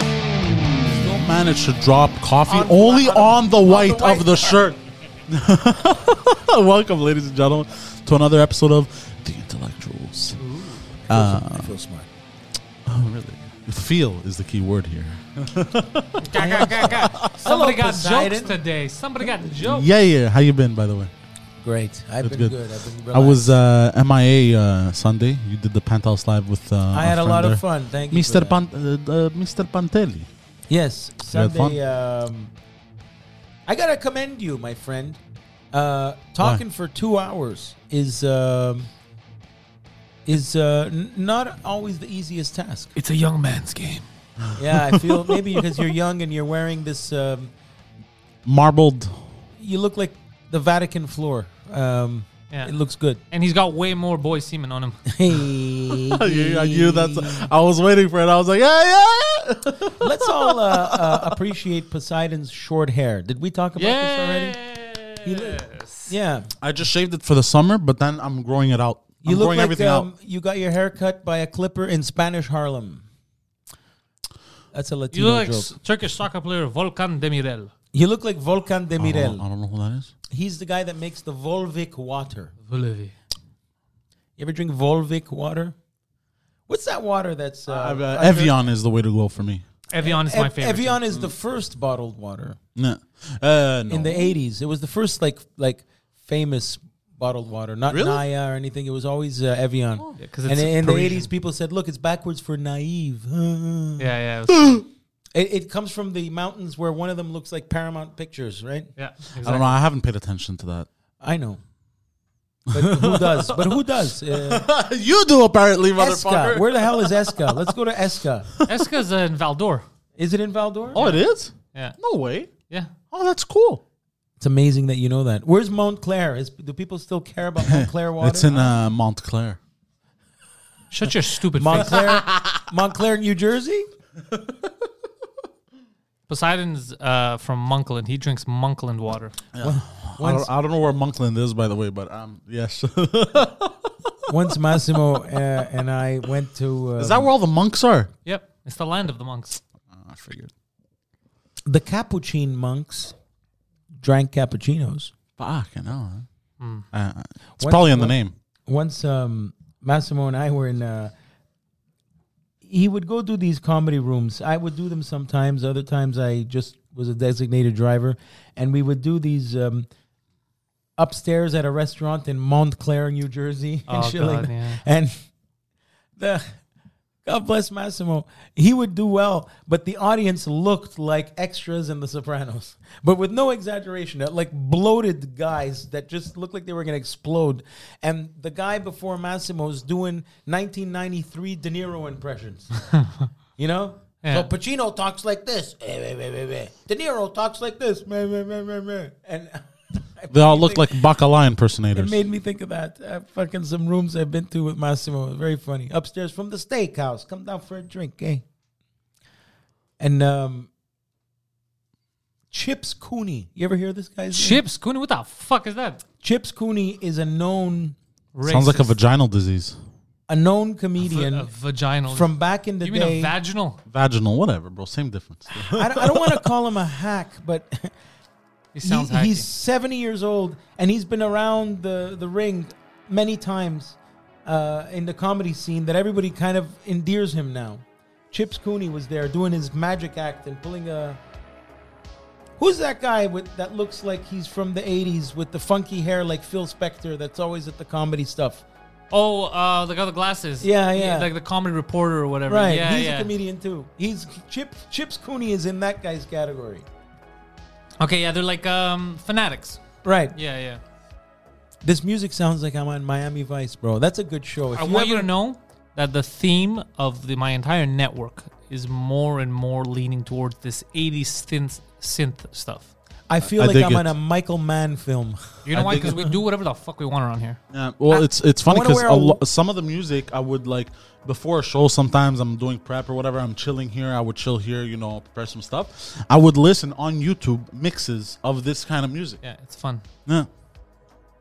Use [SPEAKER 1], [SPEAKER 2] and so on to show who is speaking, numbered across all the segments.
[SPEAKER 1] Still managed to drop coffee
[SPEAKER 2] On-
[SPEAKER 1] only
[SPEAKER 2] on-
[SPEAKER 1] on the
[SPEAKER 2] on the
[SPEAKER 1] white,
[SPEAKER 2] white
[SPEAKER 1] of the shirt. Welcome, ladies and gentlemen, to another episode of The Intellectuals. Uh,
[SPEAKER 2] I feel smart.
[SPEAKER 1] Oh, really? Feel is the key word here.
[SPEAKER 3] Ga, ga, ga, ga. Somebody got
[SPEAKER 2] Poseidon.
[SPEAKER 3] jokes today. Somebody got jokes.
[SPEAKER 1] Yeah, yeah. How you been, by the way?
[SPEAKER 2] Great. I've
[SPEAKER 1] That's
[SPEAKER 2] been good.
[SPEAKER 1] good.
[SPEAKER 2] I've been
[SPEAKER 1] I was uh, MIA uh, Sunday. You did the penthouse live with. Uh,
[SPEAKER 2] I
[SPEAKER 1] our
[SPEAKER 2] had a
[SPEAKER 1] friend
[SPEAKER 2] lot
[SPEAKER 1] there.
[SPEAKER 2] of fun. Thank you. for
[SPEAKER 1] Mr.
[SPEAKER 2] that.
[SPEAKER 1] Pan- uh, uh, Mr. Pantelli.
[SPEAKER 2] Yes.
[SPEAKER 1] had
[SPEAKER 2] Sunday. Um, I gotta commend you, my friend. Uh, talking for two hours is um, is uh, n- not always the easiest task.
[SPEAKER 4] It's a young man's game.
[SPEAKER 2] Yeah, I feel maybe because you're young and you're wearing this. Um,
[SPEAKER 1] Marbled.
[SPEAKER 2] you look like the Vatican floor. Um,
[SPEAKER 3] Yeah.
[SPEAKER 2] It looks good.
[SPEAKER 3] And he's got way more boy semen on him.
[SPEAKER 1] Yeah, I knew that. I was waiting for it. I was like, yeah, yeah. yeah.
[SPEAKER 2] Let's all uh, uh, appreciate Poseidon's short hair. Did we talk about this already?
[SPEAKER 3] Yes.
[SPEAKER 2] Yeah.
[SPEAKER 1] I just shaved it for the summer, but then I'm growing it out.
[SPEAKER 2] You
[SPEAKER 1] I'm
[SPEAKER 2] look
[SPEAKER 1] growing
[SPEAKER 2] like
[SPEAKER 1] everything
[SPEAKER 2] um,
[SPEAKER 1] out.
[SPEAKER 2] you got your hair cut by a clipper in Spanish Harlem. That's a
[SPEAKER 3] You
[SPEAKER 2] Latino
[SPEAKER 3] look like
[SPEAKER 2] joke.
[SPEAKER 3] s- Turkish soccer player Volkan Demirel.
[SPEAKER 2] you look like Volkan
[SPEAKER 1] I don't,
[SPEAKER 2] Demirel.
[SPEAKER 1] Oh, I don't know who that is.
[SPEAKER 2] He's the guy that makes the Volvic water.
[SPEAKER 3] Volvi.
[SPEAKER 2] You ever drink Volvic water? What's that water that's uh,
[SPEAKER 1] Uh,
[SPEAKER 2] under-
[SPEAKER 1] Evian is the way to go for me.
[SPEAKER 3] Evian is
[SPEAKER 2] Ev-
[SPEAKER 3] my favorite. Mm.
[SPEAKER 2] Evian is the first bottled water
[SPEAKER 1] Nah. Uh, no.
[SPEAKER 2] in the '80s. It was the first like like famous bottled water, not
[SPEAKER 1] Really? Oh.
[SPEAKER 2] Naya or anything. It was always uh, Evian.
[SPEAKER 3] Yeah, 'cause
[SPEAKER 2] and
[SPEAKER 3] it's
[SPEAKER 2] in
[SPEAKER 3] Parisian.
[SPEAKER 2] the '80s, people said, "Look, it's backwards for naive."
[SPEAKER 3] Yeah, yeah. it was-
[SPEAKER 2] It, it comes from the mountains where one of them looks like Paramount Pictures, right?
[SPEAKER 3] yeah
[SPEAKER 1] I don't
[SPEAKER 3] exactly.
[SPEAKER 1] know. I haven't paid attention to that.
[SPEAKER 2] I know. But who does? But who does? Uh,
[SPEAKER 1] you do apparently,
[SPEAKER 2] Esca. Where the hell is Esca? Let's go to Esca.
[SPEAKER 3] Eska's in Valdor.
[SPEAKER 2] Is it in Valdor?
[SPEAKER 1] Oh, it is.
[SPEAKER 3] Yeah.
[SPEAKER 1] No way.
[SPEAKER 3] Yeah.
[SPEAKER 1] Oh, that's cool.
[SPEAKER 2] It's amazing that you know that. Where's Montclair? Is, do people still care about Montclair water?
[SPEAKER 1] It's in uh, Montclair.
[SPEAKER 3] Shut your stupid face.
[SPEAKER 2] Montclair, Montclair, New Jersey?
[SPEAKER 3] Poseidon's uh, from Monkland. He drinks Monkland water.
[SPEAKER 1] I
[SPEAKER 2] Once,
[SPEAKER 1] don't, I don't know where Monkland is, by the way, but um, yes. is
[SPEAKER 2] once Massimo uh, and I went to uh,
[SPEAKER 1] that where all the monks are?
[SPEAKER 3] Yep. It's the land of the monks.
[SPEAKER 2] Oh,
[SPEAKER 1] I figured.
[SPEAKER 2] the Capuchin monks drank cappuccinos.
[SPEAKER 1] Fuck, I know. huh? Uh, it's
[SPEAKER 2] When-
[SPEAKER 1] probably in the
[SPEAKER 2] Hmm. when-
[SPEAKER 1] name.
[SPEAKER 2] once um Massimo and I were in uh he would go do these comedy rooms. I would do them sometimes. Other times, I just was a designated driver, and we would do these um, upstairs at a restaurant in Montclair, New Jersey, and
[SPEAKER 3] Oh,
[SPEAKER 2] shit
[SPEAKER 3] God,
[SPEAKER 2] like that.
[SPEAKER 3] yeah.
[SPEAKER 2] And the God bless Massimo, he would do well, but the audience looked like extras in The Sopranos, but with no exaggeration, uh, like bloated guys that just looked like they were gonna explode. And the guy before Massimo's doing 1993 De Niro impressions, you know.
[SPEAKER 3] Yeah.
[SPEAKER 2] So Pacino talks like this. eh, eh, eh, eh, eh. De Niro talks like this. meh, meh, meh, meh, meh. And
[SPEAKER 1] They all look
[SPEAKER 2] like.
[SPEAKER 1] like Bacala
[SPEAKER 2] It
[SPEAKER 1] impersonators.
[SPEAKER 2] made me think of that. Uh, fucking some rooms I've been to with Massimo. Very funny. Upstairs from the steakhouse. Come down for a drink, eh? And um, Chips Cooney. You ever hear this guy's name?
[SPEAKER 3] Chips Cooney, what the fuck is that?
[SPEAKER 2] Chips Cooney is a known
[SPEAKER 1] Sounds like a
[SPEAKER 3] Racist.
[SPEAKER 1] vaginal disease.
[SPEAKER 2] a known
[SPEAKER 3] A
[SPEAKER 2] comedian
[SPEAKER 3] vaginal.
[SPEAKER 2] from back in the
[SPEAKER 3] you mean
[SPEAKER 2] day.
[SPEAKER 3] a vaginal?
[SPEAKER 1] Vaginal, whatever, bro. Same difference.
[SPEAKER 2] I don't, I don't want to call him a hack, but
[SPEAKER 3] He sounds
[SPEAKER 2] he-
[SPEAKER 3] hacky.
[SPEAKER 2] he's 70 years old and he's been around the, the ring many times uh, in the comedy scene that everybody kind of endears him now. Chips Cooney was there doing his magic act and pulling a. Who Who's that guy with that looks like he's from the '80s with the funky hair like Phil Spector? That's always at the comedy stuff.
[SPEAKER 3] Oh, uh, the guy with the glasses.
[SPEAKER 2] Yeah, yeah.
[SPEAKER 3] Like the comedy reporter or whatever.
[SPEAKER 2] Right,
[SPEAKER 3] Yeah,
[SPEAKER 2] he's
[SPEAKER 3] yeah.
[SPEAKER 2] a comedian too. He's Chip Chips Cooney is in that guy's category.
[SPEAKER 3] Okay, yeah, they're like um, fanatics.
[SPEAKER 2] Right.
[SPEAKER 3] Yeah, yeah.
[SPEAKER 2] This music sounds like I'm on Miami Vice, bro. That's a good show. If
[SPEAKER 3] I want you to know that the theme of the, my entire network is more and more leaning towards this 80s synth, synth stuff.
[SPEAKER 2] I feel
[SPEAKER 1] I
[SPEAKER 2] like
[SPEAKER 1] dig
[SPEAKER 2] I'm
[SPEAKER 1] it.
[SPEAKER 2] on a Michael Mann film.
[SPEAKER 3] You know
[SPEAKER 1] I
[SPEAKER 3] why?
[SPEAKER 1] think
[SPEAKER 3] Because
[SPEAKER 1] it-
[SPEAKER 3] we do whatever the fuck we want around here.
[SPEAKER 1] Yeah, well, it's it's funny
[SPEAKER 2] wanna
[SPEAKER 1] because
[SPEAKER 2] wear a-
[SPEAKER 1] lo- some of the music I would like before a show. Sometimes I'm doing prep or whatever. I'm chilling here. I would chill here. You know, prepare some stuff. I would listen on YouTube mixes of this kind of music.
[SPEAKER 3] Yeah, it's fun.
[SPEAKER 1] Yeah.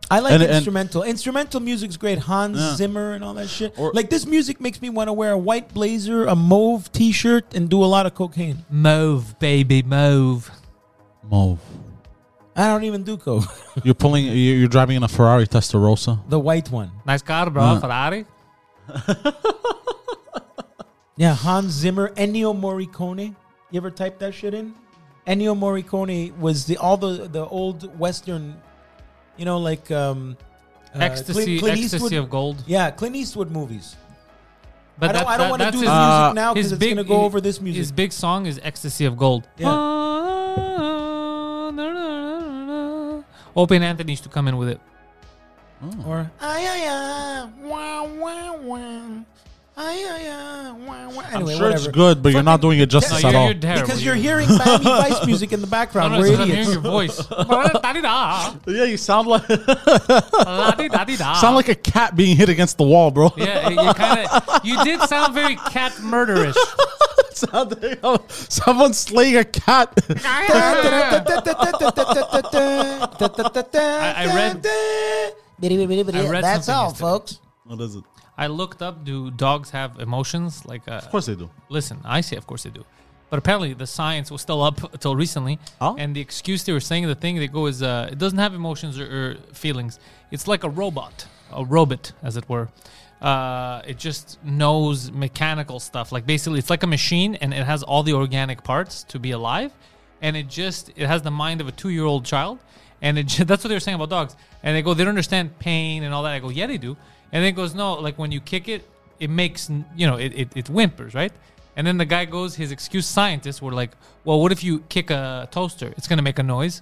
[SPEAKER 2] I like
[SPEAKER 1] And- and-
[SPEAKER 2] instrumental. instrumental music's great. Hans
[SPEAKER 1] Yeah.
[SPEAKER 2] Zimmer and all that shit.
[SPEAKER 1] Or-
[SPEAKER 2] like this music makes me want to wear a white blazer, a mauve T-shirt, and do a lot of cocaine.
[SPEAKER 3] Mauve, baby, mauve.
[SPEAKER 1] Mauve.
[SPEAKER 2] I don't even do coke.
[SPEAKER 1] You're pulling. you- You're driving in a Ferrari Testarossa.
[SPEAKER 2] the white one.
[SPEAKER 3] Nice car, bro.
[SPEAKER 1] Hmm.
[SPEAKER 3] Ferrari.
[SPEAKER 2] Yeah, Hans Zimmer, Ennio Morricone. You ever type that shit in? Ennio Morricone was the all the the old Western, you know, like um, uh,
[SPEAKER 3] ecstasy, ecstasy
[SPEAKER 2] Eastwood,
[SPEAKER 3] of gold.
[SPEAKER 2] Yeah, Clint Eastwood movies.
[SPEAKER 3] But
[SPEAKER 2] I don't, I don't want to
[SPEAKER 3] that's
[SPEAKER 2] do the
[SPEAKER 3] his-
[SPEAKER 2] music
[SPEAKER 1] Uh,
[SPEAKER 2] now because
[SPEAKER 3] his
[SPEAKER 2] it's
[SPEAKER 3] big-
[SPEAKER 2] gonna go over this
[SPEAKER 3] His
[SPEAKER 2] music.
[SPEAKER 3] big song is Ecstasy of Gold.
[SPEAKER 2] Yeah.
[SPEAKER 3] Open Ah, Anthony used to come in with it.
[SPEAKER 2] Or ay ay ay, wah wah wah, ay ay ay, wah wah.
[SPEAKER 1] I'm
[SPEAKER 2] Anyway,
[SPEAKER 1] sure
[SPEAKER 2] whatever.
[SPEAKER 1] it's good, but you're not doing it
[SPEAKER 3] No,
[SPEAKER 1] justice
[SPEAKER 3] you're,
[SPEAKER 1] at all.
[SPEAKER 3] you're terrible.
[SPEAKER 2] Because you're hearing Miami Vice music in the
[SPEAKER 3] I
[SPEAKER 2] background.
[SPEAKER 3] don't know,
[SPEAKER 2] We're
[SPEAKER 3] it's 'cause I'm hearing
[SPEAKER 2] idiots.
[SPEAKER 3] your voice.
[SPEAKER 1] yeah, you sound like
[SPEAKER 3] La-di-da-di-da.
[SPEAKER 1] sound like a cat being hit against the wall, bro.
[SPEAKER 3] yeah, you kind of you did sound very cat murderish.
[SPEAKER 1] Sound like- Someone's slaying a cat.
[SPEAKER 3] I, I read
[SPEAKER 4] That's
[SPEAKER 3] something
[SPEAKER 4] all,
[SPEAKER 3] yesterday.
[SPEAKER 4] folks.
[SPEAKER 1] what is it?
[SPEAKER 3] I looked up. Do dogs have emotions? Like, uh,
[SPEAKER 1] Of course they do.
[SPEAKER 3] listen, I say, of course they do. But apparently, the science was still up until recently,
[SPEAKER 1] Oh.
[SPEAKER 3] and the excuse they were saying the thing they go is uh, it doesn't have emotions or, or feelings. It's like a robot, a robot, as it were. Uh, it just knows mechanical stuff. Like basically, it's like a machine, and it has all the organic parts to be alive, and it just it has the mind of a two-year-old child. And it, ju- that's what they were saying about dogs. And they go, they don't understand pain and all that. I go, yeah, they do. And then it goes, no, like when you kick it, it makes n- you know it, it, it whimpers right and then the guy goes his excuse scientists were like well what if you kick a toaster it's gonna make a noise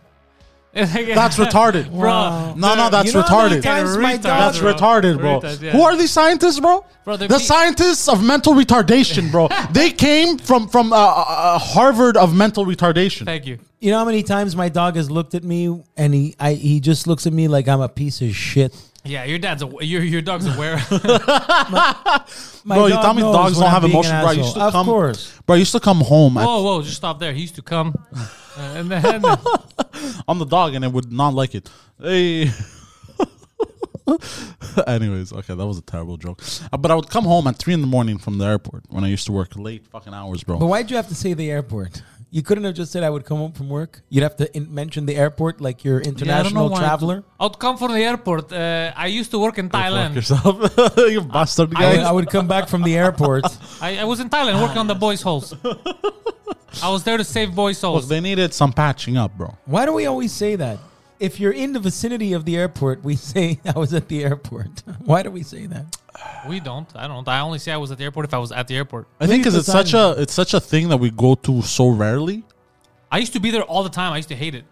[SPEAKER 1] That's retarded,
[SPEAKER 3] bro
[SPEAKER 1] No, no, that's
[SPEAKER 2] You know how many
[SPEAKER 1] retarded.
[SPEAKER 2] times my
[SPEAKER 3] Retards,
[SPEAKER 2] dog-
[SPEAKER 1] That's retarded, bro.
[SPEAKER 3] Retards, yeah.
[SPEAKER 1] Who are these scientists, bro?
[SPEAKER 3] Bro,
[SPEAKER 1] the
[SPEAKER 3] they're pe-
[SPEAKER 1] scientists of mental retardation, bro. they came from from uh, uh, Harvard of mental retardation.
[SPEAKER 3] thank you
[SPEAKER 2] You know how many times my dog has looked at me and he I, he just looks at me like I'm a piece of shit.
[SPEAKER 3] yeah your dad's aw- your, your dog's aware
[SPEAKER 2] My
[SPEAKER 1] bro, you
[SPEAKER 2] dog
[SPEAKER 1] tell me
[SPEAKER 2] knows
[SPEAKER 1] dogs
[SPEAKER 2] when
[SPEAKER 1] don't
[SPEAKER 2] I'm
[SPEAKER 1] have
[SPEAKER 2] being
[SPEAKER 1] emotions,
[SPEAKER 2] an
[SPEAKER 1] bro. You
[SPEAKER 2] asshole.
[SPEAKER 1] used to
[SPEAKER 2] of
[SPEAKER 1] come,
[SPEAKER 2] course.
[SPEAKER 1] bro. You used to come home at-
[SPEAKER 3] whoa whoa just stop there he used to come Uh, and then oh
[SPEAKER 1] on the dog, and it would not like it. Hey. Anyways, okay, that was a terrible joke. Uh, but I would come home at three in the morning from the airport when I used to work late fucking hours, bro.
[SPEAKER 2] But why'd you have to say the airport? You couldn't have just said I would come home from work. You'd have to in- mention the airport like you're international
[SPEAKER 3] why.
[SPEAKER 2] traveler.
[SPEAKER 3] i'd come from the airport uh, i used to work in
[SPEAKER 1] Fuck
[SPEAKER 3] thailand
[SPEAKER 1] yourself, you bastard
[SPEAKER 2] I
[SPEAKER 1] guy.
[SPEAKER 2] would, I would come back from the airport.
[SPEAKER 3] I, I was in thailand working on the
[SPEAKER 1] Ah,
[SPEAKER 3] boys holes i was there to save boys
[SPEAKER 1] Look,
[SPEAKER 3] souls
[SPEAKER 1] they needed some patching up, bro.
[SPEAKER 2] Why do we always say that? If you're in the vicinity of the airport, we say I was at the airport. Why do we say that?
[SPEAKER 3] we don't i don't i only say i was at the airport if i was at the airport
[SPEAKER 1] I think because
[SPEAKER 2] the
[SPEAKER 1] it's such
[SPEAKER 2] sign.
[SPEAKER 1] a it's such a thing that we go to so rarely.
[SPEAKER 3] I used to be there all the time. I used to hate it.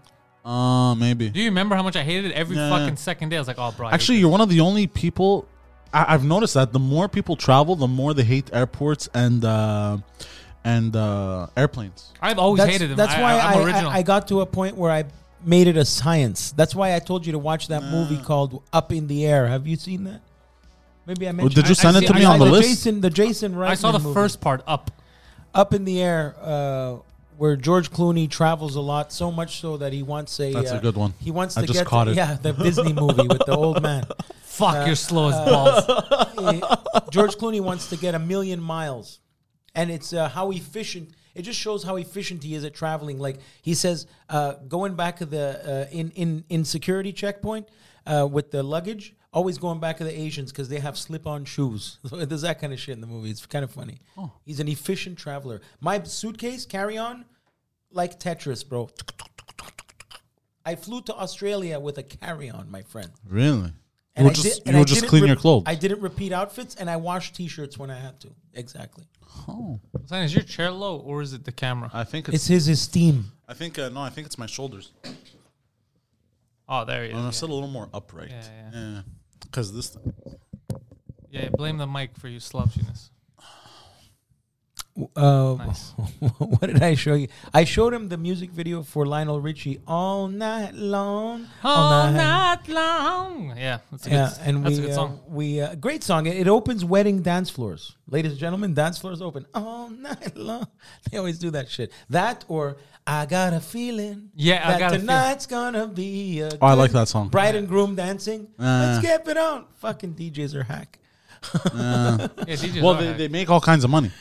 [SPEAKER 1] Uh maybe.
[SPEAKER 3] Do you remember how much I hated it every
[SPEAKER 1] Yeah.
[SPEAKER 3] fucking second day? I was like, oh, bro. I hate
[SPEAKER 1] Actually,
[SPEAKER 3] this.
[SPEAKER 1] you're one of the only people. I, I've noticed that the more people travel, the more they hate airports and uh, and uh, airplanes.
[SPEAKER 3] I've always
[SPEAKER 2] That's,
[SPEAKER 3] hated them.
[SPEAKER 2] that's
[SPEAKER 3] I,
[SPEAKER 2] why
[SPEAKER 3] I, am
[SPEAKER 2] I,
[SPEAKER 3] original.
[SPEAKER 2] I, I got to a point where I made it a science. That's why I told you to watch that movie
[SPEAKER 1] Ah.
[SPEAKER 2] called Up in the Air. Have you seen that? Maybe I mentioned.
[SPEAKER 1] did you send
[SPEAKER 3] I
[SPEAKER 1] it to me
[SPEAKER 3] see- I
[SPEAKER 1] on the
[SPEAKER 3] saw
[SPEAKER 2] the
[SPEAKER 1] list?
[SPEAKER 2] Jason, the Jason Reitman
[SPEAKER 3] I saw the
[SPEAKER 2] movie.
[SPEAKER 3] first part up.
[SPEAKER 2] Up in the Air, uh, where George Clooney travels a lot, so much so that he wants a.
[SPEAKER 1] That's a
[SPEAKER 2] uh,
[SPEAKER 1] good one.
[SPEAKER 2] He wants
[SPEAKER 1] I
[SPEAKER 2] to
[SPEAKER 1] just
[SPEAKER 2] get
[SPEAKER 1] caught
[SPEAKER 2] to-
[SPEAKER 1] it.
[SPEAKER 2] Yeah, the Disney movie with the old man.
[SPEAKER 3] Fuck, you're slow as balls.
[SPEAKER 2] Uh, George Clooney wants to get a million miles, and it's uh, how efficient. It just shows how efficient he is at traveling. Like he says, uh, going back to the uh, in in in security checkpoint uh, with the luggage. Always going back to the Asians because they have slip-on shoes. There's that kind of shit in the movie. It's kind of funny. He's an efficient traveler. My suitcase carry-on, like Tetris, bro. I flew to Australia with a carry-on, my friend.
[SPEAKER 1] Really? You
[SPEAKER 2] And
[SPEAKER 1] would
[SPEAKER 2] I
[SPEAKER 1] just
[SPEAKER 2] did-
[SPEAKER 1] you
[SPEAKER 2] and I
[SPEAKER 1] would just
[SPEAKER 2] didn't
[SPEAKER 1] clean
[SPEAKER 2] rep-
[SPEAKER 1] your clothes.
[SPEAKER 2] I didn't repeat outfits, and I washed t-shirts when I had to. Exactly.
[SPEAKER 3] Hassan, is your chair low or is it the camera?
[SPEAKER 1] I think
[SPEAKER 2] It's
[SPEAKER 1] it's.
[SPEAKER 2] his esteem.
[SPEAKER 1] I think uh, no. I think it's my shoulders.
[SPEAKER 3] oh, there he
[SPEAKER 1] I'm
[SPEAKER 3] is.
[SPEAKER 1] still a little more upright.
[SPEAKER 3] Yeah,
[SPEAKER 1] yeah. Because this.
[SPEAKER 3] Yeah, yeah, blame the mic for your slouchiness.
[SPEAKER 2] Uh,
[SPEAKER 3] Nice.
[SPEAKER 2] what did I show you? I showed him the music video for Lionel Richie all night long.
[SPEAKER 3] All night long. Yeah, that's a good,
[SPEAKER 2] Yeah, and
[SPEAKER 3] that's
[SPEAKER 2] we,
[SPEAKER 3] a good
[SPEAKER 2] uh,
[SPEAKER 3] song.
[SPEAKER 2] we uh, great song. It, it opens wedding dance floors, ladies and gentlemen. Dance floors open all night long. They always do that shit. That or I got a feeling.
[SPEAKER 3] Yeah, I
[SPEAKER 2] that
[SPEAKER 3] Got a Feeling.
[SPEAKER 2] tonight's gonna be. A
[SPEAKER 1] Oh, I
[SPEAKER 2] good
[SPEAKER 1] like that song.
[SPEAKER 2] Bride and groom dancing.
[SPEAKER 1] Uh.
[SPEAKER 2] Let's get it on. Fucking DJs are hack.
[SPEAKER 3] Yeah, DJs
[SPEAKER 1] Well,
[SPEAKER 3] are
[SPEAKER 1] they,
[SPEAKER 3] hack.
[SPEAKER 1] they make all kinds of money.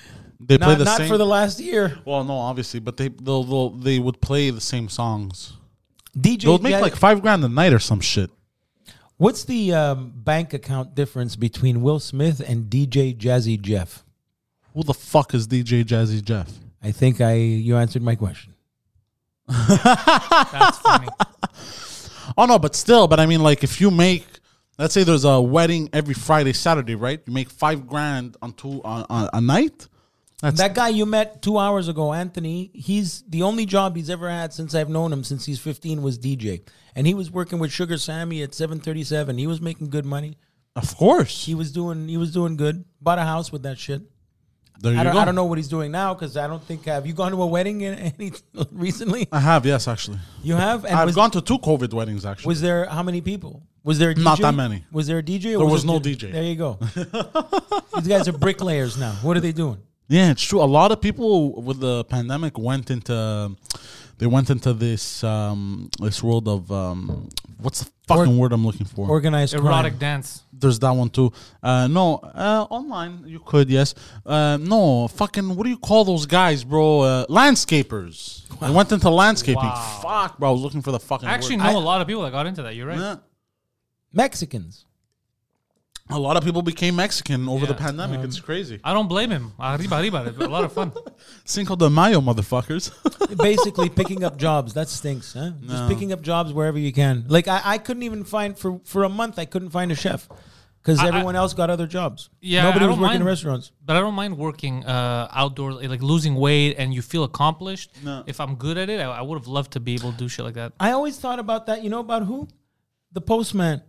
[SPEAKER 1] They play
[SPEAKER 2] Not,
[SPEAKER 1] the
[SPEAKER 2] not
[SPEAKER 1] same.
[SPEAKER 2] for the last year.
[SPEAKER 1] well, no, obviously, but they they'll, they'll, they would play the same songs.
[SPEAKER 2] DJ
[SPEAKER 1] They'll make
[SPEAKER 2] guy-
[SPEAKER 1] like five grand a night or some shit.
[SPEAKER 2] What's the um, bank account difference between Will Smith and DJ Jazzy Jeff?
[SPEAKER 1] Who the fuck is DJ Jazzy Jeff?
[SPEAKER 2] I think I you answered my question.
[SPEAKER 3] That's funny.
[SPEAKER 1] Oh no, but still, but I mean, like, if you make, let's say there's a wedding every Friday, Saturday, right? You make five grand on two on, on a night. That's
[SPEAKER 2] That guy you met two hours ago, Anthony, he's the only job he's ever had since I've known him since he's 15 was DJ. And he was working with Sugar Sammy at 737. He was making good money.
[SPEAKER 1] of course.
[SPEAKER 2] He was doing he was doing good. Bought a house with that shit.
[SPEAKER 1] there you
[SPEAKER 2] I don't,
[SPEAKER 1] go.
[SPEAKER 2] I don't know what he's doing now because I don't think have you gone to a wedding in- any recently?
[SPEAKER 1] I have yes, actually.
[SPEAKER 2] You have and
[SPEAKER 1] I've
[SPEAKER 2] was,
[SPEAKER 1] gone to two COVID weddings actually.
[SPEAKER 2] was there how many people? Was there a DJ?
[SPEAKER 1] Not that many.
[SPEAKER 2] Was there a DJ? Or
[SPEAKER 1] There was
[SPEAKER 2] it
[SPEAKER 1] no
[SPEAKER 2] ju-
[SPEAKER 1] DJ.
[SPEAKER 2] There you go. These guys are bricklayers now. What are they doing?
[SPEAKER 1] yeah, it's true. A lot of people with the pandemic went into they went into this um this world of um what's the fucking word I'm looking for?
[SPEAKER 2] Organized
[SPEAKER 3] Erotic
[SPEAKER 2] crime.
[SPEAKER 3] dance.
[SPEAKER 1] There's that one too. Uh, no, uh, online you could yes. Uh, no, fucking what do you call those guys, bro? Uh, landscapers. I went into landscaping.
[SPEAKER 3] Wow.
[SPEAKER 1] Fuck, bro. I was looking for the fucking.
[SPEAKER 3] I actually
[SPEAKER 1] word.
[SPEAKER 3] know a lot of people that got into that. You're right.
[SPEAKER 1] Yeah.
[SPEAKER 2] Mexicans.
[SPEAKER 1] a lot of people became Mexican over the
[SPEAKER 3] Yeah.
[SPEAKER 1] pandemic. it's crazy.
[SPEAKER 3] I don't blame him. Arriba, arriba. It's a lot of fun.
[SPEAKER 1] Cinco de Mayo, motherfuckers.
[SPEAKER 2] Basically picking up jobs. That stinks, huh? Just picking up jobs wherever you can. Like I, I couldn't even find for for a month I couldn't find a chef. Because everyone else got other jobs.
[SPEAKER 3] Yeah,
[SPEAKER 2] Nobody
[SPEAKER 3] I
[SPEAKER 2] was
[SPEAKER 3] don't
[SPEAKER 2] working in
[SPEAKER 3] mind.
[SPEAKER 2] restaurants.
[SPEAKER 3] But I don't mind working uh, outdoors, like losing weight and you feel accomplished. If I'm good at it, I, I would have loved to be able to do shit like that.
[SPEAKER 2] I always thought about that. You know about who? The postman.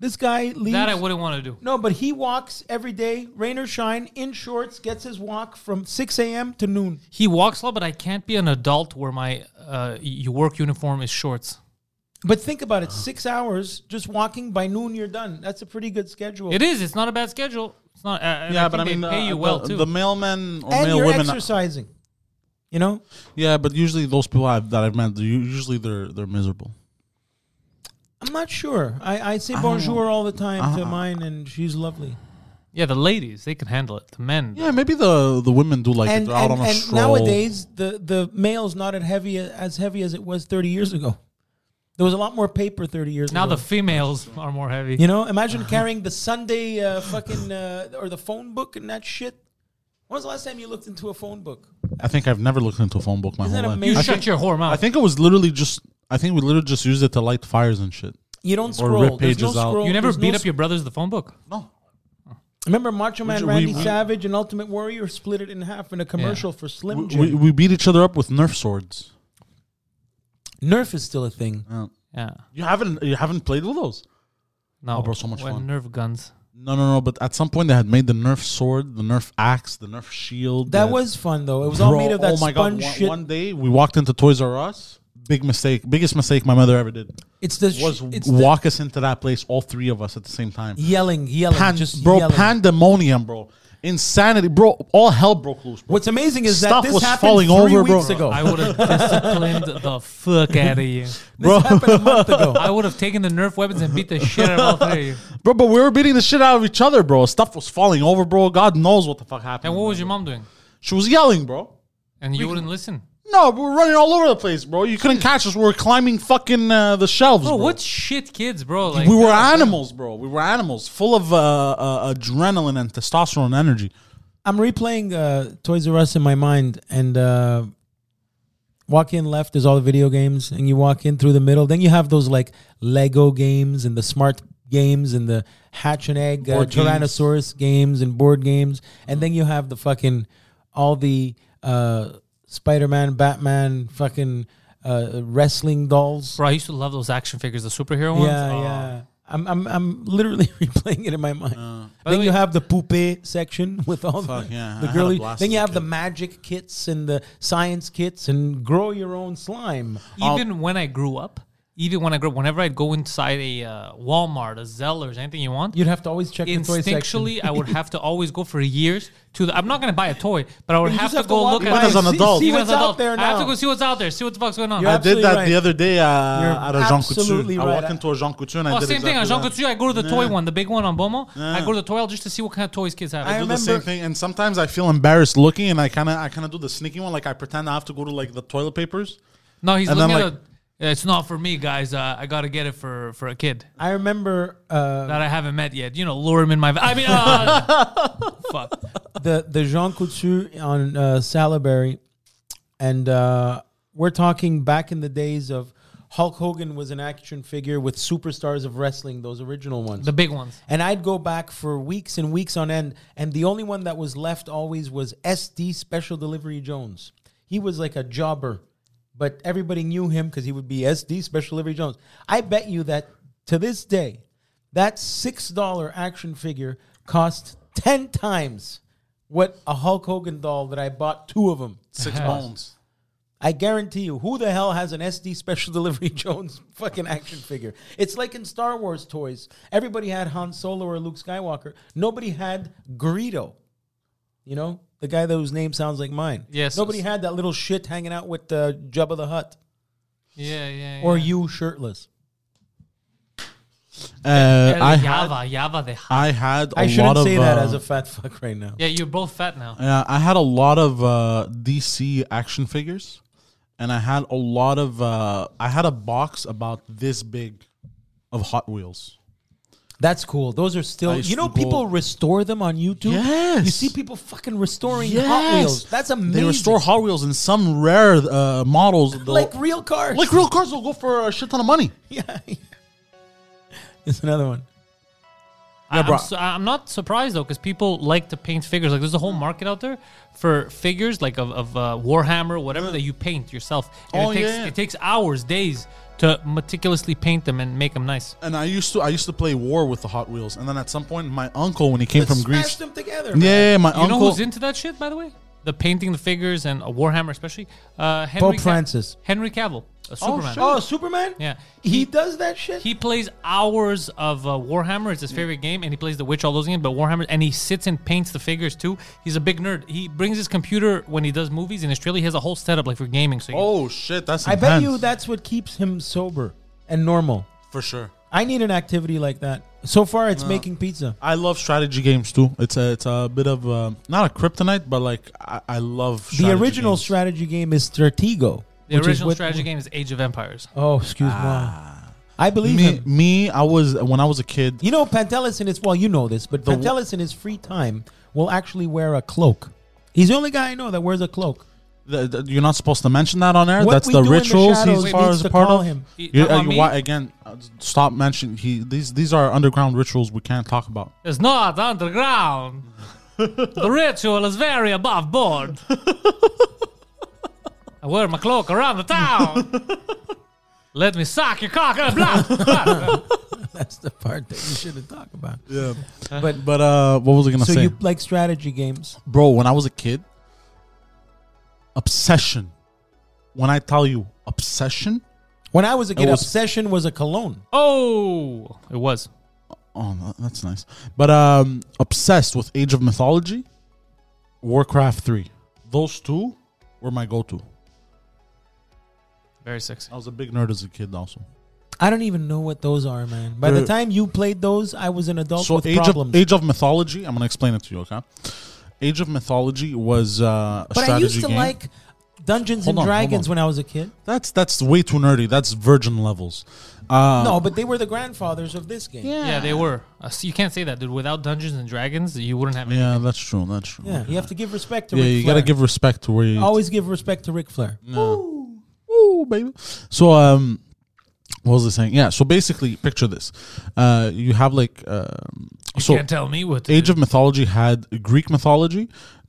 [SPEAKER 2] This guy leaves.
[SPEAKER 3] That I wouldn't want to do.
[SPEAKER 2] No, but he walks every day, rain or shine, in shorts, gets his walk from 6 a.m. to noon.
[SPEAKER 3] He walks slow, but I can't be an adult where my uh, y- work uniform is shorts.
[SPEAKER 2] But think about it six hours just walking, by noon you're done. That's a pretty good schedule.
[SPEAKER 3] It is. It's not a bad schedule. It's not. Uh, yeah,
[SPEAKER 1] yeah,
[SPEAKER 3] I
[SPEAKER 1] but I mean,
[SPEAKER 3] they pay
[SPEAKER 1] uh,
[SPEAKER 3] you well
[SPEAKER 1] the,
[SPEAKER 3] too.
[SPEAKER 1] the mailmen or
[SPEAKER 2] and
[SPEAKER 1] male
[SPEAKER 2] you're
[SPEAKER 1] women.
[SPEAKER 2] exercising. You know?
[SPEAKER 1] Yeah, but usually those people I've, that I've met, they're u- usually they're they're miserable.
[SPEAKER 2] I'm not sure. I, I say
[SPEAKER 1] Oh.
[SPEAKER 2] bonjour all the time
[SPEAKER 1] Uh-huh.
[SPEAKER 2] to mine, and she's lovely.
[SPEAKER 3] yeah, the ladies they can handle it. The men.
[SPEAKER 1] Yeah, maybe the the women do like it.
[SPEAKER 2] And,
[SPEAKER 1] They're out
[SPEAKER 2] and,
[SPEAKER 1] on a
[SPEAKER 2] and
[SPEAKER 1] stroll.
[SPEAKER 2] nowadays, the, the mail's not as heavy, as heavy as it was 30 years ago. There was a lot more paper 30 years
[SPEAKER 3] Now
[SPEAKER 2] ago.
[SPEAKER 3] the females are more heavy.
[SPEAKER 2] You know,
[SPEAKER 1] Uh-huh.
[SPEAKER 2] imagine carrying the Sunday uh, fucking uh, or the phone book and that shit. When was the last time you looked into a phone book?
[SPEAKER 1] I think I've never looked into a phone book my
[SPEAKER 2] Isn't that
[SPEAKER 1] whole life.
[SPEAKER 3] you
[SPEAKER 2] amazing?
[SPEAKER 1] I
[SPEAKER 3] shut
[SPEAKER 1] think,
[SPEAKER 3] your whore mouth.
[SPEAKER 1] I think it was literally just. I think we literally just used it to light fires and shit.
[SPEAKER 2] You don't
[SPEAKER 1] Or
[SPEAKER 2] scroll.
[SPEAKER 1] rip
[SPEAKER 2] There's no
[SPEAKER 1] pages out.
[SPEAKER 2] scroll.
[SPEAKER 3] you never
[SPEAKER 2] There's
[SPEAKER 3] beat
[SPEAKER 2] no
[SPEAKER 3] up your brothers with the phone book.
[SPEAKER 1] No,
[SPEAKER 2] sc- Remember Macho Man
[SPEAKER 1] ju- we-
[SPEAKER 2] Randy
[SPEAKER 1] we-
[SPEAKER 2] Savage and Ultimate Warrior split it in half in a commercial for Slim Jim.
[SPEAKER 1] we, we beat each other up with Nerf swords.
[SPEAKER 2] Nerf is still a thing.
[SPEAKER 3] Yeah.
[SPEAKER 1] You haven't you haven't played with those?
[SPEAKER 3] No.
[SPEAKER 2] Oh,
[SPEAKER 1] bro, so much
[SPEAKER 3] when
[SPEAKER 1] fun.
[SPEAKER 3] Nerve guns.
[SPEAKER 1] No, no, no. But at some point they had made the Nerf sword, the Nerf axe, the Nerf shield.
[SPEAKER 2] That
[SPEAKER 1] the-
[SPEAKER 2] was fun though. It was
[SPEAKER 1] Bro,
[SPEAKER 2] all made of that
[SPEAKER 1] oh my
[SPEAKER 2] sponge
[SPEAKER 1] God, one,
[SPEAKER 2] shit.
[SPEAKER 1] One day we walked into Toys R Us. Big mistake, biggest mistake my mother ever did
[SPEAKER 2] it's the sh-
[SPEAKER 1] was
[SPEAKER 2] it's the
[SPEAKER 1] walk us into that place, all three of us at the same time.
[SPEAKER 2] yelling, yelling,
[SPEAKER 1] Pan-
[SPEAKER 2] just
[SPEAKER 1] bro,
[SPEAKER 2] yelling.
[SPEAKER 1] pandemonium, bro, insanity, bro. All hell broke loose. Bro.
[SPEAKER 2] What's amazing is
[SPEAKER 1] Stuff
[SPEAKER 2] that this
[SPEAKER 1] was
[SPEAKER 2] happened
[SPEAKER 1] falling
[SPEAKER 2] three
[SPEAKER 1] over, bro.
[SPEAKER 2] weeks ago.
[SPEAKER 3] I would have disciplined the fuck out of you.
[SPEAKER 2] this happened a month ago.
[SPEAKER 3] I would have taken the Nerf weapons and beat the shit out of all three of you.
[SPEAKER 1] Bro, but we were beating the shit out of each other, bro. Stuff was falling over, bro. God knows what the fuck happened.
[SPEAKER 3] And what was your mom doing?
[SPEAKER 1] She was yelling, bro.
[SPEAKER 3] And you wouldn't listen.
[SPEAKER 1] No, we were running all over the place, bro. You couldn't catch us. We were climbing fucking uh, the shelves,
[SPEAKER 3] Bro,
[SPEAKER 1] bro.
[SPEAKER 3] what shit kids, bro? Like
[SPEAKER 1] we were animals, bro. We were animals, full of uh, uh, adrenaline and testosterone and energy.
[SPEAKER 2] I'm replaying uh, Toys R Us in my mind, and uh, Walk in left is all the video games, and you walk in through the middle. Then you have those like Lego games and the smart games and the hatch and egg uh,
[SPEAKER 1] Board games.
[SPEAKER 2] Tyrannosaurus games and board games, and then you have the fucking all the uh, Spider-Man, Batman, fucking uh, wrestling dolls.
[SPEAKER 3] Bro, I used to love those action figures, the superhero ones.
[SPEAKER 2] Yeah,
[SPEAKER 3] Oh. Oh.
[SPEAKER 2] yeah. I'm, I'm, I'm literally replaying it in my mind.
[SPEAKER 3] the
[SPEAKER 2] then
[SPEAKER 3] way-
[SPEAKER 2] you have the poupée section with all
[SPEAKER 1] Fuck,
[SPEAKER 2] the,
[SPEAKER 1] yeah, I
[SPEAKER 2] the
[SPEAKER 1] had a
[SPEAKER 2] girly.
[SPEAKER 1] blast
[SPEAKER 2] Then
[SPEAKER 1] as
[SPEAKER 2] you
[SPEAKER 1] a
[SPEAKER 2] have the
[SPEAKER 1] kid.
[SPEAKER 2] magic kits and the science kits and grow your own slime.
[SPEAKER 3] Even when I grew up, even when I grew up, whenever I'd go inside a uh, Walmart, a Zellers, anything you want,
[SPEAKER 2] You'd have to always check the toy section.
[SPEAKER 3] instinctually, I would have to always go for years to. The, I'm not gonna buy a toy, but I would
[SPEAKER 2] You
[SPEAKER 3] have
[SPEAKER 2] just
[SPEAKER 3] to go
[SPEAKER 2] walk
[SPEAKER 3] look at
[SPEAKER 2] by
[SPEAKER 3] it.
[SPEAKER 1] as an
[SPEAKER 2] and see-
[SPEAKER 1] adult.
[SPEAKER 2] See,
[SPEAKER 3] Even
[SPEAKER 2] what's
[SPEAKER 3] as an
[SPEAKER 2] out
[SPEAKER 3] adult,
[SPEAKER 2] there now.
[SPEAKER 3] I have to go see what's out there, see what the fuck's going on.
[SPEAKER 2] You're
[SPEAKER 1] I did
[SPEAKER 2] absolutely
[SPEAKER 1] that
[SPEAKER 2] right.
[SPEAKER 1] the other day uh, at
[SPEAKER 2] You're
[SPEAKER 1] a Jean Couture.
[SPEAKER 2] absolutely
[SPEAKER 1] I
[SPEAKER 2] right.
[SPEAKER 1] walked into a Jean Couture and I
[SPEAKER 3] Oh,
[SPEAKER 1] did
[SPEAKER 3] same thing.
[SPEAKER 1] exactly
[SPEAKER 3] On Jean
[SPEAKER 1] that.
[SPEAKER 3] Couture, I go to the toy
[SPEAKER 1] Yeah.
[SPEAKER 3] one, the big one on Bomo. I
[SPEAKER 1] Yeah.
[SPEAKER 3] go to the toy aisle just to see what kind of toys kids have.
[SPEAKER 2] I
[SPEAKER 1] do
[SPEAKER 3] I
[SPEAKER 1] the same
[SPEAKER 2] remember-
[SPEAKER 1] thing, and sometimes I feel embarrassed looking, and I kind of, I kind of do the sneaky one, like I pretend I have to go to like the toilet papers.
[SPEAKER 3] no, he's
[SPEAKER 1] and
[SPEAKER 3] looking
[SPEAKER 1] then,
[SPEAKER 3] at. a, it's not for me, guys. Uh, I gotta get it for for a kid
[SPEAKER 2] I remember uh,
[SPEAKER 1] Um.
[SPEAKER 3] that I haven't met yet. You know, lure him in my. Va- I mean, uh, fuck.
[SPEAKER 2] the the Jean Couture on uh, Salaberry, and uh, we're talking back in the days of Hulk Hogan was an action figure with superstars of wrestling, those original ones.
[SPEAKER 3] The big ones.
[SPEAKER 2] And I'd go back for weeks and weeks on end. And the only one that was left always was SD Special Delivery Jones. He was like a jobber, but everybody knew him because he would be SD Special Delivery Jones. I bet you that to this day, that $6 action figure cost 10 times what a Hulk Hogan doll that I bought two of them.
[SPEAKER 1] Six bones.
[SPEAKER 2] I guarantee you, who the hell has an SD Special Delivery Jones fucking action figure? It's like in Star Wars toys. Everybody had Han Solo or Luke Skywalker. Nobody had Greedo. You know, the guy whose name sounds like mine.
[SPEAKER 3] Yes.
[SPEAKER 2] Nobody had that little shit hanging out with uh, Jabba the Hutt
[SPEAKER 3] Yeah, yeah. yeah.
[SPEAKER 2] or you shirtless.
[SPEAKER 1] Uh, I had,
[SPEAKER 3] Yava, Yava, the hot.
[SPEAKER 1] I had. A
[SPEAKER 2] I
[SPEAKER 1] lot
[SPEAKER 2] shouldn't
[SPEAKER 1] of,
[SPEAKER 2] say that
[SPEAKER 1] uh,
[SPEAKER 2] as a fat fuck right now.
[SPEAKER 3] Yeah, you're both fat now.
[SPEAKER 1] Yeah, I had a lot of uh, DC action figures, and I had a lot of. Uh, I had a box about this big of Hot Wheels.
[SPEAKER 2] That's cool. Those are
[SPEAKER 1] I
[SPEAKER 2] still.
[SPEAKER 1] used
[SPEAKER 2] You
[SPEAKER 1] to
[SPEAKER 2] know,
[SPEAKER 1] go-
[SPEAKER 2] people restore them on YouTube.
[SPEAKER 1] Yes.
[SPEAKER 2] You see people fucking restoring Hot Wheels. That's amazing.
[SPEAKER 1] They restore Hot Wheels in some rare uh, models. they'll-
[SPEAKER 2] like real cars.
[SPEAKER 1] like real cars will go for a shit ton of money.
[SPEAKER 2] yeah. It's another one.
[SPEAKER 3] I,
[SPEAKER 1] bro.
[SPEAKER 3] am not surprised though, because people like to paint figures. Like, there's a whole market out there for figures, like of, of uh, Warhammer, whatever that you paint yourself. And
[SPEAKER 1] Oh,
[SPEAKER 3] it takes,
[SPEAKER 1] yeah.
[SPEAKER 3] It takes hours, days to meticulously paint them and make them nice.
[SPEAKER 1] And I used to I used to play war with the Hot Wheels, and then at some point my uncle when he came from
[SPEAKER 2] Smash
[SPEAKER 1] Greece,
[SPEAKER 2] them together.
[SPEAKER 1] yeah, yeah, my
[SPEAKER 3] You
[SPEAKER 1] uncle.
[SPEAKER 3] know who's into that shit, by the way? The painting the figures and uh, Warhammer, especially uh, Henry Ca-
[SPEAKER 2] Francis.
[SPEAKER 3] Henry Cavill, uh, Superman.
[SPEAKER 2] Oh, Superman?
[SPEAKER 3] Yeah.
[SPEAKER 2] He,
[SPEAKER 3] He-
[SPEAKER 2] does that shit?
[SPEAKER 3] He plays hours of uh, Warhammer. It's his favorite game, and he plays The Witch, all those games. But Warhammer, and he sits and paints the figures too. He's a big nerd. He brings his computer when he does movies in Australia. He has a whole setup like for gaming. So you-
[SPEAKER 1] Oh shit, that's
[SPEAKER 2] I bet
[SPEAKER 1] intense.
[SPEAKER 2] you that's what keeps him sober and normal.
[SPEAKER 1] for sure.
[SPEAKER 2] I need an activity like that. So far,
[SPEAKER 1] Uh,
[SPEAKER 2] it's making pizza.
[SPEAKER 1] I love strategy games too. It's a it's a bit of uh, not a kryptonite, but like I, I love
[SPEAKER 2] The
[SPEAKER 1] strategy
[SPEAKER 2] original
[SPEAKER 1] games.
[SPEAKER 2] strategy game is Stratego.
[SPEAKER 3] the
[SPEAKER 2] which is
[SPEAKER 3] original
[SPEAKER 2] what-
[SPEAKER 3] strategy game is Age of Empires.
[SPEAKER 2] Oh, excuse me. I believe
[SPEAKER 1] Ah. Me,
[SPEAKER 2] him.
[SPEAKER 1] me, I was when I was a kid.
[SPEAKER 2] You know, Pantelis in his well, you know this, but
[SPEAKER 1] The wh-
[SPEAKER 2] Pantelis in his free time will actually wear a cloak. He's the only guy I know that wears a cloak.
[SPEAKER 1] th- th- you're not supposed to mention that on air.
[SPEAKER 2] What
[SPEAKER 1] that's
[SPEAKER 2] we
[SPEAKER 1] the
[SPEAKER 2] do in the
[SPEAKER 1] rituals
[SPEAKER 2] shadows
[SPEAKER 1] he's far
[SPEAKER 2] needs
[SPEAKER 1] as
[SPEAKER 2] to
[SPEAKER 1] a part
[SPEAKER 2] call
[SPEAKER 1] of.
[SPEAKER 2] him.
[SPEAKER 3] You
[SPEAKER 1] You-
[SPEAKER 3] talking
[SPEAKER 1] uh,
[SPEAKER 3] about me?
[SPEAKER 1] why again? uh, Stop mentioning he. These these are underground rituals we can't talk about.
[SPEAKER 3] It's not underground. the ritual is very above board. I wear my cloak around the town. Let me suck your cock. uh, Blah, blah, blah.
[SPEAKER 2] That's the part that you shouldn't talk about.
[SPEAKER 1] Yeah,
[SPEAKER 3] Uh-huh.
[SPEAKER 2] But
[SPEAKER 1] but uh, what was I gonna
[SPEAKER 2] so
[SPEAKER 1] say?
[SPEAKER 2] you like strategy games?
[SPEAKER 1] bro when i was a kid obsession when i tell you obsession
[SPEAKER 2] When I was a kid,
[SPEAKER 1] was-
[SPEAKER 2] obsession was a cologne.
[SPEAKER 3] Oh, it was.
[SPEAKER 1] oh no, that's nice but um obsessed with age of mythology warcraft 3 those two were my go-to
[SPEAKER 3] Very sexy.
[SPEAKER 1] i was a big nerd as a kid also
[SPEAKER 2] I don't even know what those are, man. By the
[SPEAKER 1] They're-
[SPEAKER 2] time you played those, I was an adult
[SPEAKER 1] so
[SPEAKER 2] with
[SPEAKER 1] age
[SPEAKER 2] problems.
[SPEAKER 1] of, age of mythology i'm gonna explain it to you okay age of mythology was uh a
[SPEAKER 2] but I
[SPEAKER 1] strategy
[SPEAKER 2] used to
[SPEAKER 1] game.
[SPEAKER 2] like Dungeons
[SPEAKER 1] Hold
[SPEAKER 2] and
[SPEAKER 1] on, hold
[SPEAKER 2] Dragons
[SPEAKER 1] on.
[SPEAKER 2] when I was a kid.
[SPEAKER 1] that's that's way too nerdy that's virgin levels uh
[SPEAKER 2] no, but they were the grandfathers of this game.
[SPEAKER 3] Yeah, they were. Uh, so you can't say that, dude. Without Dungeons and Dragons, you wouldn't have.
[SPEAKER 1] yeah that's true that's true
[SPEAKER 2] Yeah, you have to give respect to.
[SPEAKER 1] Yeah,
[SPEAKER 2] Ric
[SPEAKER 1] you gotta
[SPEAKER 2] Flair.
[SPEAKER 1] give respect to where you
[SPEAKER 2] Always give respect to Ric Flair.
[SPEAKER 1] baby. So um, what was I saying? Yeah. So basically, picture this: uh, you have like um, so
[SPEAKER 3] Can't tell me what. to
[SPEAKER 1] Age
[SPEAKER 3] do.
[SPEAKER 1] of Mythology had Greek mythology,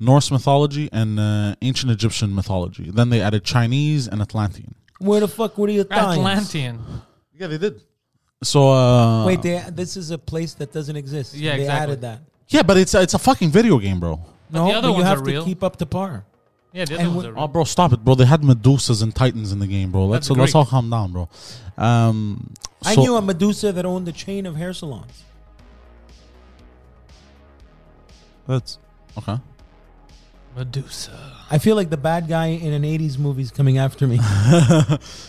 [SPEAKER 1] Norse mythology, and uh, ancient Egyptian mythology. Then they added Chinese and Atlantean.
[SPEAKER 2] Where the fuck were the Italians?
[SPEAKER 3] Atlantean.
[SPEAKER 1] Yeah, they did. So uh,
[SPEAKER 2] Wait, they, this is a place that doesn't exist.
[SPEAKER 3] Yeah,
[SPEAKER 2] they
[SPEAKER 3] exactly.
[SPEAKER 2] added that.
[SPEAKER 1] yeah, but it's a, it's a fucking video game, bro.
[SPEAKER 2] No,
[SPEAKER 3] the other
[SPEAKER 2] but you
[SPEAKER 3] ones
[SPEAKER 2] have
[SPEAKER 3] are
[SPEAKER 2] to
[SPEAKER 3] real.
[SPEAKER 2] keep up the par.
[SPEAKER 3] Yeah, the
[SPEAKER 2] And
[SPEAKER 3] other ones
[SPEAKER 2] wh-
[SPEAKER 3] are
[SPEAKER 1] Oh, bro,
[SPEAKER 3] real.
[SPEAKER 1] stop it, bro. They had Medusas and Titans in the game, bro. Let's
[SPEAKER 3] That's
[SPEAKER 1] let's
[SPEAKER 3] Greek.
[SPEAKER 1] all calm down, bro. Um,
[SPEAKER 2] I
[SPEAKER 1] so-
[SPEAKER 2] knew a Medusa that owned a chain of hair salons.
[SPEAKER 1] That's okay.
[SPEAKER 3] Medusa.
[SPEAKER 2] I feel like the bad guy in an '80s movie is coming after me.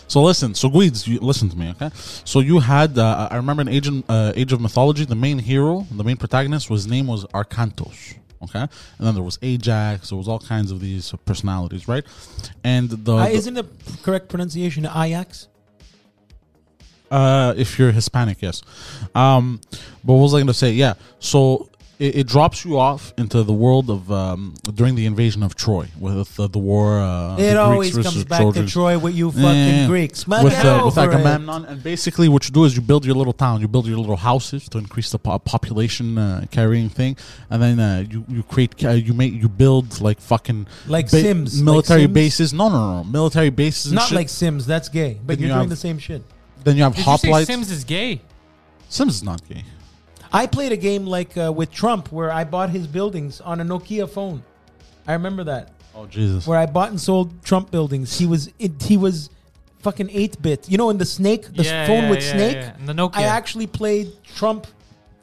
[SPEAKER 1] So listen, so Guides, you listen to me, okay? So you had, uh, I remember in Age, of- uh, Age of Mythology, the main hero, the main protagonist, was his name was Arcantos, okay? And then there was Ajax, there was all kinds of these personalities, right? And the,
[SPEAKER 2] Uh, isn't the correct pronunciation Ajax?
[SPEAKER 1] uh, if you're Hispanic, yes. Um, but what was I going to say? Yeah, so it, it drops you off into the world of um, during the invasion of Troy with uh, the war. Uh,
[SPEAKER 2] It
[SPEAKER 1] the
[SPEAKER 2] always
[SPEAKER 1] Greeks
[SPEAKER 2] comes
[SPEAKER 1] versus
[SPEAKER 2] back to
[SPEAKER 1] Trojans.
[SPEAKER 2] Troy with you fucking
[SPEAKER 1] Yeah.
[SPEAKER 2] Greeks. Man,
[SPEAKER 1] with,
[SPEAKER 2] get
[SPEAKER 1] uh, with
[SPEAKER 2] over it.
[SPEAKER 1] Agamemnon. And basically, what you do is you build your little town, you build your little houses to increase the po- population uh, carrying thing, and then uh, you you create ca- you make you build like fucking
[SPEAKER 2] Like Sims, like
[SPEAKER 1] military
[SPEAKER 2] Sims?
[SPEAKER 1] bases. No, no, no, military bases. And
[SPEAKER 2] Not
[SPEAKER 1] shit.
[SPEAKER 2] like Sims, that's gay. But
[SPEAKER 1] Then
[SPEAKER 2] you're
[SPEAKER 1] you
[SPEAKER 2] doing
[SPEAKER 1] have-
[SPEAKER 2] the same shit.
[SPEAKER 1] then you have
[SPEAKER 3] Did you say
[SPEAKER 1] hoplites.
[SPEAKER 3] Sims
[SPEAKER 1] Sims?
[SPEAKER 3] is gay?
[SPEAKER 1] is not gay.
[SPEAKER 2] I played a game like uh, with Trump where I bought his buildings on a Nokia phone. I remember that
[SPEAKER 1] Oh Jesus!
[SPEAKER 2] where I bought and sold Trump buildings. He was it, he was fucking eight bit. You know, in the snake, the s-
[SPEAKER 3] Yeah,
[SPEAKER 2] phone
[SPEAKER 3] yeah,
[SPEAKER 2] with
[SPEAKER 3] yeah,
[SPEAKER 2] snake.
[SPEAKER 3] yeah. And the Nokia.
[SPEAKER 2] I actually played Trump,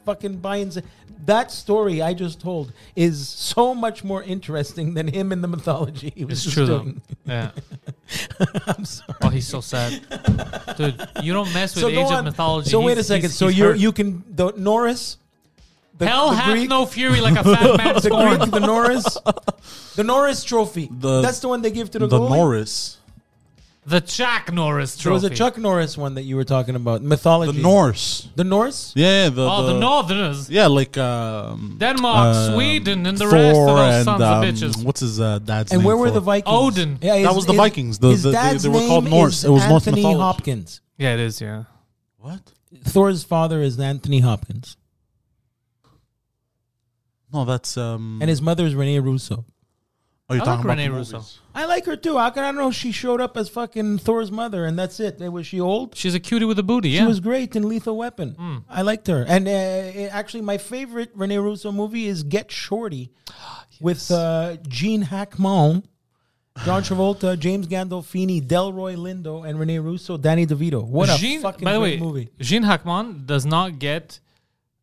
[SPEAKER 2] fucking buying. s- That story I just told is so much more interesting than him in the mythology. He was
[SPEAKER 3] It's
[SPEAKER 2] just
[SPEAKER 3] true though.
[SPEAKER 2] doing.
[SPEAKER 3] Yeah. Oh, he's so sad, dude. You don't mess with
[SPEAKER 2] So
[SPEAKER 3] Age
[SPEAKER 2] go
[SPEAKER 3] of
[SPEAKER 2] on.
[SPEAKER 3] Mythology.
[SPEAKER 2] So
[SPEAKER 3] He's-
[SPEAKER 2] wait a second.
[SPEAKER 3] he's-
[SPEAKER 2] so
[SPEAKER 3] he's
[SPEAKER 2] you
[SPEAKER 3] hurt.
[SPEAKER 2] you can the Norris. The,
[SPEAKER 3] hell
[SPEAKER 2] the
[SPEAKER 3] have
[SPEAKER 2] Greek-
[SPEAKER 3] no fury like a fat man's
[SPEAKER 2] the
[SPEAKER 3] horn.
[SPEAKER 2] Greek, the Norris, the Norris Trophy.
[SPEAKER 1] The-
[SPEAKER 2] That's the one they give to the,
[SPEAKER 1] The
[SPEAKER 2] goalie.
[SPEAKER 1] Norris,
[SPEAKER 3] The Chuck Norris
[SPEAKER 2] There
[SPEAKER 3] trophy.
[SPEAKER 2] was a Chuck Norris one that you were talking about. Mythology.
[SPEAKER 1] the Norse.
[SPEAKER 2] The Norse.
[SPEAKER 1] Yeah, the,
[SPEAKER 3] Oh, the,
[SPEAKER 1] the
[SPEAKER 3] Northerners.
[SPEAKER 1] Yeah, like um,
[SPEAKER 3] Denmark,
[SPEAKER 1] um,
[SPEAKER 3] Sweden, and the rest of those
[SPEAKER 1] and,
[SPEAKER 3] sons of
[SPEAKER 1] um,
[SPEAKER 3] bitches.
[SPEAKER 1] What's his uh, dad's name?
[SPEAKER 2] And where were
[SPEAKER 1] for
[SPEAKER 2] the
[SPEAKER 1] it?
[SPEAKER 2] Vikings?
[SPEAKER 3] Odin.
[SPEAKER 2] Yeah,
[SPEAKER 1] That
[SPEAKER 2] his-
[SPEAKER 1] was the
[SPEAKER 2] his-
[SPEAKER 1] Vikings. The-
[SPEAKER 2] his
[SPEAKER 1] the- they-
[SPEAKER 2] dad's
[SPEAKER 1] they were called
[SPEAKER 2] name
[SPEAKER 1] Norse.
[SPEAKER 2] is
[SPEAKER 1] It was Norse
[SPEAKER 2] Anthony
[SPEAKER 1] mythology.
[SPEAKER 2] Hopkins.
[SPEAKER 3] Yeah, it is. Yeah.
[SPEAKER 1] What?
[SPEAKER 2] Thor's father is Anthony Hopkins,
[SPEAKER 1] No, that's um.
[SPEAKER 2] and his mother is Renee Russo.
[SPEAKER 1] oh, you're
[SPEAKER 3] I
[SPEAKER 1] talking
[SPEAKER 3] like
[SPEAKER 1] about
[SPEAKER 3] Renee
[SPEAKER 1] the
[SPEAKER 3] Russo.
[SPEAKER 1] movies.
[SPEAKER 2] I like her too. How can I know she showed up as fucking Thor's mother, and that's it? Was she old?
[SPEAKER 3] She's a cutie with a booty. Yeah. Hmm.
[SPEAKER 2] She was great in Lethal Weapon. I liked her. And uh, it- actually, my favorite Rene Russo movie is Get Shorty with uh, Gene Hackman, John Travolta, James Gandolfini, Delroy Lindo, and Rene Russo, Danny DeVito. What a
[SPEAKER 3] Gene-
[SPEAKER 2] fucking
[SPEAKER 3] by the
[SPEAKER 2] great
[SPEAKER 3] way,
[SPEAKER 2] movie.
[SPEAKER 3] Gene Hackman does not get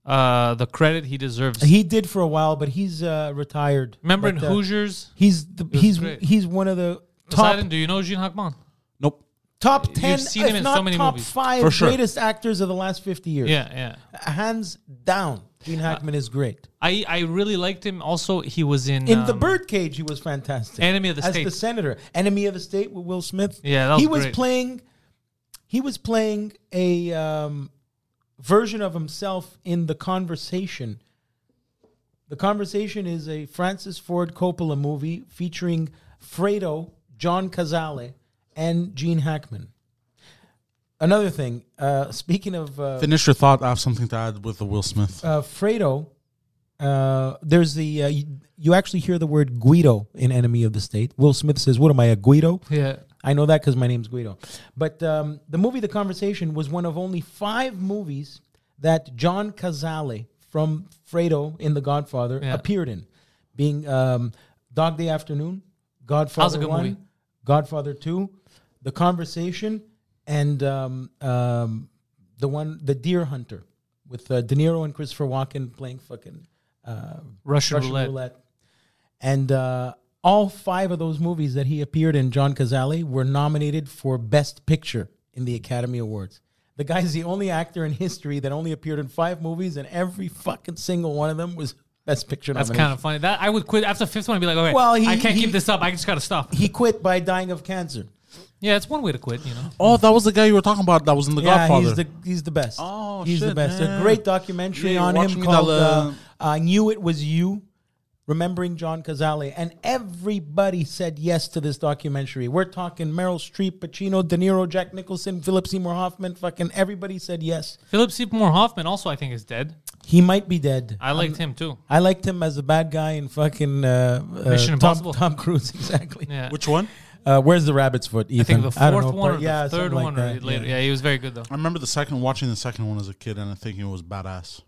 [SPEAKER 3] uh, the credit he deserves.
[SPEAKER 2] He did for a while, but he's uh, retired.
[SPEAKER 3] Remember
[SPEAKER 2] But,
[SPEAKER 3] in
[SPEAKER 2] uh,
[SPEAKER 3] Hoosiers?
[SPEAKER 2] He's the,
[SPEAKER 3] was
[SPEAKER 2] he's
[SPEAKER 3] great.
[SPEAKER 2] he's one of the top
[SPEAKER 3] Poseidon, do you know Gene Hackman?
[SPEAKER 1] Nope.
[SPEAKER 2] top 10
[SPEAKER 3] seen
[SPEAKER 2] if
[SPEAKER 3] him in
[SPEAKER 2] not
[SPEAKER 3] so many
[SPEAKER 2] top
[SPEAKER 3] movies.
[SPEAKER 2] 5
[SPEAKER 1] For sure.
[SPEAKER 2] greatest actors of the last 50 years.
[SPEAKER 3] Yeah, Uh, yeah.
[SPEAKER 2] Hands down. Gene Hackman is great.
[SPEAKER 3] I, I really liked him. Also, he was in
[SPEAKER 2] In the
[SPEAKER 3] um,
[SPEAKER 2] birdcage, he was fantastic.
[SPEAKER 3] Enemy of the
[SPEAKER 2] as
[SPEAKER 3] State.
[SPEAKER 2] the senator. Enemy of the state with Will Smith.
[SPEAKER 3] Yeah, that was
[SPEAKER 2] he was
[SPEAKER 3] great.
[SPEAKER 2] playing. He was playing a um, version of himself in the conversation. The conversation is a Francis Ford Coppola movie featuring Fredo, John Cazale, and Gene Hackman. Another thing. Uh, speaking of uh,
[SPEAKER 1] Finish your thought. I have something to add with the Will Smith.
[SPEAKER 2] uh, Fredo, uh, there's the uh, you, you actually hear the word Guido in Enemy of the State. Will Smith says, "What am I, a Guido?"
[SPEAKER 3] Yeah.
[SPEAKER 2] I know that because my name's Guido. But um, the movie The Conversation was one of only five movies that John Cazale from Fredo in The Godfather
[SPEAKER 3] Yeah.
[SPEAKER 2] appeared in, being um, Dog Day Afternoon, Godfather
[SPEAKER 3] good
[SPEAKER 2] One,
[SPEAKER 3] movie.
[SPEAKER 2] Godfather Two, The Conversation, and um, um, the one The Deer Hunter with uh, De Niro and Christopher Walken playing fucking
[SPEAKER 3] Russian,
[SPEAKER 2] Russian
[SPEAKER 3] roulette.
[SPEAKER 2] roulette. And uh, all five of those movies that he appeared in, John Cazale, were nominated for Best Picture in the Academy Awards. The guy's the only actor in history that only appeared in five movies, and every fucking single one of them was Best Picture
[SPEAKER 3] That's
[SPEAKER 2] nomination.
[SPEAKER 3] kind of funny. That I would quit after the fifth one and be like, okay,
[SPEAKER 2] Well, he-
[SPEAKER 3] I can't
[SPEAKER 2] he-
[SPEAKER 3] keep this up. I just gotta stop.
[SPEAKER 2] He quit by dying of cancer.
[SPEAKER 3] Yeah, it's one way to quit. You know.
[SPEAKER 1] oh, that was the guy you were talking about. That was in the
[SPEAKER 2] Yeah,
[SPEAKER 1] Godfather.
[SPEAKER 2] he's the he's the best.
[SPEAKER 1] Oh,
[SPEAKER 2] he's the
[SPEAKER 1] shit,
[SPEAKER 2] best.
[SPEAKER 1] yeah.
[SPEAKER 2] A great documentary
[SPEAKER 1] Yeah,
[SPEAKER 2] on
[SPEAKER 1] watching
[SPEAKER 2] him
[SPEAKER 1] it,
[SPEAKER 2] called
[SPEAKER 1] I'll,
[SPEAKER 2] uh,
[SPEAKER 1] uh,
[SPEAKER 2] "I Knew It Was You." remembering John Cazale, and everybody said yes to this documentary. We're talking Meryl Streep, Pacino, De Niro, Jack Nicholson, Philip Seymour Hoffman. Fucking everybody said yes.
[SPEAKER 3] Philip Seymour Hoffman also, I think, is dead.
[SPEAKER 2] He might be dead.
[SPEAKER 3] I liked him too.
[SPEAKER 2] I liked him as a bad guy in fucking uh, uh,
[SPEAKER 3] Mission
[SPEAKER 2] Tom,
[SPEAKER 3] Impossible.
[SPEAKER 2] Tom Cruise. Exactly.
[SPEAKER 3] Yeah.
[SPEAKER 1] Which one?
[SPEAKER 2] Uh, where's the rabbit's foot? Ethan?
[SPEAKER 3] I think the
[SPEAKER 2] don't
[SPEAKER 3] fourth
[SPEAKER 2] know,
[SPEAKER 3] one or
[SPEAKER 2] part-
[SPEAKER 3] the
[SPEAKER 2] yeah,
[SPEAKER 3] third
[SPEAKER 2] something like
[SPEAKER 3] one or
[SPEAKER 2] that,
[SPEAKER 3] later.
[SPEAKER 2] yeah.
[SPEAKER 3] Yeah. he was very good though.
[SPEAKER 1] I remember the second watching the second one as a kid, and I think it was badass.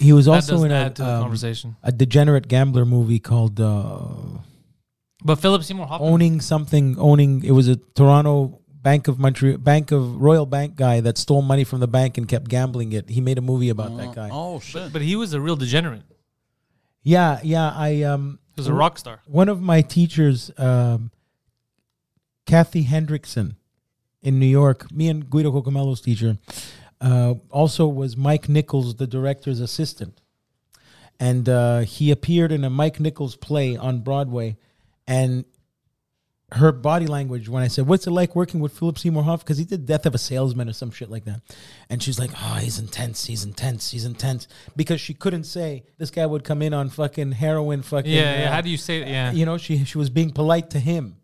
[SPEAKER 2] He was
[SPEAKER 3] That
[SPEAKER 2] also
[SPEAKER 3] doesn't
[SPEAKER 2] in a,
[SPEAKER 3] add to the
[SPEAKER 2] um,
[SPEAKER 3] conversation.
[SPEAKER 2] a degenerate gambler movie called uh,
[SPEAKER 3] But Philip Seymour Hoffman.
[SPEAKER 2] "Owning Something." Owning it was a Toronto Bank of Montreal Bank of Royal Bank guy that stole money from the bank and kept gambling it. He made a movie about that guy.
[SPEAKER 1] Oh shit!
[SPEAKER 3] But he was a real degenerate. He
[SPEAKER 2] Yeah, yeah. I um,
[SPEAKER 3] was a rock star.
[SPEAKER 2] one of my teachers, um, Kathy Hendrickson in New York, me and Guido Cocomello's teacher, uh, also was Mike Nichols, the director's assistant. And uh, he appeared in a Mike Nichols play on Broadway. And her body language when I said, "What's it like working with Philip Seymour Hoffman?" Because he did Death of a Salesman or some shit like that, and she's like, "Oh, he's intense. He's intense. He's intense." Because she couldn't say this guy would come in on fucking heroin, fucking
[SPEAKER 3] Yeah, yeah.
[SPEAKER 2] uh,
[SPEAKER 3] How do you say? it? Yeah.
[SPEAKER 2] you know she she was being polite to him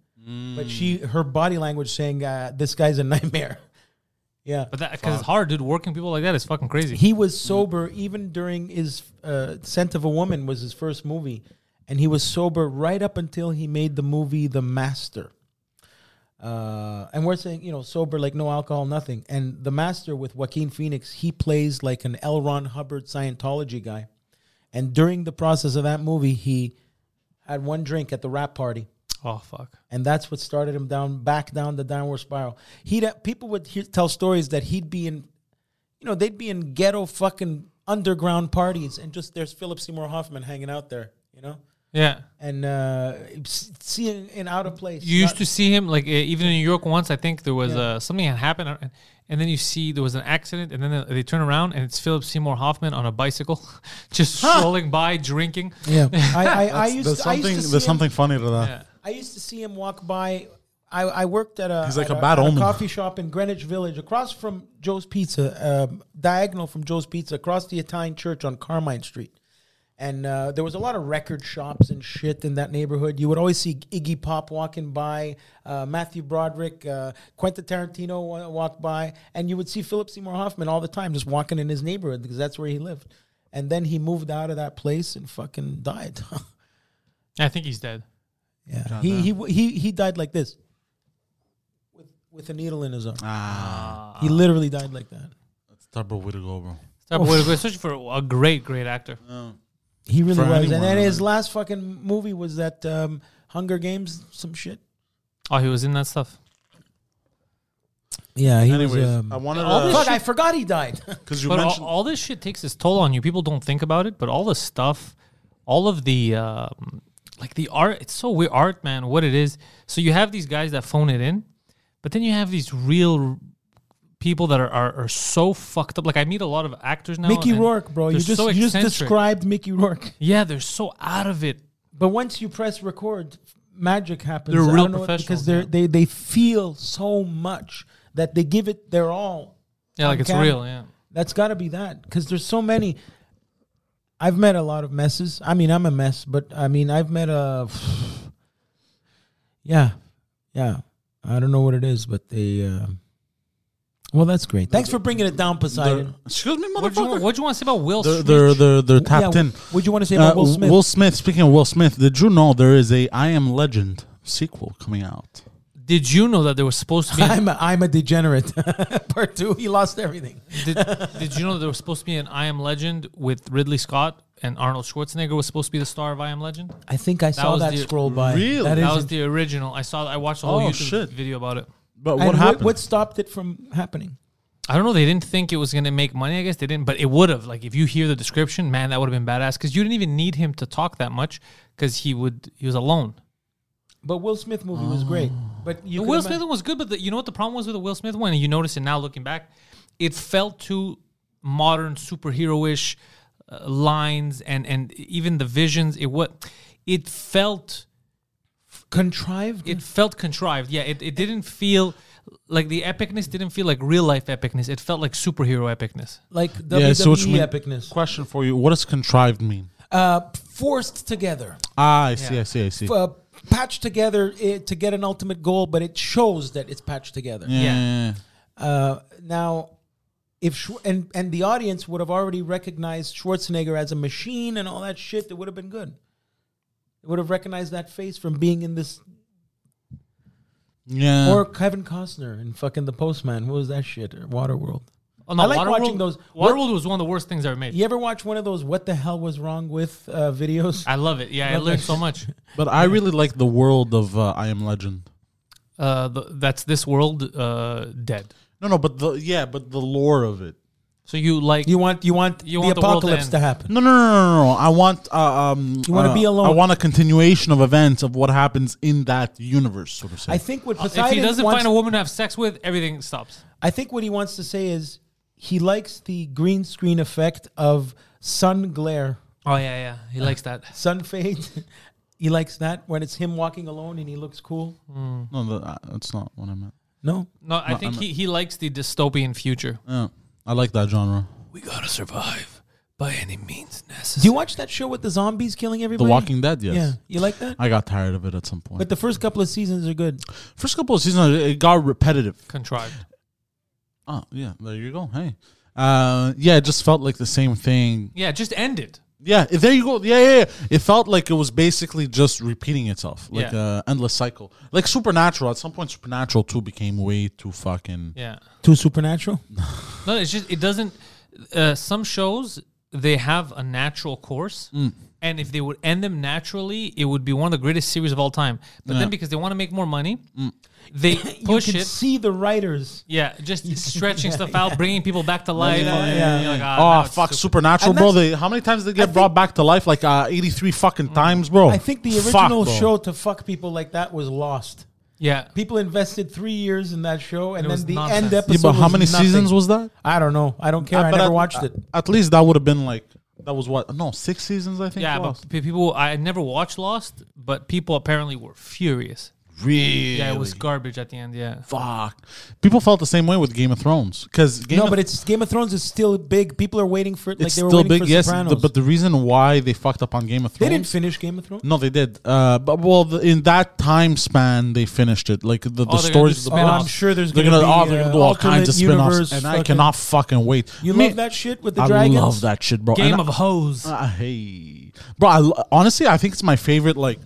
[SPEAKER 2] but she
[SPEAKER 3] Mm.
[SPEAKER 2] her body language saying uh, this guy's a nightmare yeah
[SPEAKER 3] But that because it's hard, dude. Working people like that is fucking crazy.
[SPEAKER 2] he was sober even during his uh, scent of a woman was his first movie and he was sober right up until he made the movie the master uh, and we're saying you know sober like no alcohol nothing and the master with joaquin phoenix he plays like an l ron hubbard scientology guy and during the process of that movie he had one drink at the rap party
[SPEAKER 3] oh fuck.
[SPEAKER 2] and that's what started him down back down the downward spiral. He'd people would hear, tell stories that he'd be in, you know, they'd be in ghetto fucking underground parties, and just there's Philip Seymour Hoffman hanging out there, you know,
[SPEAKER 3] Yeah.
[SPEAKER 2] and uh, s- seeing in out of place.
[SPEAKER 3] You used
[SPEAKER 2] not-
[SPEAKER 3] to see him like uh, even in New York once. I think there was uh, something had happened, uh, and then you see there was an accident, and then uh, they turn around and it's Philip Seymour Hoffman on a bicycle, just strolling by, drinking.
[SPEAKER 2] yeah. I, I, I used
[SPEAKER 1] There's
[SPEAKER 2] to, I used to
[SPEAKER 1] something.
[SPEAKER 2] see
[SPEAKER 1] There's
[SPEAKER 2] him-
[SPEAKER 1] something funny to that.
[SPEAKER 2] I used to see him walk by. I, I worked at a,
[SPEAKER 1] He's like
[SPEAKER 2] at
[SPEAKER 1] a bad
[SPEAKER 2] at
[SPEAKER 1] omen.
[SPEAKER 2] coffee shop in Greenwich Village, across from Joe's Pizza, um, diagonal from Joe's Pizza, across the Italian church on Carmine Street. And uh, there was a lot of record shops and shit in that neighborhood. You would always see Iggy Pop walking by, uh, Matthew Broderick, uh, Quentin Tarantino wa- walk by, and you would see Philip Seymour Hoffman all the time just walking in his neighborhood because that's where he lived. And then he moved out of that place and fucking died.
[SPEAKER 3] I think he's dead.
[SPEAKER 2] Yeah. He, he w- he he died like this. With with a needle in his arm.
[SPEAKER 3] Ah.
[SPEAKER 2] He literally died like that.
[SPEAKER 1] That's a type of way to go, bro.
[SPEAKER 3] Sorry, but we're, we're searching for a great, great actor.
[SPEAKER 2] He really
[SPEAKER 1] For
[SPEAKER 2] was.
[SPEAKER 1] anyone,
[SPEAKER 2] and then
[SPEAKER 1] I
[SPEAKER 2] his last fucking movie was that um, Hunger Games, some shit.
[SPEAKER 3] Oh, he was in that stuff.
[SPEAKER 2] Yeah, he
[SPEAKER 1] Anyways,
[SPEAKER 2] was. um,
[SPEAKER 1] I wanted
[SPEAKER 3] all this
[SPEAKER 2] fuck,
[SPEAKER 3] shit-
[SPEAKER 2] I forgot he died.
[SPEAKER 1] because you
[SPEAKER 3] But all,
[SPEAKER 1] mentioned.
[SPEAKER 3] all this shit takes its toll on you. People don't think about it, but all the stuff, all of the um like the art. It's so weird, art man. What it is. So you have these guys that phone it in, but then you have these real people that are are, are so fucked up. Like I meet a lot of actors now.
[SPEAKER 2] Mickey
[SPEAKER 3] and
[SPEAKER 2] Rourke, bro. You
[SPEAKER 3] they're
[SPEAKER 2] just
[SPEAKER 3] so
[SPEAKER 2] you just
[SPEAKER 3] eccentric.
[SPEAKER 2] described Mickey Rourke.
[SPEAKER 3] Yeah, they're so out of it.
[SPEAKER 2] But once you press record, magic happens.
[SPEAKER 3] They're
[SPEAKER 2] I
[SPEAKER 3] real
[SPEAKER 2] don't know what- because
[SPEAKER 3] professionals,
[SPEAKER 2] they're, they
[SPEAKER 3] yeah.
[SPEAKER 2] they feel so much that they give it their all
[SPEAKER 3] Yeah, like
[SPEAKER 2] On
[SPEAKER 3] it's
[SPEAKER 2] camera.
[SPEAKER 3] real. Yeah.
[SPEAKER 2] That's got to be that because there's so many. I've met a lot of messes. I mean, I'm a mess, but I mean, I've met a. Yeah, yeah. I don't know what it is, but they. Uh, well, that's great. Thanks for bringing it down, Poseidon.
[SPEAKER 1] excuse me,
[SPEAKER 3] What do you,
[SPEAKER 1] motherfucker.
[SPEAKER 3] what do you want to say about Will?
[SPEAKER 1] they're,
[SPEAKER 3] Smith?
[SPEAKER 1] they're they're they're tapped
[SPEAKER 2] Yeah,
[SPEAKER 1] in.
[SPEAKER 2] what'd you wanna say about Will Smith?
[SPEAKER 1] Uh, Will Smith. Speaking of Will Smith, did you know there is a I Am Legend sequel coming out?
[SPEAKER 3] Did you know that there was supposed to be?
[SPEAKER 2] I'm a, I'm a degenerate. Part two, he lost everything.
[SPEAKER 3] did, did you know there was supposed to be an I Am Legend with Ridley Scott and Arnold Schwarzenegger was supposed to be the star of I Am Legend?
[SPEAKER 2] I think I saw
[SPEAKER 3] was
[SPEAKER 2] that
[SPEAKER 3] the-
[SPEAKER 2] scroll by.
[SPEAKER 1] Really?
[SPEAKER 2] That,
[SPEAKER 3] That
[SPEAKER 2] is
[SPEAKER 3] was the original. I saw. I watched the whole
[SPEAKER 1] Oh,
[SPEAKER 3] YouTube
[SPEAKER 1] shit.
[SPEAKER 3] video about it.
[SPEAKER 1] But
[SPEAKER 2] and
[SPEAKER 1] what happened?
[SPEAKER 2] What stopped it from happening?
[SPEAKER 3] I don't know. They didn't think it was gonna make money. I guess they didn't, but it would have. Like if you hear the description, man, that would have been badass. Because you didn't even need him to talk that much. Because he would. He was alone.
[SPEAKER 2] But Will Smith movie was great. But you
[SPEAKER 3] The
[SPEAKER 2] could
[SPEAKER 3] Will
[SPEAKER 2] ima-
[SPEAKER 3] Smith one was good, but the, you know what the problem was with the Will Smith one? And you notice it now looking back, it felt too modern, superhero-ish uh, lines, and and even the visions. It what it felt.
[SPEAKER 2] contrived.
[SPEAKER 3] it felt contrived. Yeah, it, it didn't feel like the epicness didn't feel like real life epicness. It felt like superhero epicness.
[SPEAKER 2] like WWE
[SPEAKER 1] Yeah, so which mean-
[SPEAKER 2] epicness.
[SPEAKER 1] Question for you: What does contrived mean?
[SPEAKER 2] Uh, forced together,
[SPEAKER 1] Ah, I see,
[SPEAKER 3] Yeah.
[SPEAKER 1] I see, I see.
[SPEAKER 2] uh, patched together uh, to get an ultimate goal, but it shows that it's patched together.
[SPEAKER 1] yeah.
[SPEAKER 2] Uh, now, if Schw- and and the audience would have already recognized Schwarzenegger as a machine and all that shit, it would have been good. It would have recognized that face from being in this,
[SPEAKER 1] yeah.
[SPEAKER 2] or Kevin Costner in fucking The Postman. What was that shit? Or Waterworld.
[SPEAKER 3] Oh, no,
[SPEAKER 2] I like
[SPEAKER 3] Waterworld-
[SPEAKER 2] watching those. What-
[SPEAKER 3] Waterworld was one of the worst things I ever made.
[SPEAKER 2] You ever watch one of those "What the hell was wrong with" uh, videos?
[SPEAKER 3] I love it. Yeah, I
[SPEAKER 2] Love
[SPEAKER 3] learned
[SPEAKER 2] it.
[SPEAKER 3] so much.
[SPEAKER 1] but I really like the world of uh, I Am Legend.
[SPEAKER 3] Uh, the, that's this world uh, dead.
[SPEAKER 1] No, no, but the yeah, but the lore of it.
[SPEAKER 3] So you like
[SPEAKER 2] You want you want
[SPEAKER 3] You
[SPEAKER 2] the
[SPEAKER 3] want the world to
[SPEAKER 2] apocalypse
[SPEAKER 3] end.
[SPEAKER 2] to happen.
[SPEAKER 1] No, no, no, no, no, no. I want. Uh, um,
[SPEAKER 2] You wanna
[SPEAKER 1] uh,
[SPEAKER 2] be alone.
[SPEAKER 1] I want a continuation of events of what happens in that universe, sort of. Thing.
[SPEAKER 2] I think what Poseidon
[SPEAKER 3] Uh, if he doesn't
[SPEAKER 2] wants,
[SPEAKER 3] find a woman to have sex with, everything stops.
[SPEAKER 2] I think what he wants to say is he likes the green screen effect of sun glare,
[SPEAKER 3] Oh yeah, yeah. He likes that.
[SPEAKER 2] sun fade. he likes that when it's him walking alone and he looks cool.
[SPEAKER 1] no, the, uh, that's not what I meant.
[SPEAKER 2] No,
[SPEAKER 3] No, I think he, he likes the dystopian future.
[SPEAKER 1] Yeah, I like that genre.
[SPEAKER 3] We gotta survive by any means
[SPEAKER 2] do
[SPEAKER 3] necessary.
[SPEAKER 2] you watch that show with the zombies killing
[SPEAKER 1] The
[SPEAKER 2] everybody?
[SPEAKER 1] Walking Dead, yes.
[SPEAKER 2] Yeah, you like that?
[SPEAKER 1] I got tired of it at some point.
[SPEAKER 2] But the first couple of seasons are good.
[SPEAKER 1] First couple of seasons, it got repetitive.
[SPEAKER 3] Contrived.
[SPEAKER 1] Oh, yeah, there you go. Hey. Uh, yeah, it just felt like the same thing.
[SPEAKER 3] Yeah, just end it.
[SPEAKER 1] Yeah, there you go. Yeah, yeah, yeah. It felt like it was basically just repeating itself, like an
[SPEAKER 3] Yeah.
[SPEAKER 1] endless cycle. Like Supernatural. At some point, Supernatural 2 became way too fucking.
[SPEAKER 3] Yeah.
[SPEAKER 2] Too supernatural.
[SPEAKER 3] No, it's just it doesn't. Uh, some shows they have a natural course, and if they would end them naturally, it would be one of the greatest series of all time. But then because they want to make more money, they push
[SPEAKER 1] Oh,
[SPEAKER 2] you can
[SPEAKER 3] it.
[SPEAKER 2] see the writers.
[SPEAKER 3] yeah, just stretching stuff out, bringing people back to life. and
[SPEAKER 2] yeah,
[SPEAKER 3] you're like,
[SPEAKER 1] Oh,
[SPEAKER 3] "Ah, now it's
[SPEAKER 1] fuck,
[SPEAKER 3] stupid."
[SPEAKER 1] Supernatural,
[SPEAKER 2] And
[SPEAKER 1] bro.
[SPEAKER 2] that's-
[SPEAKER 1] They, how many times did they get
[SPEAKER 2] I
[SPEAKER 1] brought
[SPEAKER 2] think-
[SPEAKER 1] back
[SPEAKER 2] Mm.
[SPEAKER 1] to life? Like uh, 83 fucking times, bro.
[SPEAKER 2] I think the
[SPEAKER 1] Oh, Fuck,
[SPEAKER 2] original
[SPEAKER 1] bro.
[SPEAKER 2] show to fuck people like that was lost.
[SPEAKER 3] Yeah,
[SPEAKER 2] People invested three years in that show, and
[SPEAKER 3] It was
[SPEAKER 2] then the
[SPEAKER 3] nonsense.
[SPEAKER 2] end
[SPEAKER 3] Yeah,
[SPEAKER 2] episode.
[SPEAKER 1] Yeah, but how
[SPEAKER 2] was
[SPEAKER 1] many
[SPEAKER 2] nothing.
[SPEAKER 1] seasons was that?
[SPEAKER 2] I don't know. I don't care. I,
[SPEAKER 1] but
[SPEAKER 2] never
[SPEAKER 1] at-
[SPEAKER 2] watched it.
[SPEAKER 1] At least that would have been like that was what no six seasons I think.
[SPEAKER 3] yeah. But pe- people, I never watched Lost, but people apparently were furious.
[SPEAKER 1] really.
[SPEAKER 3] Yeah, it was garbage at the end. Yeah,
[SPEAKER 1] fuck. People felt the same way with Game of Thrones because Game
[SPEAKER 2] no,
[SPEAKER 1] of
[SPEAKER 2] but it's Game of Thrones is still big. People are waiting for it. Like
[SPEAKER 1] it's
[SPEAKER 2] they were
[SPEAKER 1] still
[SPEAKER 2] waiting
[SPEAKER 1] big.
[SPEAKER 2] for
[SPEAKER 1] yes,
[SPEAKER 2] Sopranos.
[SPEAKER 1] the, but the reason why they fucked up on Game of
[SPEAKER 2] they
[SPEAKER 1] Thrones.
[SPEAKER 2] didn't finish Game of Thrones.
[SPEAKER 1] No, they did. Uh, but well, the, in that time span, they finished it. Like the, the
[SPEAKER 3] Oh, they're gonna
[SPEAKER 1] stories.
[SPEAKER 3] do
[SPEAKER 1] the
[SPEAKER 3] spin-offs.
[SPEAKER 1] books,
[SPEAKER 3] I'm sure
[SPEAKER 2] there's
[SPEAKER 1] they're
[SPEAKER 2] gonna
[SPEAKER 1] gonna, oh,
[SPEAKER 2] be,
[SPEAKER 1] they're
[SPEAKER 2] uh,
[SPEAKER 1] gonna do all kinds of
[SPEAKER 2] alternate
[SPEAKER 1] spin-offs,
[SPEAKER 2] universe
[SPEAKER 1] and I
[SPEAKER 2] fucking-
[SPEAKER 1] cannot fucking wait.
[SPEAKER 2] You
[SPEAKER 1] Me-
[SPEAKER 2] love that shit with the
[SPEAKER 1] I
[SPEAKER 2] dragons.
[SPEAKER 1] love that shit, bro.
[SPEAKER 3] Game
[SPEAKER 1] And
[SPEAKER 3] of Hoes.
[SPEAKER 1] Uh, hey, bro. I, lo- honestly, I think it's my favorite like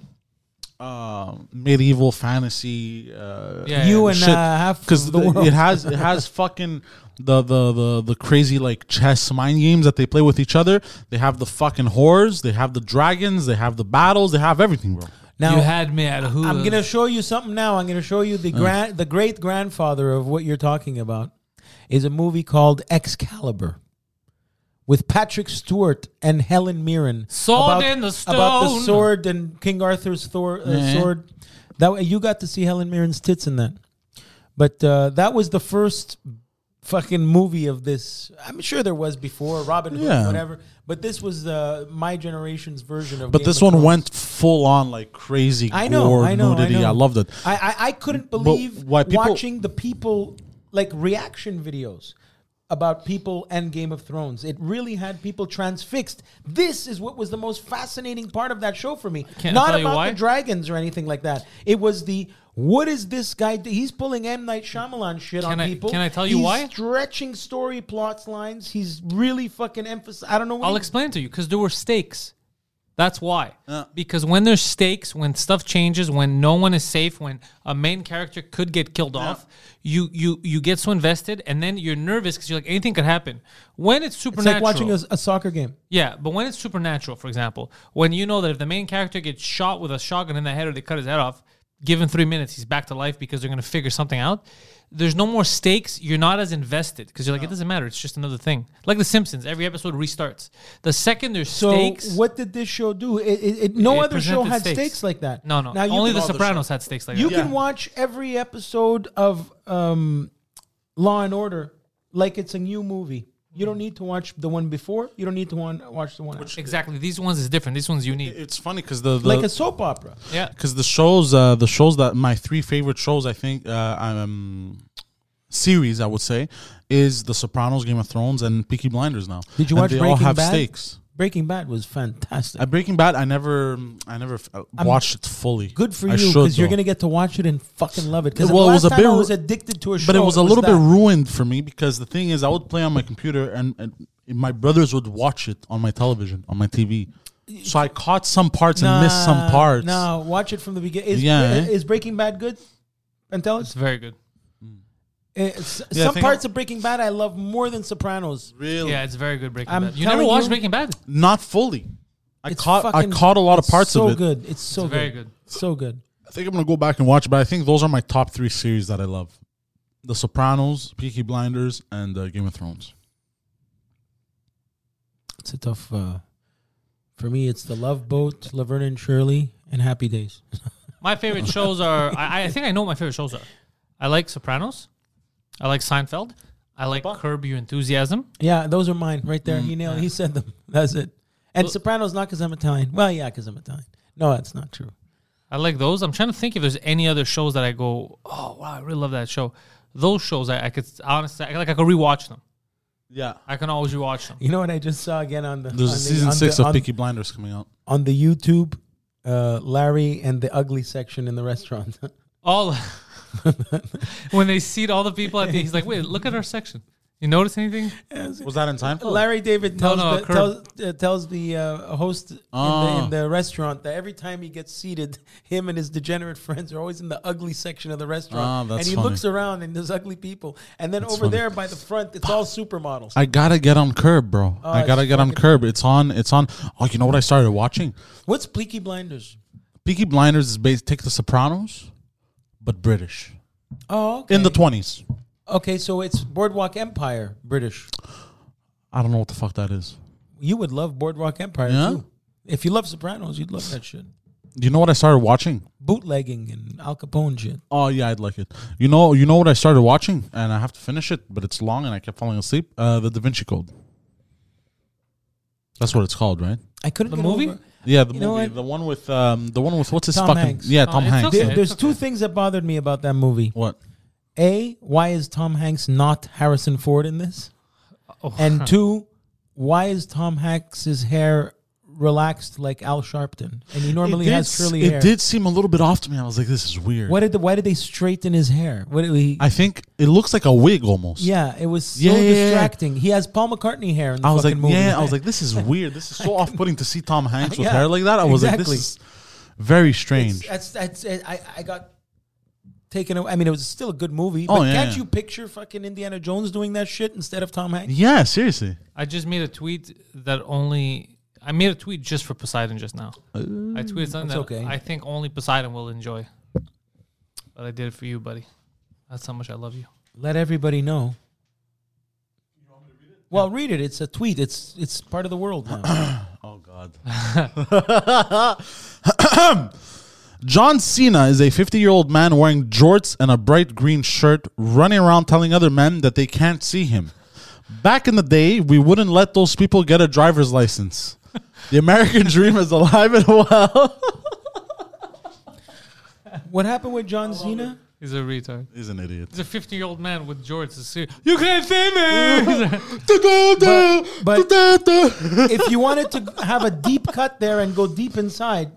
[SPEAKER 1] uh, medieval fantasy. Uh,
[SPEAKER 3] yeah,
[SPEAKER 2] You
[SPEAKER 3] yeah.
[SPEAKER 2] and uh, half
[SPEAKER 1] because
[SPEAKER 2] of the world.
[SPEAKER 1] it has it has fucking the, the the the crazy like chess mind games that they play with each other. They have the fucking horrors. They have the dragons. They have the battles. They have everything, bro.
[SPEAKER 2] now
[SPEAKER 3] you had me at who?
[SPEAKER 2] I'm gonna show you something now. I'm gonna show you the grand, the great grandfather of what you're talking about is a movie called Excalibur with Patrick Stewart and Helen Mirren.
[SPEAKER 3] Sword in the
[SPEAKER 2] about the
[SPEAKER 3] stone.
[SPEAKER 2] sword and King Arthur's Thor, uh, sword. That way you got to see Helen Mirren's tits in that. But uh, that was the first fucking movie of this. I'm sure there was before Robin Hood,
[SPEAKER 1] Yeah.
[SPEAKER 2] whatever. But this was uh, my generation's version of.
[SPEAKER 1] But
[SPEAKER 2] Game
[SPEAKER 1] this
[SPEAKER 2] of
[SPEAKER 1] one
[SPEAKER 2] Thrones.
[SPEAKER 1] went full on like crazy
[SPEAKER 2] I know,
[SPEAKER 1] gore,
[SPEAKER 2] I know,
[SPEAKER 1] nudity.
[SPEAKER 2] I, know.
[SPEAKER 1] loved it.
[SPEAKER 2] I I, I couldn't believe
[SPEAKER 1] why people-
[SPEAKER 2] watching the people like reaction videos about people and Game of Thrones. It really had people transfixed. This is what was the most fascinating part of that show for me.
[SPEAKER 3] can't
[SPEAKER 2] Not
[SPEAKER 3] tell you
[SPEAKER 2] about
[SPEAKER 3] why.
[SPEAKER 2] the dragons or anything like that. It was the what is this guy? Do? He's pulling M Night Shyamalan shit
[SPEAKER 3] Can
[SPEAKER 2] on
[SPEAKER 3] I-
[SPEAKER 2] people.
[SPEAKER 3] can I tell you
[SPEAKER 2] He's
[SPEAKER 3] why?
[SPEAKER 2] Stretching story plots lines. He's really fucking emphasizing. I don't know. What
[SPEAKER 3] I'll
[SPEAKER 2] he-
[SPEAKER 3] explain to you because there were stakes. That's why. Because when there's stakes, when stuff changes, when no one is safe, when a main character could get killed off, you you you get so invested, and then you're nervous because you're like anything could happen. When it's
[SPEAKER 2] It's
[SPEAKER 3] supernatural,
[SPEAKER 2] like watching a, a soccer game.
[SPEAKER 3] yeah, but when it's supernatural, for example, when you know that if the main character gets shot with a shotgun in the head or they cut his head off, given three minutes, he's back to life because they're going to figure something out. There's no more stakes. You're not as invested because you're like, it doesn't matter. It's just another thing. Like The Simpsons, every episode restarts. The second there's
[SPEAKER 2] So
[SPEAKER 3] stakes.
[SPEAKER 2] what did this show do? It, it, it, no
[SPEAKER 3] It
[SPEAKER 2] other show
[SPEAKER 3] presented
[SPEAKER 2] had
[SPEAKER 3] stakes.
[SPEAKER 2] stakes. like that.
[SPEAKER 3] No, no.
[SPEAKER 2] Now you
[SPEAKER 3] Only
[SPEAKER 2] can,
[SPEAKER 3] The Sopranos had stakes like
[SPEAKER 2] you
[SPEAKER 3] that.
[SPEAKER 2] can watch every episode of um, Law and Order like it's a new movie. You don't need to watch the one before. You don't need to one, watch the one after.
[SPEAKER 3] Exactly. These ones is different. This one's unique.
[SPEAKER 1] It's funny because the, the
[SPEAKER 2] like a soap opera.
[SPEAKER 3] Yeah.
[SPEAKER 1] because the shows, uh, the shows that my three favorite shows, I think, uh, um, series, I would say, is The Sopranos, Game of Thrones, and Peaky Blinders. Now,
[SPEAKER 2] Did you
[SPEAKER 1] And
[SPEAKER 2] watch
[SPEAKER 1] They all
[SPEAKER 2] Breaking
[SPEAKER 1] have
[SPEAKER 2] Bad?
[SPEAKER 1] stakes.
[SPEAKER 2] Breaking Bad was fantastic.
[SPEAKER 1] Uh, Breaking Bad, I never, I never uh, watched it fully.
[SPEAKER 2] Good for
[SPEAKER 1] I
[SPEAKER 2] you
[SPEAKER 1] should,
[SPEAKER 2] because you're
[SPEAKER 1] though.
[SPEAKER 2] gonna get to watch it and fucking love it. Because
[SPEAKER 1] Well, it
[SPEAKER 2] last
[SPEAKER 1] was a
[SPEAKER 2] time
[SPEAKER 1] bit
[SPEAKER 2] I
[SPEAKER 1] ru-
[SPEAKER 2] was addicted to a show,
[SPEAKER 1] But it was a little bit
[SPEAKER 2] that.
[SPEAKER 1] ruined for me because the thing is, I would play on my computer and, and my brothers would watch it on my television, on my TV. So I caught some parts and missed some
[SPEAKER 2] Nah,
[SPEAKER 1] parts.
[SPEAKER 2] No, watch it from the beginning. Is,
[SPEAKER 1] Yeah, eh?
[SPEAKER 2] is Breaking Bad good? And tell us.
[SPEAKER 3] It's very good.
[SPEAKER 2] It's-
[SPEAKER 1] Yeah, I
[SPEAKER 2] Eh, some
[SPEAKER 1] think-
[SPEAKER 2] parts of Breaking Bad I love more than Sopranos.
[SPEAKER 1] Really?
[SPEAKER 3] Yeah, it's very good Breaking
[SPEAKER 2] I'm
[SPEAKER 3] Bad. You never
[SPEAKER 2] telling
[SPEAKER 3] watched
[SPEAKER 2] you-
[SPEAKER 3] Breaking Bad?
[SPEAKER 1] Not fully. I
[SPEAKER 2] It's
[SPEAKER 1] caught
[SPEAKER 2] fucking-
[SPEAKER 1] I caught a lot of
[SPEAKER 2] it's
[SPEAKER 1] parts
[SPEAKER 2] so
[SPEAKER 1] of it.
[SPEAKER 2] good. It's so
[SPEAKER 3] It's
[SPEAKER 2] good.
[SPEAKER 3] very good.
[SPEAKER 2] So good.
[SPEAKER 1] I think I'm gonna go back and watch, but I think those are my top three series that I love: The Sopranos, Peaky Blinders, and uh, Game of Thrones.
[SPEAKER 2] It's a tough. Uh, for me, it's The Love Boat, Laverne and Shirley, and Happy Days.
[SPEAKER 3] My favorite shows are. I, I think I know what my favorite shows are. I like Sopranos. I like Seinfeld. I like Curb Your Enthusiasm.
[SPEAKER 2] Yeah, those are mine right there.
[SPEAKER 1] Mm,
[SPEAKER 2] he nailed. He said them. That's it. And Sopranos not because I'm Italian. Well, yeah, because I'm Italian. No, that's not true.
[SPEAKER 3] I like those. I'm trying to think if there's any other shows that I go, oh wow, I really love that show. Those shows I, I could honestly I, like I could rewatch them.
[SPEAKER 1] Yeah,
[SPEAKER 3] I can always rewatch them.
[SPEAKER 2] You know what I just saw again on the
[SPEAKER 1] there's a
[SPEAKER 2] on the-
[SPEAKER 1] season
[SPEAKER 2] on
[SPEAKER 1] six
[SPEAKER 2] the-
[SPEAKER 1] of
[SPEAKER 2] on-
[SPEAKER 1] Peaky Blinders coming out.
[SPEAKER 2] on the YouTube, uh, Larry and the ugly section in the restaurant.
[SPEAKER 3] All when they seat all the people at the he's like, wait, look at our section. You notice anything?
[SPEAKER 1] Was that in time?
[SPEAKER 2] Larry David
[SPEAKER 3] No,
[SPEAKER 2] tells
[SPEAKER 3] no,
[SPEAKER 2] the, tells,
[SPEAKER 3] curb.
[SPEAKER 2] uh, tells the uh, host
[SPEAKER 1] Ah.
[SPEAKER 2] in, the, in the restaurant that every time he gets seated, him and his degenerate friends are always in the ugly section of the restaurant.
[SPEAKER 1] Ah, that's
[SPEAKER 2] and he
[SPEAKER 1] funny.
[SPEAKER 2] looks around and there's ugly people. And then over
[SPEAKER 1] funny.
[SPEAKER 2] there by the front, it's all supermodels.
[SPEAKER 1] I gotta get on Curb, bro. I gotta
[SPEAKER 2] Oh, it's
[SPEAKER 1] get on
[SPEAKER 2] fucking-
[SPEAKER 1] Curb. It's on. It's on. Oh, you know what I started watching?
[SPEAKER 2] What's Bleaky Blinders?
[SPEAKER 1] Peaky Blinders is based. Take The Sopranos, but British
[SPEAKER 2] Oh, okay.
[SPEAKER 1] in the twenties.
[SPEAKER 2] okay, so it's Boardwalk Empire, British.
[SPEAKER 1] I don't know what the fuck that is.
[SPEAKER 2] You would love Boardwalk Empire
[SPEAKER 1] Yeah?
[SPEAKER 2] too. If you love Sopranos, you'd love that shit.
[SPEAKER 1] You know what I started watching?
[SPEAKER 2] Bootlegging and Al Capone shit.
[SPEAKER 1] Oh yeah, I'd like it. You know, you know what I started watching, and I have to finish it, but it's long, and I kept falling asleep. Uh, the Da Vinci Code. That's what it's called, right?
[SPEAKER 2] I couldn't
[SPEAKER 3] The
[SPEAKER 2] get
[SPEAKER 3] movie?
[SPEAKER 2] over-
[SPEAKER 1] Yeah, the
[SPEAKER 2] You know
[SPEAKER 1] movie,
[SPEAKER 2] what?
[SPEAKER 1] the one with um, the one with what's his
[SPEAKER 2] Tom
[SPEAKER 1] fucking
[SPEAKER 2] Hanks.
[SPEAKER 1] yeah,
[SPEAKER 3] Oh,
[SPEAKER 1] Tom
[SPEAKER 3] it's
[SPEAKER 1] Hanks.
[SPEAKER 3] okay.
[SPEAKER 2] There-
[SPEAKER 1] yeah.
[SPEAKER 2] there's
[SPEAKER 3] okay.
[SPEAKER 2] two things that bothered me about that movie.
[SPEAKER 1] What?
[SPEAKER 2] A, why is Tom Hanks not Harrison Ford in this?
[SPEAKER 1] Oh.
[SPEAKER 2] And two, why is Tom Hanks's hair relaxed like Al Sharpton? And he normally
[SPEAKER 1] did
[SPEAKER 2] has
[SPEAKER 1] s-
[SPEAKER 2] curly
[SPEAKER 1] it
[SPEAKER 2] hair.
[SPEAKER 1] did seem a little bit off to me. I was like, this is weird.
[SPEAKER 2] What did the, why did they straighten his hair? What did he,
[SPEAKER 1] I think it looks like a wig almost.
[SPEAKER 2] yeah, it was so
[SPEAKER 1] Yeah, yeah, yeah.
[SPEAKER 2] distracting. He has Paul McCartney hair in the
[SPEAKER 1] I was like,
[SPEAKER 2] fucking movie.
[SPEAKER 1] yeah. I was like, this is weird. This is so off-putting to see Tom Hanks with
[SPEAKER 2] Yeah,
[SPEAKER 1] hair like that. I was like,
[SPEAKER 2] exactly.
[SPEAKER 1] this is very strange.
[SPEAKER 2] That's that's it. I I got taken. away. I mean, it was still a good movie.
[SPEAKER 1] Oh,
[SPEAKER 2] but
[SPEAKER 1] yeah,
[SPEAKER 2] can't
[SPEAKER 1] yeah.
[SPEAKER 2] you picture fucking Indiana Jones doing that shit instead of Tom Hanks?
[SPEAKER 1] yeah, seriously.
[SPEAKER 3] I just made a tweet that only I made a tweet just for Poseidon just now. I tweeted something that
[SPEAKER 2] that's okay.
[SPEAKER 3] I think only Poseidon will enjoy. But I did it for you, buddy. That's how much I love you.
[SPEAKER 2] Let everybody know. Well, read it. It's a tweet. It's it's part of the world now.
[SPEAKER 1] Oh God. John Cena is a 50 year old man wearing jorts and a bright green shirt, running around telling other men that they can't see him. Back in the day, we wouldn't let those people get a driver's license. The American dream is alive and well.
[SPEAKER 2] what happened with John Cena?
[SPEAKER 3] He's a retard.
[SPEAKER 1] He's an idiot.
[SPEAKER 3] He's a 50 year old man with jorts. It's serious. You can't see me.
[SPEAKER 2] but- if you wanted to have a deep cut there and go deep inside,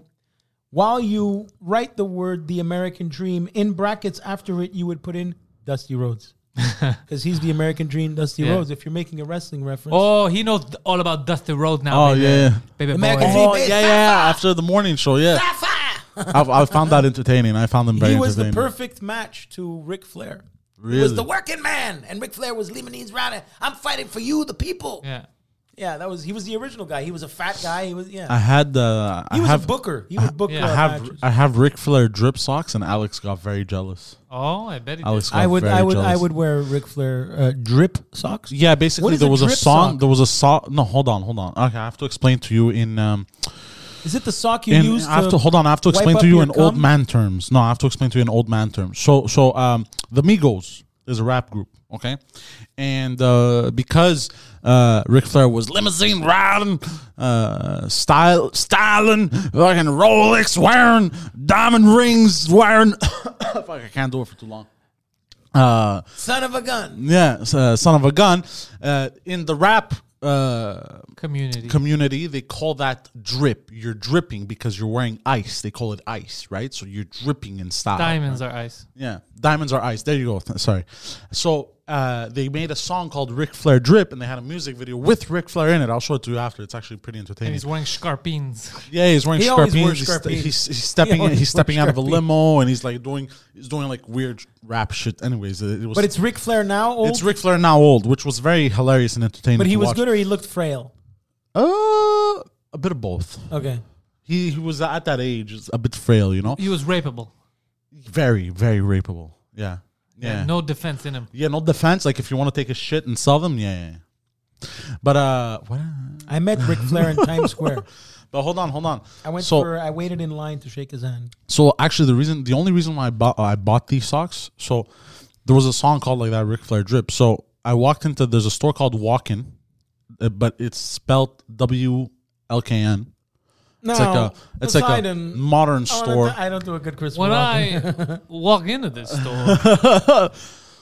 [SPEAKER 2] while you write the word "the American Dream" in brackets after it, you would put in Dusty Rhodes because he's the American Dream, Dusty
[SPEAKER 3] Yeah.
[SPEAKER 2] Rhodes. If you're making a wrestling reference,
[SPEAKER 3] oh, he knows all about Dusty Road now.
[SPEAKER 1] Oh,
[SPEAKER 3] baby.
[SPEAKER 1] yeah, yeah.
[SPEAKER 3] baby
[SPEAKER 2] American
[SPEAKER 3] boy.
[SPEAKER 2] Dream.
[SPEAKER 1] Oh, yeah, yeah, yeah. After the morning show, yeah. I, I found that entertaining. I found him very
[SPEAKER 2] he was the
[SPEAKER 1] entertaining.
[SPEAKER 2] perfect match to Ric Flair. He was
[SPEAKER 1] Really?
[SPEAKER 2] the working man, and Ric Flair was Lemonese Rana. I'm fighting for you, the people. Yeah.
[SPEAKER 3] Yeah.
[SPEAKER 2] that was he was the original guy. He was a fat guy. He was yeah.
[SPEAKER 1] I had the.
[SPEAKER 2] he
[SPEAKER 1] I
[SPEAKER 2] was
[SPEAKER 1] have,
[SPEAKER 2] a booker. He would book.
[SPEAKER 3] yeah.
[SPEAKER 2] uh,
[SPEAKER 1] I have
[SPEAKER 2] matches.
[SPEAKER 1] I have Ric Flair drip socks, and Alex got very jealous.
[SPEAKER 3] Oh, I bet he
[SPEAKER 1] Alex
[SPEAKER 3] did.
[SPEAKER 1] got
[SPEAKER 2] I would.
[SPEAKER 1] very
[SPEAKER 2] I would.
[SPEAKER 1] jealous.
[SPEAKER 2] I would wear Ric Flair uh, drip socks.
[SPEAKER 1] Yeah,
[SPEAKER 2] What
[SPEAKER 1] basically
[SPEAKER 2] is
[SPEAKER 1] there
[SPEAKER 2] a
[SPEAKER 1] was a
[SPEAKER 2] drip
[SPEAKER 1] song.
[SPEAKER 2] sock?
[SPEAKER 1] There was a song. No, hold on, hold on. Okay, I have to explain to you in um.
[SPEAKER 2] Is it the sock you
[SPEAKER 1] In,
[SPEAKER 2] use?
[SPEAKER 1] I have to hold on. I have to
[SPEAKER 2] wipe
[SPEAKER 1] explain
[SPEAKER 2] up
[SPEAKER 1] to you
[SPEAKER 2] your
[SPEAKER 1] in old
[SPEAKER 2] cum?
[SPEAKER 1] man terms. No, I have to explain to you in old man terms. So so um, the Migos is a rap group, okay, and uh, because uh, Ric Flair was limousine riding, uh, style styling, fucking Rolex wearing, diamond rings wearing. Fuck, I can't do it for too long. Uh,
[SPEAKER 2] Son of a gun.
[SPEAKER 1] yeah, s- uh, son of a gun. Uh, in the rap uh,
[SPEAKER 3] community.
[SPEAKER 1] community, they call that drip. You're dripping because you're wearing ice. They call it ice, right? So you're dripping in style.
[SPEAKER 3] Diamonds are ice.
[SPEAKER 1] Yeah, diamonds are ice. There you go. Th- Sorry. So uh, they made a song called Ric Flair Drip, and they had a music video with Ric Flair in it. I'll show it to you after. It's actually pretty
[SPEAKER 3] And
[SPEAKER 1] entertaining.
[SPEAKER 3] he's wearing scarpines.
[SPEAKER 1] yeah, he's wearing
[SPEAKER 2] He always
[SPEAKER 1] scarpines.
[SPEAKER 2] wears
[SPEAKER 1] He's, st-
[SPEAKER 2] scarpines.
[SPEAKER 1] he's, he's
[SPEAKER 2] He
[SPEAKER 1] stepping.
[SPEAKER 2] always
[SPEAKER 1] he's stepping out
[SPEAKER 2] wears
[SPEAKER 1] of a
[SPEAKER 2] scarpines.
[SPEAKER 1] limo, and he's like doing. He's doing like weird rap shit. Anyways, it, it was.
[SPEAKER 2] But it's Ric Flair now old.
[SPEAKER 1] it's Ric Flair now old, which was very hilarious and entertaining.
[SPEAKER 2] but he
[SPEAKER 1] to
[SPEAKER 2] was
[SPEAKER 1] watch.
[SPEAKER 2] good or he looked frail.
[SPEAKER 1] Uh, a bit of both.
[SPEAKER 2] Okay.
[SPEAKER 1] He, he was at that age, it's a bit frail, you know.
[SPEAKER 3] He was rapeable.
[SPEAKER 1] Very, very rapeable. Yeah, yeah.
[SPEAKER 3] No defense in him.
[SPEAKER 1] Yeah, no defense. Like if you want to take a shit and sell them, yeah. yeah, yeah. But uh, what?
[SPEAKER 2] I met Ric Flair in Times Square.
[SPEAKER 1] But hold on, hold on.
[SPEAKER 2] I went
[SPEAKER 1] so,
[SPEAKER 2] for. I waited in line to shake his hand.
[SPEAKER 1] So actually, the reason, the only reason why I bought, I bought these socks. So there was a song called like that, Ric Flair drip. So I walked into there's a store called Walkin, uh, but it's spelled W L K N.
[SPEAKER 2] No,
[SPEAKER 1] It's like a it's like
[SPEAKER 2] aside
[SPEAKER 1] a
[SPEAKER 2] and-
[SPEAKER 1] modern
[SPEAKER 2] I don't-
[SPEAKER 1] store.
[SPEAKER 2] I don't do a good Christmas.
[SPEAKER 3] When I walk into this store,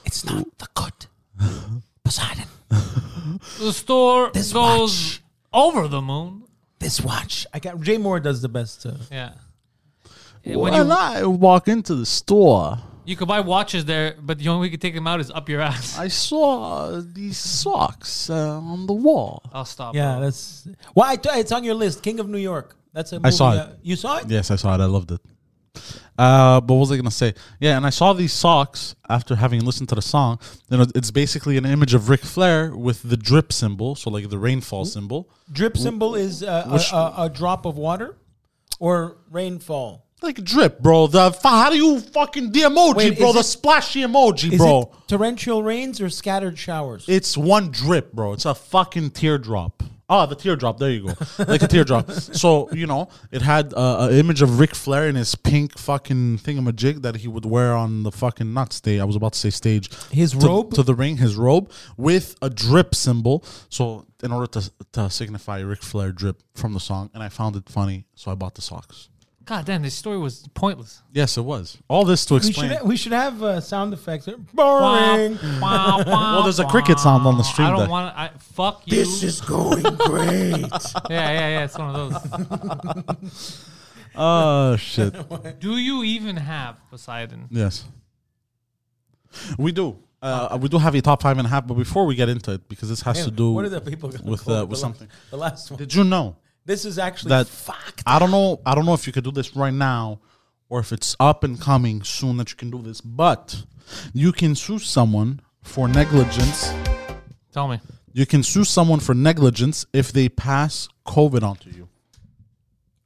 [SPEAKER 2] it's not the good Poseidon.
[SPEAKER 3] the store
[SPEAKER 2] This
[SPEAKER 3] goes
[SPEAKER 2] watch.
[SPEAKER 3] over the moon.
[SPEAKER 2] This watch, I got. Jay Moore does the best. Uh,
[SPEAKER 3] Yeah.
[SPEAKER 1] when
[SPEAKER 3] When you,
[SPEAKER 1] I walk into the store,
[SPEAKER 3] you could buy watches there, but the only way you could take them out is up your ass.
[SPEAKER 1] I saw these socks uh, on the wall.
[SPEAKER 3] I'll stop.
[SPEAKER 2] yeah, that's. Well, I t- it's on your list. King of New York. That's a. Movie
[SPEAKER 1] saw it.
[SPEAKER 2] that- you saw it.
[SPEAKER 1] Yes, I saw it. I loved it. Uh, but what was I gonna say? Yeah, and I saw these socks after having listened to the song. You know, it's basically an image of Ric Flair with the drip symbol, so like the rainfall symbol,
[SPEAKER 2] Drip symbol is uh,
[SPEAKER 1] Which-
[SPEAKER 2] a, a, a drop of water, or rainfall.
[SPEAKER 1] like drip, bro. The f- how do you fucking the emoji,
[SPEAKER 2] Wait,
[SPEAKER 1] bro?
[SPEAKER 2] is
[SPEAKER 1] The
[SPEAKER 2] it-
[SPEAKER 1] splashy emoji,
[SPEAKER 2] Is
[SPEAKER 1] bro.
[SPEAKER 2] it torrential rains or scattered showers?
[SPEAKER 1] It's one drip, bro. It's a fucking teardrop. Oh, the teardrop. There you go, like a teardrop. So you know, it had uh, an image of Ric Flair in his pink fucking thingamajig that he would wear on the fucking not stage. I was about to say stage.
[SPEAKER 2] His
[SPEAKER 1] to,
[SPEAKER 2] robe?
[SPEAKER 1] to the ring, his robe with a drip symbol. So in order to to signify Ric Flair drip from the song, and I found it funny, so I bought the socks.
[SPEAKER 3] God damn, this story was pointless.
[SPEAKER 1] Yes, it was all this to
[SPEAKER 2] we
[SPEAKER 1] explain.
[SPEAKER 2] should we should have uh, sound effects. Boring.
[SPEAKER 3] well,
[SPEAKER 1] there's a cricket sound on the stream
[SPEAKER 3] I don't
[SPEAKER 1] deck.
[SPEAKER 3] want to. Fuck you.
[SPEAKER 4] This is going great.
[SPEAKER 3] yeah, yeah, yeah. It's one of those.
[SPEAKER 1] oh shit!
[SPEAKER 3] Do you even have Poseidon?
[SPEAKER 1] Yes. We do. Uh, we do have a top five and a half, but before we get into it, because this has to do.
[SPEAKER 2] what are the people gonna
[SPEAKER 1] with
[SPEAKER 2] call
[SPEAKER 1] uh,
[SPEAKER 2] it?
[SPEAKER 1] with
[SPEAKER 2] The la-
[SPEAKER 1] something?
[SPEAKER 2] The last one.
[SPEAKER 1] Did you know
[SPEAKER 2] This is actually
[SPEAKER 1] that
[SPEAKER 2] fucked.
[SPEAKER 1] I don't know. I don't know if you could do this right now, or if it's up and coming soon that you can do this. But you can sue someone for negligence.
[SPEAKER 3] Tell me.
[SPEAKER 1] You can sue someone for negligence if they pass COVID onto you.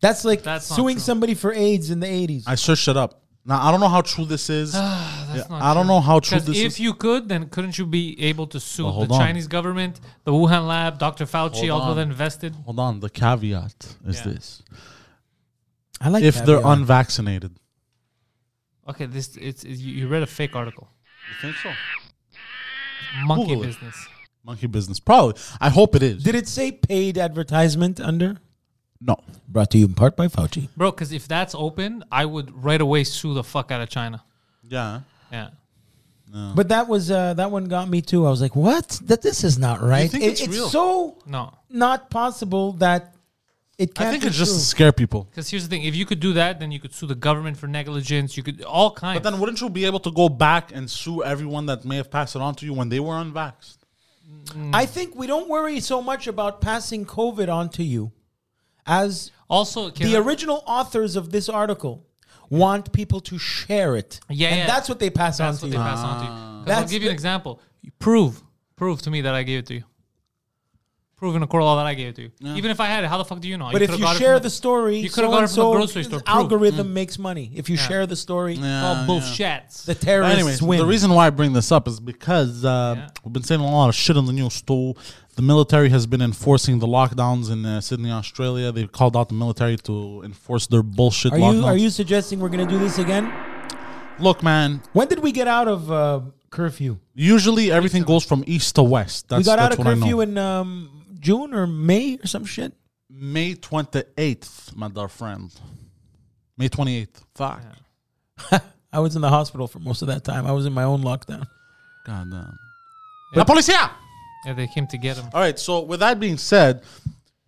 [SPEAKER 2] That's like
[SPEAKER 3] That's not
[SPEAKER 2] suing
[SPEAKER 3] true.
[SPEAKER 2] somebody for AIDS in the 80s.
[SPEAKER 1] I searched it up. Now I don't know how true this is. Yeah, I don't know how true
[SPEAKER 3] Because
[SPEAKER 1] this
[SPEAKER 3] if
[SPEAKER 1] is.
[SPEAKER 3] you could, then couldn't you be able to sue
[SPEAKER 1] Well,
[SPEAKER 3] the
[SPEAKER 1] hold on.
[SPEAKER 3] Chinese government, the Wuhan lab, Dr. Fauci,
[SPEAKER 1] Hold
[SPEAKER 3] all
[SPEAKER 1] on.
[SPEAKER 3] that invested?
[SPEAKER 1] Hold on. The caveat is
[SPEAKER 3] Yeah.
[SPEAKER 1] this:
[SPEAKER 2] I like
[SPEAKER 1] if
[SPEAKER 2] that,
[SPEAKER 1] they're
[SPEAKER 2] yeah.
[SPEAKER 1] unvaccinated.
[SPEAKER 3] Okay, this it's, it's you you read a fake article.
[SPEAKER 1] You think so?
[SPEAKER 3] Monkey
[SPEAKER 1] Google it.
[SPEAKER 3] business.
[SPEAKER 1] Monkey business, probably. I hope it is.
[SPEAKER 2] Did it say paid advertisement under?
[SPEAKER 1] no.
[SPEAKER 2] Brought to you in part by Fauci.
[SPEAKER 3] Bro, because if that's open, I would right away sue the fuck out of China.
[SPEAKER 1] Yeah.
[SPEAKER 3] Yeah.
[SPEAKER 2] But that was uh, that one got me too. I was like, "What? That this is not right.
[SPEAKER 1] think it's real?
[SPEAKER 2] so
[SPEAKER 3] No.
[SPEAKER 2] not possible that it can't."
[SPEAKER 1] I think
[SPEAKER 2] be
[SPEAKER 1] it's just to
[SPEAKER 2] true.
[SPEAKER 1] scare people.
[SPEAKER 3] Because here's the thing if you could do that, then you could sue the government for negligence. You could, all kinds.
[SPEAKER 1] But then wouldn't you be able to go back and sue everyone that may have passed it on to you when they were unvaxxed?
[SPEAKER 2] I think we don't worry so much about passing COVID on to you, as
[SPEAKER 3] also, can
[SPEAKER 2] the
[SPEAKER 3] I-
[SPEAKER 2] original authors of this article want people to share it.
[SPEAKER 3] Yeah,
[SPEAKER 2] and
[SPEAKER 3] yeah.
[SPEAKER 2] that's what they pass
[SPEAKER 3] that's
[SPEAKER 2] on
[SPEAKER 3] what
[SPEAKER 2] to
[SPEAKER 3] they
[SPEAKER 2] you.
[SPEAKER 3] pass on to you. 'Cause I'll
[SPEAKER 2] That's
[SPEAKER 3] give you an
[SPEAKER 2] the-
[SPEAKER 3] example. You Prove. Prove to me that I gave it to you. Prove in a court law that I gave it to you. Even if I had it, how the fuck do you know?
[SPEAKER 2] But if
[SPEAKER 3] could've
[SPEAKER 2] you
[SPEAKER 3] got it
[SPEAKER 2] share
[SPEAKER 3] from
[SPEAKER 2] the story,
[SPEAKER 3] you could've
[SPEAKER 2] so
[SPEAKER 3] got it
[SPEAKER 2] and
[SPEAKER 3] from the
[SPEAKER 2] so
[SPEAKER 3] grocery store. Mm. Prove.
[SPEAKER 2] algorithm makes money. If you share the story,
[SPEAKER 3] all bullshit.
[SPEAKER 2] the
[SPEAKER 1] But
[SPEAKER 2] terrorists
[SPEAKER 1] anyways,
[SPEAKER 2] win.
[SPEAKER 1] the reason why I bring this up is because uh,
[SPEAKER 3] Yeah.
[SPEAKER 1] we've been seeing a lot of shit on the news. Too, the military has been enforcing the lockdowns in uh, Sydney, Australia. They've called out the military to enforce their bullshit
[SPEAKER 2] are
[SPEAKER 1] lockdowns.
[SPEAKER 2] you are you suggesting we're going to do this again?
[SPEAKER 1] Look, man.
[SPEAKER 2] When did we get out of uh, curfew?
[SPEAKER 1] Usually everything goes from east to west. That's,
[SPEAKER 2] we got out
[SPEAKER 1] that's what
[SPEAKER 2] of
[SPEAKER 1] I know.
[SPEAKER 2] curfew in um, June or May or some shit.
[SPEAKER 1] May twenty eighth, my dear friend. May twenty eighth. Fuck.
[SPEAKER 2] I was in the hospital for most of that time. I was in my own lockdown.
[SPEAKER 1] God damn. La policía!
[SPEAKER 3] Yeah, they came to get him.
[SPEAKER 1] All right. So with that being said,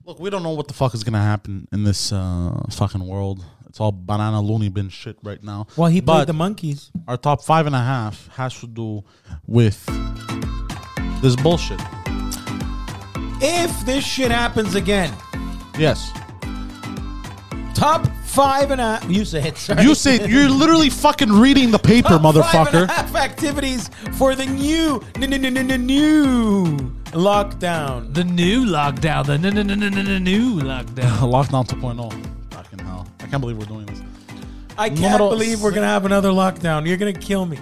[SPEAKER 1] look, we don't know what the fuck is gonna happen in this uh, fucking world. It's all banana loony bin shit right now.
[SPEAKER 2] Well, he played
[SPEAKER 1] but
[SPEAKER 2] the monkeys.
[SPEAKER 1] our top five and a half has to do with this bullshit.
[SPEAKER 2] If this shit happens again,
[SPEAKER 1] Yes.
[SPEAKER 2] top five and a half. You say it. Sorry.
[SPEAKER 1] You say you're literally fucking reading the paper,
[SPEAKER 2] Top Five
[SPEAKER 1] motherfucker.
[SPEAKER 2] and a half activities for the new n- n- n- n- new lockdown.
[SPEAKER 3] The new lockdown. The n- n- n- n- n- new lockdown.
[SPEAKER 1] Lockdown 2.0. Fucking hell. I can't believe we're doing this.
[SPEAKER 2] I can't
[SPEAKER 1] Numero
[SPEAKER 2] believe we're gonna have another lockdown. You're gonna kill me.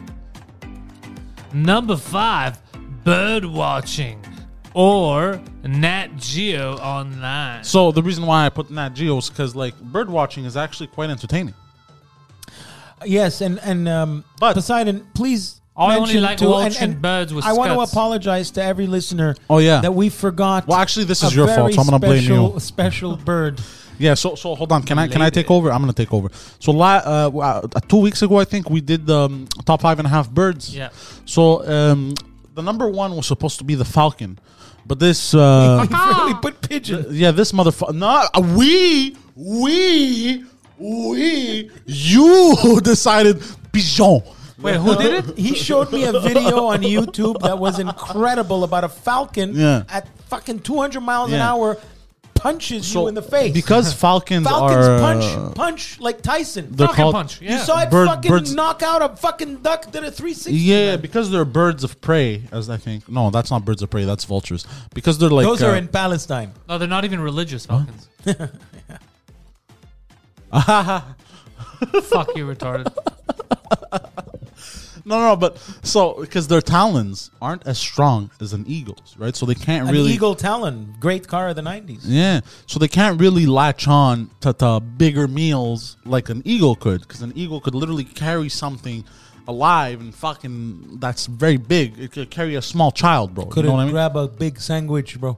[SPEAKER 3] Number five, bird watching or Nat Geo online.
[SPEAKER 1] So the reason why I put Nat Geo is because like bird watching is actually quite entertaining.
[SPEAKER 2] Yes, and and um,
[SPEAKER 1] But-
[SPEAKER 2] Poseidon, please.
[SPEAKER 3] I only
[SPEAKER 2] mention
[SPEAKER 3] like
[SPEAKER 2] to-
[SPEAKER 3] watching birds with
[SPEAKER 2] I want
[SPEAKER 3] scuds.
[SPEAKER 2] to apologize to every listener.
[SPEAKER 1] Oh, yeah.
[SPEAKER 2] that we forgot.
[SPEAKER 1] Well, actually, this
[SPEAKER 2] a
[SPEAKER 1] is your fault,
[SPEAKER 2] very
[SPEAKER 1] so I'm gonna blame
[SPEAKER 2] special-
[SPEAKER 1] you.
[SPEAKER 2] Special bird.
[SPEAKER 1] Yeah. So so hold on. Can I can I
[SPEAKER 3] Lady.
[SPEAKER 1] take over? I'm gonna take over. So la- uh, w- uh, two weeks ago, I think we did the um, top five and a half birds.
[SPEAKER 3] Yeah.
[SPEAKER 1] So um, the number one was supposed to be the falcon, but this uh,
[SPEAKER 2] really, but pigeon.
[SPEAKER 1] yeah this motherfucker. No, uh, we we we you decided pigeon.
[SPEAKER 3] Wait, who did it?
[SPEAKER 2] He showed me a video on YouTube that was incredible about a falcon
[SPEAKER 1] Yeah.
[SPEAKER 2] at fucking 200 miles an
[SPEAKER 1] Yeah.
[SPEAKER 2] hour punches you in the face
[SPEAKER 1] because falcons,
[SPEAKER 2] Falcons
[SPEAKER 1] are uh,
[SPEAKER 2] punch punch like Tyson.
[SPEAKER 1] they're
[SPEAKER 3] Falcon
[SPEAKER 1] called-
[SPEAKER 3] punch. Yeah.
[SPEAKER 2] You saw it
[SPEAKER 1] Bird-
[SPEAKER 2] fucking
[SPEAKER 1] birds-
[SPEAKER 2] knock out a fucking duck did a 360.
[SPEAKER 1] Yeah, because they're birds of prey, as I think. No, that's not birds of prey. That's vultures. Because they're like
[SPEAKER 2] Those
[SPEAKER 1] uh,
[SPEAKER 2] are in Palestine.
[SPEAKER 3] No, they're not even religious falcons. Fuck you, retarded.
[SPEAKER 1] no, no, but so because their talons aren't as strong as an eagle's, right? So they can't
[SPEAKER 2] An
[SPEAKER 1] really
[SPEAKER 2] Eagle Talon, great car of the 90s.
[SPEAKER 1] Yeah, so they can't really latch on to, to bigger meals like an eagle could, because an eagle could literally carry something alive and fucking that's very big. It could carry a small child, bro.
[SPEAKER 2] Couldn't
[SPEAKER 1] you know what I mean?
[SPEAKER 2] grab a big sandwich, bro.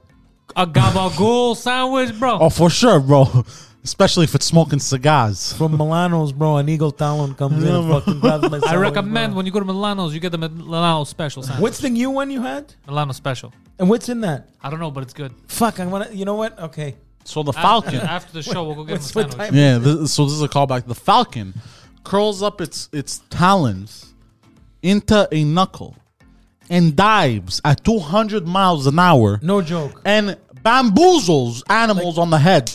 [SPEAKER 3] A gabagool sandwich, bro.
[SPEAKER 1] oh, for sure, bro. Especially if it's smoking cigars.
[SPEAKER 2] From Milano's, bro, an Eagle Talon comes in and fucking grabs my
[SPEAKER 3] I
[SPEAKER 2] sandwich,
[SPEAKER 3] recommend
[SPEAKER 2] bro.
[SPEAKER 3] when you go to Milano's, you get the Milano special sandwich.
[SPEAKER 2] What's the new one you had?
[SPEAKER 3] Milano special?
[SPEAKER 2] And what's in that?
[SPEAKER 3] I don't know, but it's good.
[SPEAKER 2] Fuck, I want to. You know what? Okay.
[SPEAKER 1] So the
[SPEAKER 3] After-
[SPEAKER 1] falcon.
[SPEAKER 3] After the show, we'll go get him a
[SPEAKER 2] What's what
[SPEAKER 3] sandwich.
[SPEAKER 2] time?
[SPEAKER 1] Yeah, this, so this is a callback. The falcon curls up its its talons into a knuckle and dives at 200 miles an hour
[SPEAKER 2] No joke.
[SPEAKER 1] and bamboozles animals on the head.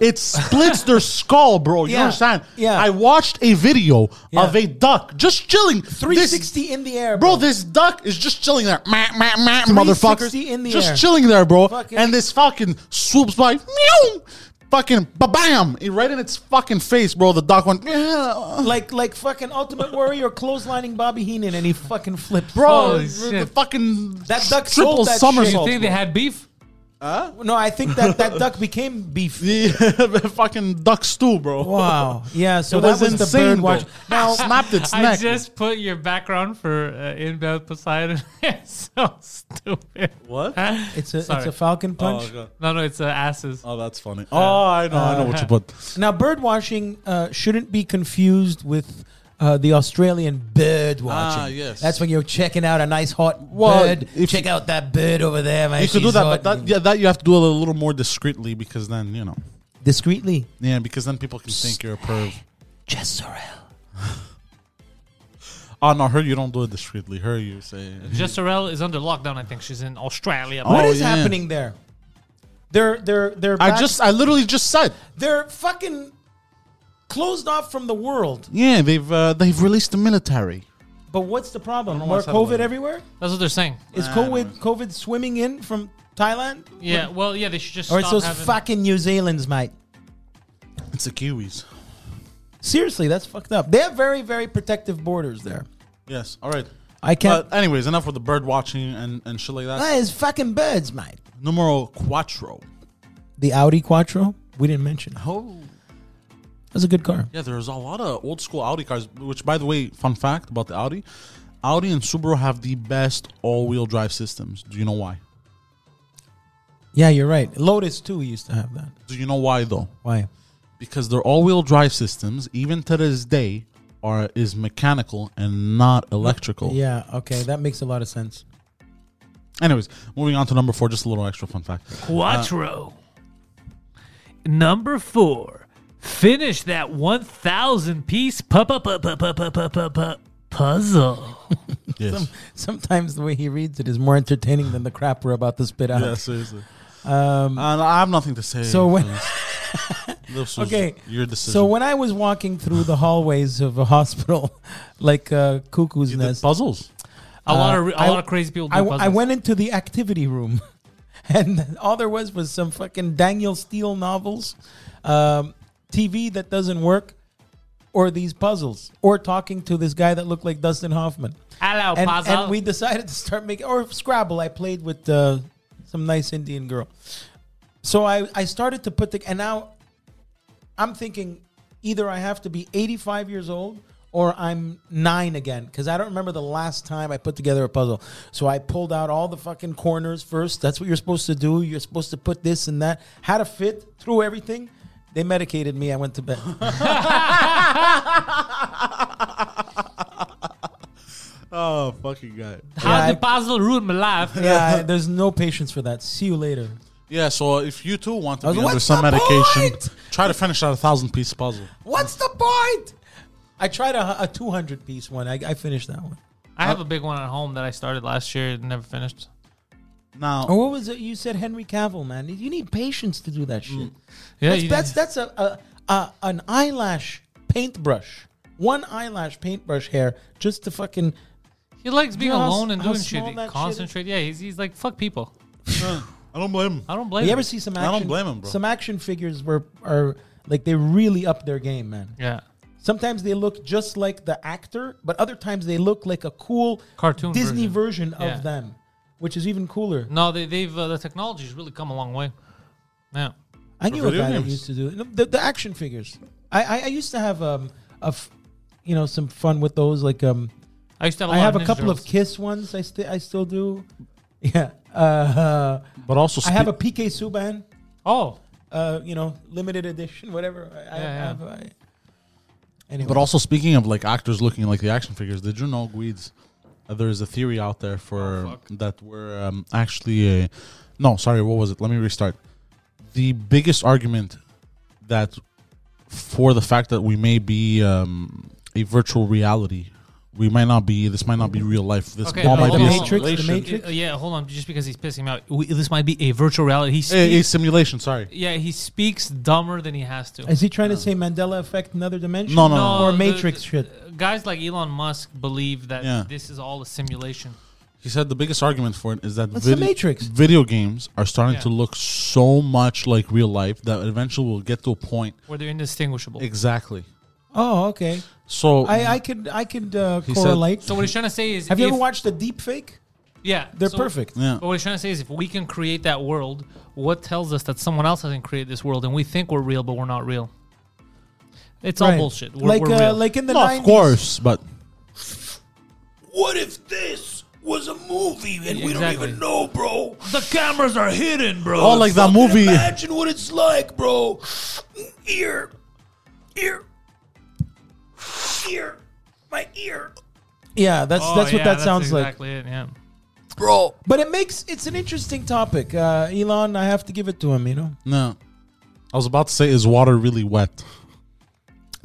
[SPEAKER 1] It splits their skull, bro. You
[SPEAKER 2] Yeah,
[SPEAKER 1] understand?
[SPEAKER 2] yeah.
[SPEAKER 1] I watched a video
[SPEAKER 2] Yeah.
[SPEAKER 1] of a duck just chilling. This-
[SPEAKER 2] 360 in the air,
[SPEAKER 1] Bro,
[SPEAKER 2] bro.
[SPEAKER 1] this duck is just chilling there. Meh, meh, meh, motherfuckers.
[SPEAKER 2] 360 in the
[SPEAKER 1] just
[SPEAKER 2] air.
[SPEAKER 1] chilling there, bro.
[SPEAKER 2] Fucking-
[SPEAKER 1] And this fucking swoops by. Meow! Fucking ba bam! Right in its fucking face, bro. The duck went. "Yeah."
[SPEAKER 2] like like fucking Ultimate Warrior clotheslining Bobby Heenan and he fucking flips.
[SPEAKER 1] Bro,
[SPEAKER 3] Holy
[SPEAKER 1] the, the
[SPEAKER 3] shit.
[SPEAKER 1] fucking
[SPEAKER 2] That duck
[SPEAKER 1] triple
[SPEAKER 2] sold that
[SPEAKER 3] You
[SPEAKER 1] somersault.
[SPEAKER 3] think they had beef?
[SPEAKER 2] No, I think that that duck became beef.
[SPEAKER 1] The fucking duck stew, bro.
[SPEAKER 2] Wow. Yeah. So
[SPEAKER 1] It
[SPEAKER 2] that
[SPEAKER 1] was
[SPEAKER 2] was,
[SPEAKER 1] insane,
[SPEAKER 2] the bird
[SPEAKER 1] though.
[SPEAKER 2] watch. Now,
[SPEAKER 1] Snapped its
[SPEAKER 3] I
[SPEAKER 1] neck.
[SPEAKER 3] just put your background for uh, inbound Poseidon. it's so stupid.
[SPEAKER 1] What?
[SPEAKER 2] it's a it's
[SPEAKER 3] Sorry.
[SPEAKER 2] a falcon punch.
[SPEAKER 3] No, no, it's uh, asses.
[SPEAKER 1] Oh, that's funny. Oh, I know, I know
[SPEAKER 2] Uh,
[SPEAKER 1] what you put.
[SPEAKER 2] Now, bird watching uh, shouldn't be confused with. Uh, the Australian bird watching.
[SPEAKER 1] Ah, yes.
[SPEAKER 2] That's when you're checking out a nice hot
[SPEAKER 1] Well,
[SPEAKER 2] bird.
[SPEAKER 1] if-
[SPEAKER 2] Check out that bird over there, man.
[SPEAKER 1] You could do
[SPEAKER 2] She's
[SPEAKER 1] that,
[SPEAKER 2] hot.
[SPEAKER 1] but that, yeah, that you have to do a little more discreetly because then you know,
[SPEAKER 2] discreetly.
[SPEAKER 1] yeah, because then people can think you're a perv.
[SPEAKER 2] Jess Sorrell.
[SPEAKER 1] Oh no, her you don't do it discreetly. Her you say
[SPEAKER 3] Jessorel is under lockdown. I think she's in Australia.
[SPEAKER 1] Oh,
[SPEAKER 2] What is
[SPEAKER 1] yeah.
[SPEAKER 2] happening there? They're they're they're.
[SPEAKER 1] I
[SPEAKER 2] back-
[SPEAKER 1] just I literally just said.
[SPEAKER 2] they're fucking closed off from the world.
[SPEAKER 1] Yeah, they've uh, they've released the military.
[SPEAKER 2] But what's the problem?
[SPEAKER 1] why
[SPEAKER 2] More
[SPEAKER 1] it's happening.
[SPEAKER 2] COVID everywhere?
[SPEAKER 3] That's what they're saying.
[SPEAKER 2] Is COVID COVID swimming in from Thailand?
[SPEAKER 3] Yeah, well, yeah, they should just
[SPEAKER 2] Or it's
[SPEAKER 3] stop
[SPEAKER 2] those
[SPEAKER 3] having.
[SPEAKER 2] fucking New Zealanders, mate.
[SPEAKER 1] It's the Kiwis.
[SPEAKER 2] Seriously, that's fucked up. They have very, very protective borders there.
[SPEAKER 1] Yes. All right.
[SPEAKER 2] I can't.
[SPEAKER 1] But anyways, enough with the bird watching and and shit like that.
[SPEAKER 2] that is fucking birds, mate.
[SPEAKER 1] Numero cuatro.
[SPEAKER 2] The Audi Quattro, we didn't mention.
[SPEAKER 1] Oh.
[SPEAKER 2] That's a good car.
[SPEAKER 1] Yeah, there's a lot of old school Audi cars. Which, by the way, fun fact about the Audi: Audi and Subaru have the best all-wheel drive systems. Do you know why?
[SPEAKER 2] Yeah, you're right. Lotus too used to have that.
[SPEAKER 1] Do you know why though?
[SPEAKER 2] Why?
[SPEAKER 1] because their all-wheel drive systems, even to this day, are is mechanical and not electrical.
[SPEAKER 2] Yeah. Okay, that makes a lot of sense.
[SPEAKER 1] Anyways, moving on to number four, just a little extra fun fact.
[SPEAKER 3] Uh, Quattro. Number four. Finish that 1,000 piece pu- pu- pu- pu- pu- pu- pu- pu- pu- puzzle.
[SPEAKER 1] Yes.
[SPEAKER 2] Sometimes the way he reads it is more entertaining than the crap we're about to spit out.
[SPEAKER 1] yeah, seriously. Um, I have nothing to say.
[SPEAKER 2] so when-
[SPEAKER 1] this was
[SPEAKER 2] Okay.
[SPEAKER 1] your decision.
[SPEAKER 2] So when I was walking through the hallways of a hospital, like uh, Cuckoo's
[SPEAKER 1] you did
[SPEAKER 2] Nest,
[SPEAKER 1] puzzles,
[SPEAKER 3] A lot of
[SPEAKER 2] Uh,
[SPEAKER 3] re- a
[SPEAKER 2] I-
[SPEAKER 3] lot of crazy people do
[SPEAKER 2] I,
[SPEAKER 3] puzzles.
[SPEAKER 2] I went into the activity room, and all there was was some fucking Daniel Steele novels, um, TV that doesn't work, or these puzzles, or talking to this guy that looked like Dustin Hoffman.
[SPEAKER 3] Hello,
[SPEAKER 2] and,
[SPEAKER 3] puzzle.
[SPEAKER 2] and we decided to start making or Scrabble. I played with uh, some nice Indian girl, so I I started to put the and now I'm thinking either I have to be 85 years old or I'm nine again because I don't remember the last time I put together a puzzle. So I pulled out all the fucking corners first. That's what you're supposed to do. You're supposed to put this and that. How to fit through everything. They medicated me. I went to bed.
[SPEAKER 1] oh fucking god!
[SPEAKER 3] How
[SPEAKER 2] Yeah,
[SPEAKER 3] the
[SPEAKER 2] I-
[SPEAKER 3] puzzle ruined my life.
[SPEAKER 2] yeah, I- there's no patience for that. See you later.
[SPEAKER 1] Yeah, so if you too want to
[SPEAKER 2] I was
[SPEAKER 1] be
[SPEAKER 2] like,
[SPEAKER 1] under
[SPEAKER 2] "What's
[SPEAKER 1] some
[SPEAKER 2] the
[SPEAKER 1] medication,
[SPEAKER 2] point?"
[SPEAKER 1] try to finish out a thousand piece puzzle.
[SPEAKER 2] What's the point? I tried a, a 200 piece one. I, I finished that one.
[SPEAKER 3] I have a big one at home that I started last year and never finished.
[SPEAKER 1] Now,
[SPEAKER 2] Or Oh, what was it? You said Henry Cavill, man. You need patience to do that shit.
[SPEAKER 3] Yeah,
[SPEAKER 2] that's
[SPEAKER 3] you-
[SPEAKER 2] that's, that's a, a, a an eyelash paintbrush, one eyelash paintbrush hair, just to fucking.
[SPEAKER 3] he likes being
[SPEAKER 2] you know how s-
[SPEAKER 3] alone and
[SPEAKER 2] how
[SPEAKER 3] doing
[SPEAKER 2] small
[SPEAKER 3] shit. He
[SPEAKER 2] that shit is?
[SPEAKER 3] Concentrate. Yeah, he's, he's like fuck people.
[SPEAKER 1] I don't blame him.
[SPEAKER 3] I don't blame.
[SPEAKER 2] You
[SPEAKER 3] him.
[SPEAKER 2] ever see some?
[SPEAKER 1] I
[SPEAKER 2] Action,
[SPEAKER 1] don't blame him, bro.
[SPEAKER 2] Some action figures were are like they really up their game, man.
[SPEAKER 3] Yeah,
[SPEAKER 2] Sometimes they look just like the actor, but other times they look like a cool
[SPEAKER 3] Cartoon
[SPEAKER 2] Disney version,
[SPEAKER 3] version.
[SPEAKER 2] of
[SPEAKER 3] Yeah.
[SPEAKER 2] them, which is even
[SPEAKER 1] Mm.
[SPEAKER 2] cooler.
[SPEAKER 3] no, they, they've uh, the technology's really come a long way. Yeah,
[SPEAKER 2] I knew a
[SPEAKER 1] video
[SPEAKER 2] guy that
[SPEAKER 1] games.
[SPEAKER 2] used to do no, the, the action figures. I, I, I used to have um a f- you know some fun with those like um
[SPEAKER 3] I used to have. A
[SPEAKER 2] I
[SPEAKER 3] lot
[SPEAKER 2] have
[SPEAKER 3] of
[SPEAKER 2] a
[SPEAKER 3] Ninja
[SPEAKER 2] couple
[SPEAKER 3] Turtles.
[SPEAKER 2] of Kiss ones. I still I still do. Yeah. Uh,
[SPEAKER 1] But also,
[SPEAKER 2] I have a PK Subban.
[SPEAKER 3] Oh,
[SPEAKER 2] Uh, you know, limited edition, whatever. I, I
[SPEAKER 3] yeah.
[SPEAKER 2] have. I, anyway,
[SPEAKER 1] But also, speaking of like actors looking like the action figures, did you know, Guides, uh, there is a theory out there for that were um, actually a. No, sorry, what was it? Let me restart. The biggest argument that for the fact that we may be um, a virtual reality, we might not be. This might not be real life. This
[SPEAKER 3] Okay,
[SPEAKER 1] all
[SPEAKER 3] no,
[SPEAKER 1] might
[SPEAKER 3] hold
[SPEAKER 1] be a
[SPEAKER 3] on, hold on.
[SPEAKER 2] Matrix, the
[SPEAKER 1] simulation.
[SPEAKER 2] Matrix.
[SPEAKER 3] Uh, yeah, hold on. Just because he's pissing me out, we, this might be a virtual reality. He
[SPEAKER 1] A, a
[SPEAKER 3] speaks,
[SPEAKER 1] simulation. Sorry.
[SPEAKER 3] yeah, he speaks dumber than he has to. Uh,
[SPEAKER 2] is he trying to say Mandela effect, another dimension?
[SPEAKER 1] No, no, no.
[SPEAKER 2] or
[SPEAKER 3] the-
[SPEAKER 2] Matrix
[SPEAKER 3] the-
[SPEAKER 2] shit.
[SPEAKER 3] Guys like Elon Musk believe that
[SPEAKER 1] Yeah.
[SPEAKER 3] this is all a simulation.
[SPEAKER 1] He said the biggest argument for it is that
[SPEAKER 2] It's the Matrix.
[SPEAKER 1] video games are starting
[SPEAKER 3] Yeah.
[SPEAKER 1] to look so much like real life that eventually we'll get to a point
[SPEAKER 3] where they're indistinguishable.
[SPEAKER 1] Exactly.
[SPEAKER 2] Oh, okay.
[SPEAKER 1] So
[SPEAKER 2] I, I could I could uh,
[SPEAKER 1] He said-
[SPEAKER 2] correlate.
[SPEAKER 3] So what he's trying to say is,
[SPEAKER 2] have you
[SPEAKER 3] if-
[SPEAKER 2] ever watched the deep fake?
[SPEAKER 3] Yeah,
[SPEAKER 2] They're
[SPEAKER 3] so-
[SPEAKER 2] perfect.
[SPEAKER 1] yeah,
[SPEAKER 3] But what he's trying to say is, if we can create that world, what tells us that someone else hasn't created this world, and we think we're real, but we're not real? It's all
[SPEAKER 2] Right.
[SPEAKER 3] bullshit. We're,
[SPEAKER 2] like
[SPEAKER 3] we're
[SPEAKER 2] uh,
[SPEAKER 3] real.
[SPEAKER 2] like in the
[SPEAKER 1] No,
[SPEAKER 2] 90s.
[SPEAKER 1] of course, but
[SPEAKER 4] What if this was a movie and we don't
[SPEAKER 3] Exactly.
[SPEAKER 4] even know, bro?
[SPEAKER 3] the cameras are hidden, bro.
[SPEAKER 1] oh, like that
[SPEAKER 4] Fucking
[SPEAKER 1] movie.
[SPEAKER 4] Imagine what it's like, bro. Ear, ear, ear, my ear,
[SPEAKER 2] Yeah, that's
[SPEAKER 3] Oh,
[SPEAKER 2] that's what
[SPEAKER 3] yeah,
[SPEAKER 2] that sounds like.
[SPEAKER 3] exactly It, yeah.
[SPEAKER 4] bro.
[SPEAKER 2] But it makes it's an interesting topic. Uh, Elon, I have to give it to him. You know,
[SPEAKER 1] No, I was about to say, is water really wet?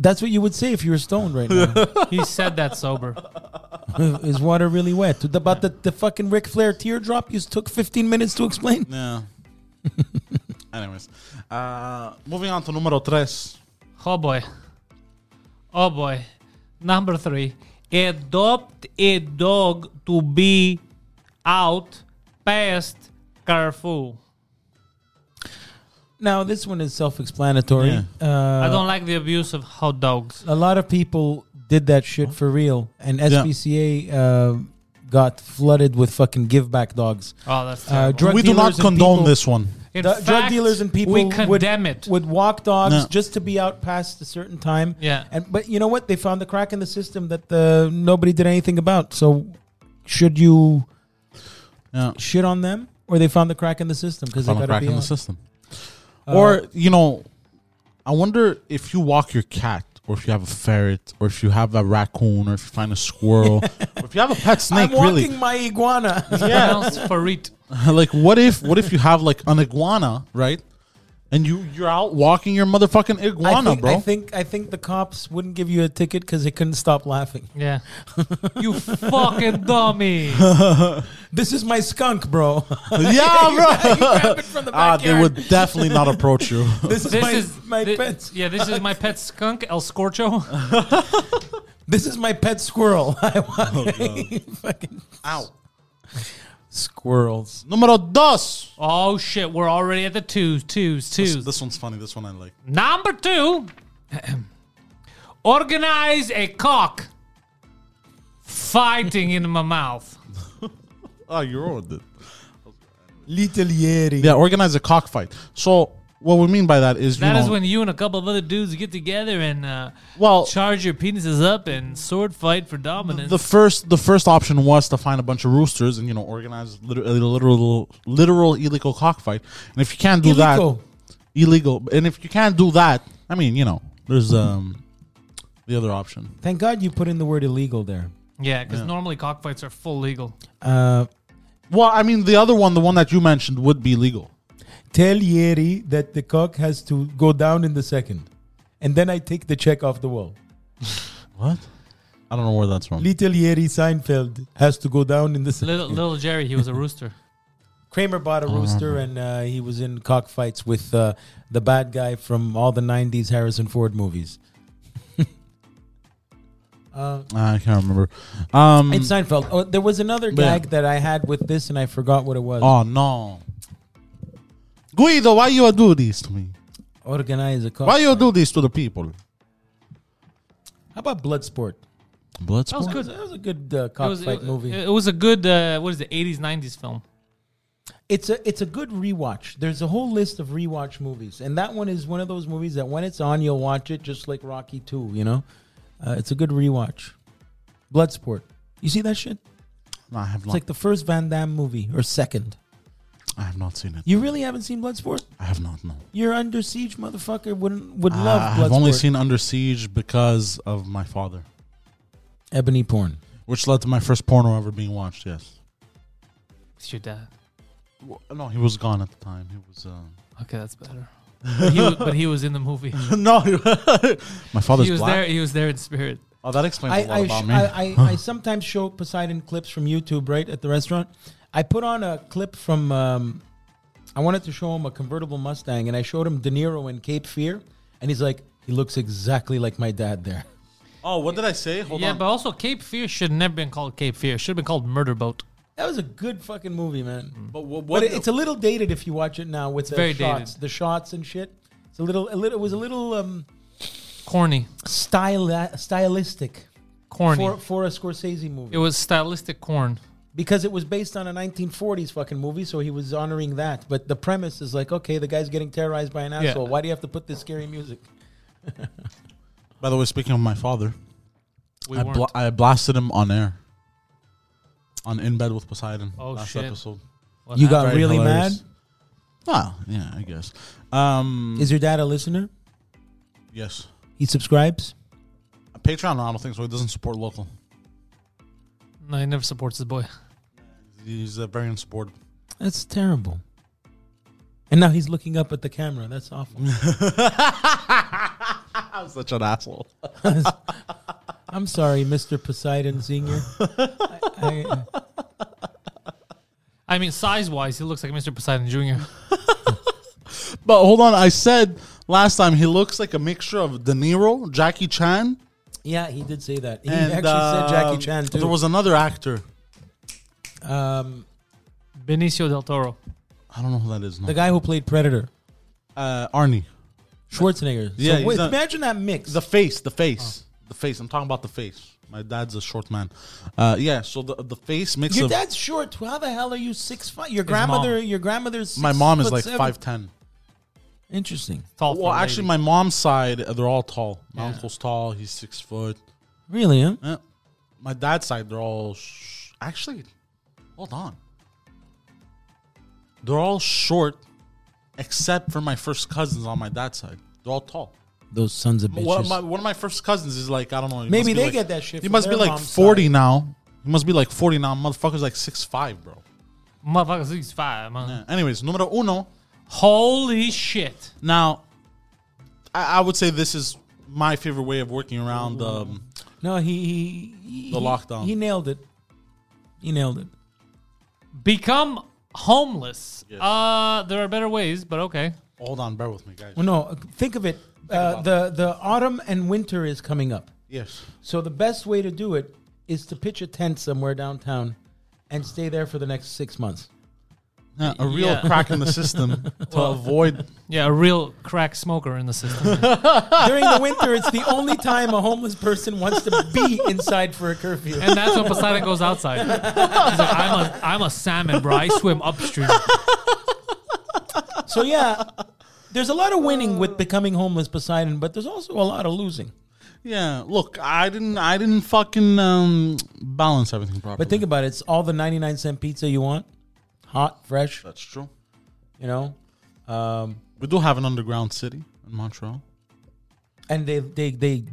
[SPEAKER 2] that's what you would say if you were stoned right now.
[SPEAKER 3] He said that sober.
[SPEAKER 2] Is water really wet? The- About the, the fucking Ric Flair teardrop you took 15 minutes to explain.
[SPEAKER 1] Yeah. Anyways, uh, moving on to numero tres.
[SPEAKER 3] Oh boy. Oh boy. Number three. Adopt a dog to be out past Carrefour.
[SPEAKER 2] Now this one is self-explanatory. Uh,
[SPEAKER 3] I don't like the abuse of hot dogs.
[SPEAKER 2] a lot of people did that shit for real, and SPCA uh, got flooded with fucking give back dogs.
[SPEAKER 3] Oh, that's terrible.
[SPEAKER 2] Uh, drug
[SPEAKER 1] we do not
[SPEAKER 2] dealers and
[SPEAKER 1] condone
[SPEAKER 2] people-
[SPEAKER 1] this one.
[SPEAKER 3] In
[SPEAKER 2] The- drug
[SPEAKER 3] fact,
[SPEAKER 2] dealers and people
[SPEAKER 3] we condemn
[SPEAKER 2] would,
[SPEAKER 3] it.
[SPEAKER 2] would walk dogs
[SPEAKER 1] No.
[SPEAKER 2] just to be out past a certain time.
[SPEAKER 3] Yeah.
[SPEAKER 2] and but you know what? They found the crack in the system that the nobody did anything about. So should you
[SPEAKER 1] Yeah.
[SPEAKER 2] shit on them, or they found the crack in the system because they
[SPEAKER 1] Found
[SPEAKER 2] got
[SPEAKER 1] a crack
[SPEAKER 2] be
[SPEAKER 1] in the
[SPEAKER 2] out?
[SPEAKER 1] Uh, system. or you know, I wonder if you walk your cat or if you have a ferret, or if you have a raccoon, or if you find a squirrel, or if you have a pet snake,
[SPEAKER 2] I'm walking
[SPEAKER 1] really.
[SPEAKER 2] my iguana.
[SPEAKER 1] Yeah.
[SPEAKER 3] Pronounced Farid.
[SPEAKER 1] like what if what if you have like an iguana, right? And you you're out walking your motherfucking
[SPEAKER 2] I
[SPEAKER 1] iguana,
[SPEAKER 2] think,
[SPEAKER 1] bro.
[SPEAKER 2] I think I think the cops wouldn't give you a ticket because they couldn't stop laughing.
[SPEAKER 3] Yeah. you fucking dummy.
[SPEAKER 2] This is my skunk, bro.
[SPEAKER 1] yeah, bro.
[SPEAKER 2] Grab it from the
[SPEAKER 1] Ah, they
[SPEAKER 2] backyard.
[SPEAKER 1] would definitely not approach you.
[SPEAKER 2] This is
[SPEAKER 3] This
[SPEAKER 2] my,
[SPEAKER 3] is
[SPEAKER 2] my
[SPEAKER 3] thi-
[SPEAKER 2] pet.
[SPEAKER 3] Yeah, this is my pet skunk, El Scorcho.
[SPEAKER 2] This is my pet squirrel. I want fucking
[SPEAKER 1] Oh, Ow.
[SPEAKER 2] squirrels.
[SPEAKER 1] Numero dos.
[SPEAKER 3] Oh shit, we're already at the twos, twos,
[SPEAKER 1] This,
[SPEAKER 3] twos.
[SPEAKER 1] this one's funny. This one I like.
[SPEAKER 3] Number two, organize a cock fighting in my mouth.
[SPEAKER 2] Ah,
[SPEAKER 1] Oh, you ruined it.
[SPEAKER 2] Little Yeri.
[SPEAKER 1] Yeah, organize a cockfight. So what we mean by that is you
[SPEAKER 3] That
[SPEAKER 1] know,
[SPEAKER 3] is when you and a couple of other dudes get together and uh,
[SPEAKER 1] Well-
[SPEAKER 3] charge your penises up and sword fight for dominance.
[SPEAKER 1] the first the first option was to find a bunch of roosters and you know organize liter- a literal literal illegal cockfight. And if you can't do
[SPEAKER 2] Illegal.
[SPEAKER 1] that, illegal. And if you can't do that, I mean, you know, there's um the other option.
[SPEAKER 2] Thank God you put in the word illegal there.
[SPEAKER 3] yeah, because normally cockfights are full legal.
[SPEAKER 2] Uh,
[SPEAKER 1] Well, I mean, the other one, the one that you mentioned, would be legal.
[SPEAKER 2] tell Yeri that the cock has to go down in the second. And then I take the check off the wall.
[SPEAKER 1] What? I don't know where that's from.
[SPEAKER 2] Little Yeri Seinfeld has to go down in the second.
[SPEAKER 3] Little, Uh-huh. little Jerry, he was a rooster.
[SPEAKER 2] Kramer bought a rooster and uh, he was in cockfights with uh, the bad guy from all the 90s Harrison Ford movies.
[SPEAKER 1] I can't remember.
[SPEAKER 3] Mm.
[SPEAKER 1] Um,
[SPEAKER 2] It's Seinfeld. Oh, there was another
[SPEAKER 1] Yeah.
[SPEAKER 2] gag that I had with this and I forgot what it was.
[SPEAKER 3] Uh,
[SPEAKER 1] oh no, Guido, why you do this to me?
[SPEAKER 2] Organize a cock.
[SPEAKER 1] Why you do this to the people?
[SPEAKER 2] How about Bloodsport?
[SPEAKER 1] Blood
[SPEAKER 3] That was
[SPEAKER 2] That
[SPEAKER 3] good.
[SPEAKER 2] was,
[SPEAKER 3] It
[SPEAKER 2] that was a good uh,
[SPEAKER 3] was,
[SPEAKER 2] cockfight
[SPEAKER 3] it,
[SPEAKER 2] movie.
[SPEAKER 3] it was a good, uh, what is the 80s, 90s film?
[SPEAKER 2] it's a it's a good rewatch. There's a whole list of rewatch movies, and that one is one of those movies that when it's on, you'll watch it, just like Rocky Two. You know, uh, it's a good rewatch. Bloodsport. You see that shit?
[SPEAKER 1] No, I have
[SPEAKER 2] It's
[SPEAKER 1] not.
[SPEAKER 2] like the first Van Damme movie or second.
[SPEAKER 1] I have not seen it.
[SPEAKER 2] You really haven't seen Bloodsport?
[SPEAKER 1] I have not. No.
[SPEAKER 2] You're under siege, motherfucker. Wouldn't would
[SPEAKER 1] Uh,
[SPEAKER 2] love. Bloodsport.
[SPEAKER 1] I've only seen Under Siege because of my father,
[SPEAKER 2] ebony porn.
[SPEAKER 1] which led to my first porno ever being watched. Yes.
[SPEAKER 3] It's your dad.
[SPEAKER 1] Well, no, he was gone at the time. He was. Uh...
[SPEAKER 3] Okay, that's better. But he, wa- but he was in the movie.
[SPEAKER 1] no, he- my father's
[SPEAKER 3] he was
[SPEAKER 1] black.
[SPEAKER 3] there. He was there in spirit.
[SPEAKER 1] Oh, that explains a lot
[SPEAKER 2] I, I,
[SPEAKER 1] about
[SPEAKER 2] sh-
[SPEAKER 1] me.
[SPEAKER 2] I, I, I sometimes show Poseidon clips from YouTube, right, at the restaurant. I put on a clip from, um, I wanted to show him a convertible Mustang, and I showed him De Niro in Cape Fear, and he's like, he looks exactly like my dad there.
[SPEAKER 1] oh, what did I say? Hold
[SPEAKER 3] yeah,
[SPEAKER 1] on.
[SPEAKER 3] but also Cape Fear should never been called Cape Fear. Should have been called Murder Boat.
[SPEAKER 2] That was a good fucking movie, man.
[SPEAKER 1] But what,
[SPEAKER 2] But it- it's a little dated if you watch it now with the
[SPEAKER 3] very
[SPEAKER 2] shots,
[SPEAKER 3] dated.
[SPEAKER 2] the shots and shit. It's a little, a little, it was a little um,
[SPEAKER 3] Corny,
[SPEAKER 2] styli- stylistic
[SPEAKER 3] corny.
[SPEAKER 2] for, for a Scorsese movie.
[SPEAKER 3] it was stylistic corn.
[SPEAKER 2] because it was based on a 1940s fucking movie, so he was honoring that. But the premise is like, okay, the guy's getting terrorized by an
[SPEAKER 3] Yeah.
[SPEAKER 2] asshole. Why do you have to put this scary music?
[SPEAKER 1] By the way, speaking of my father,
[SPEAKER 3] We
[SPEAKER 1] I,
[SPEAKER 3] weren't.
[SPEAKER 1] bla- I blasted him on air. On In Bed with Poseidon.
[SPEAKER 3] Oh, shit. What
[SPEAKER 2] You
[SPEAKER 3] happened?
[SPEAKER 2] got really
[SPEAKER 1] hilarious. Well, Ah, yeah, I guess. Um,
[SPEAKER 2] mad? Is your dad a listener?
[SPEAKER 1] yes.
[SPEAKER 2] He subscribes.
[SPEAKER 1] Patreon, I don't think so. He doesn't support local.
[SPEAKER 3] No, he never supports his boy.
[SPEAKER 1] He's uh, very unsupportive.
[SPEAKER 2] That's terrible. And now he's looking up at the camera. That's awful.
[SPEAKER 1] I'm such an asshole.
[SPEAKER 2] I'm sorry, Mr. Poseidon Senior. I, I,
[SPEAKER 3] I mean, size wise, he looks like Mr. Poseidon Jr.
[SPEAKER 1] But hold on, I said last time he looks like a mixture of De Niro, Jackie Chan,
[SPEAKER 2] yeah, he did say that. He
[SPEAKER 1] and
[SPEAKER 2] actually
[SPEAKER 1] uh,
[SPEAKER 2] said Jackie Chan too.
[SPEAKER 1] There was another actor.
[SPEAKER 2] um,
[SPEAKER 3] Benicio del Toro.
[SPEAKER 1] I don't know who that is. No.
[SPEAKER 2] the guy who played Predator,
[SPEAKER 1] uh, Arnie.
[SPEAKER 2] Schwarzenegger.
[SPEAKER 1] Yeah,
[SPEAKER 2] So
[SPEAKER 1] he's
[SPEAKER 2] wait,
[SPEAKER 1] not-
[SPEAKER 2] imagine that mix.
[SPEAKER 1] The face, the face, the face. I'm talking about the face. My dad's a short man. Uh, yeah. So the the face mix
[SPEAKER 2] Your
[SPEAKER 1] of
[SPEAKER 2] dad's short. How the hell are you six five? Your
[SPEAKER 3] His mom.
[SPEAKER 2] grandmother, your grandmother's.
[SPEAKER 1] my
[SPEAKER 2] six
[SPEAKER 1] mom is
[SPEAKER 2] foot
[SPEAKER 1] like
[SPEAKER 2] seven.
[SPEAKER 1] five ten.
[SPEAKER 2] Interesting.
[SPEAKER 3] Tall.
[SPEAKER 1] Well,
[SPEAKER 3] for a
[SPEAKER 1] actually,
[SPEAKER 3] lady.
[SPEAKER 1] my mom's side uh, they're all tall. My uncle's tall. He's six foot.
[SPEAKER 2] Really? Huh?
[SPEAKER 1] Yeah. My dad's side they're all sh- actually. Hold on. They're all short, except for my first cousins on my dad's side. They're all tall.
[SPEAKER 2] Those sons of bitches.
[SPEAKER 1] One of, my, one of my first cousins is like, I don't know. he
[SPEAKER 2] Maybe
[SPEAKER 1] must be
[SPEAKER 2] they
[SPEAKER 1] like-
[SPEAKER 2] get that shit
[SPEAKER 1] He
[SPEAKER 2] from
[SPEAKER 1] must be
[SPEAKER 2] their
[SPEAKER 1] like
[SPEAKER 2] mom's
[SPEAKER 1] 40
[SPEAKER 2] side.
[SPEAKER 1] now. He must be like 40 now. Motherfucker's like six five, bro.
[SPEAKER 3] Motherfuckers, he's five, man.
[SPEAKER 1] Yeah. Anyways, numero uno.
[SPEAKER 3] Holy shit.
[SPEAKER 1] Now, I, I would say this is my favorite way of working around. Um,
[SPEAKER 2] no, he, he, he
[SPEAKER 1] The lockdown.
[SPEAKER 2] He nailed it. He nailed it.
[SPEAKER 3] Become homeless. Uh, there are better ways, but okay.
[SPEAKER 1] hold on, bear with me, guys.
[SPEAKER 2] Well, no, think of it. Uh, the the autumn and winter is coming up.
[SPEAKER 1] Yes.
[SPEAKER 2] So the best way to do it is to pitch a tent somewhere downtown and stay there for the next six months.
[SPEAKER 1] Yeah, a real
[SPEAKER 3] Yeah.
[SPEAKER 1] crack in the system to avoid.
[SPEAKER 3] Yeah, a real crack smoker in the system.
[SPEAKER 2] During the winter, it's the only time a homeless person wants to be inside for a curfew.
[SPEAKER 3] and that's when Poseidon goes outside. He's like, I'm a, I'm a salmon, bro. I swim upstream.
[SPEAKER 2] So yeah, there's a lot of winning
[SPEAKER 3] Oh.
[SPEAKER 2] with becoming homeless Poseidon, but there's also a lot of losing.
[SPEAKER 1] Yeah. Look, I didn't. I didn't fucking um, balance everything properly.
[SPEAKER 2] But think about it, it's all the 99 cent pizza you want, hot, fresh,
[SPEAKER 1] that's true.
[SPEAKER 2] you know. Um,
[SPEAKER 1] We do have an underground city in Montreal.
[SPEAKER 2] and they they they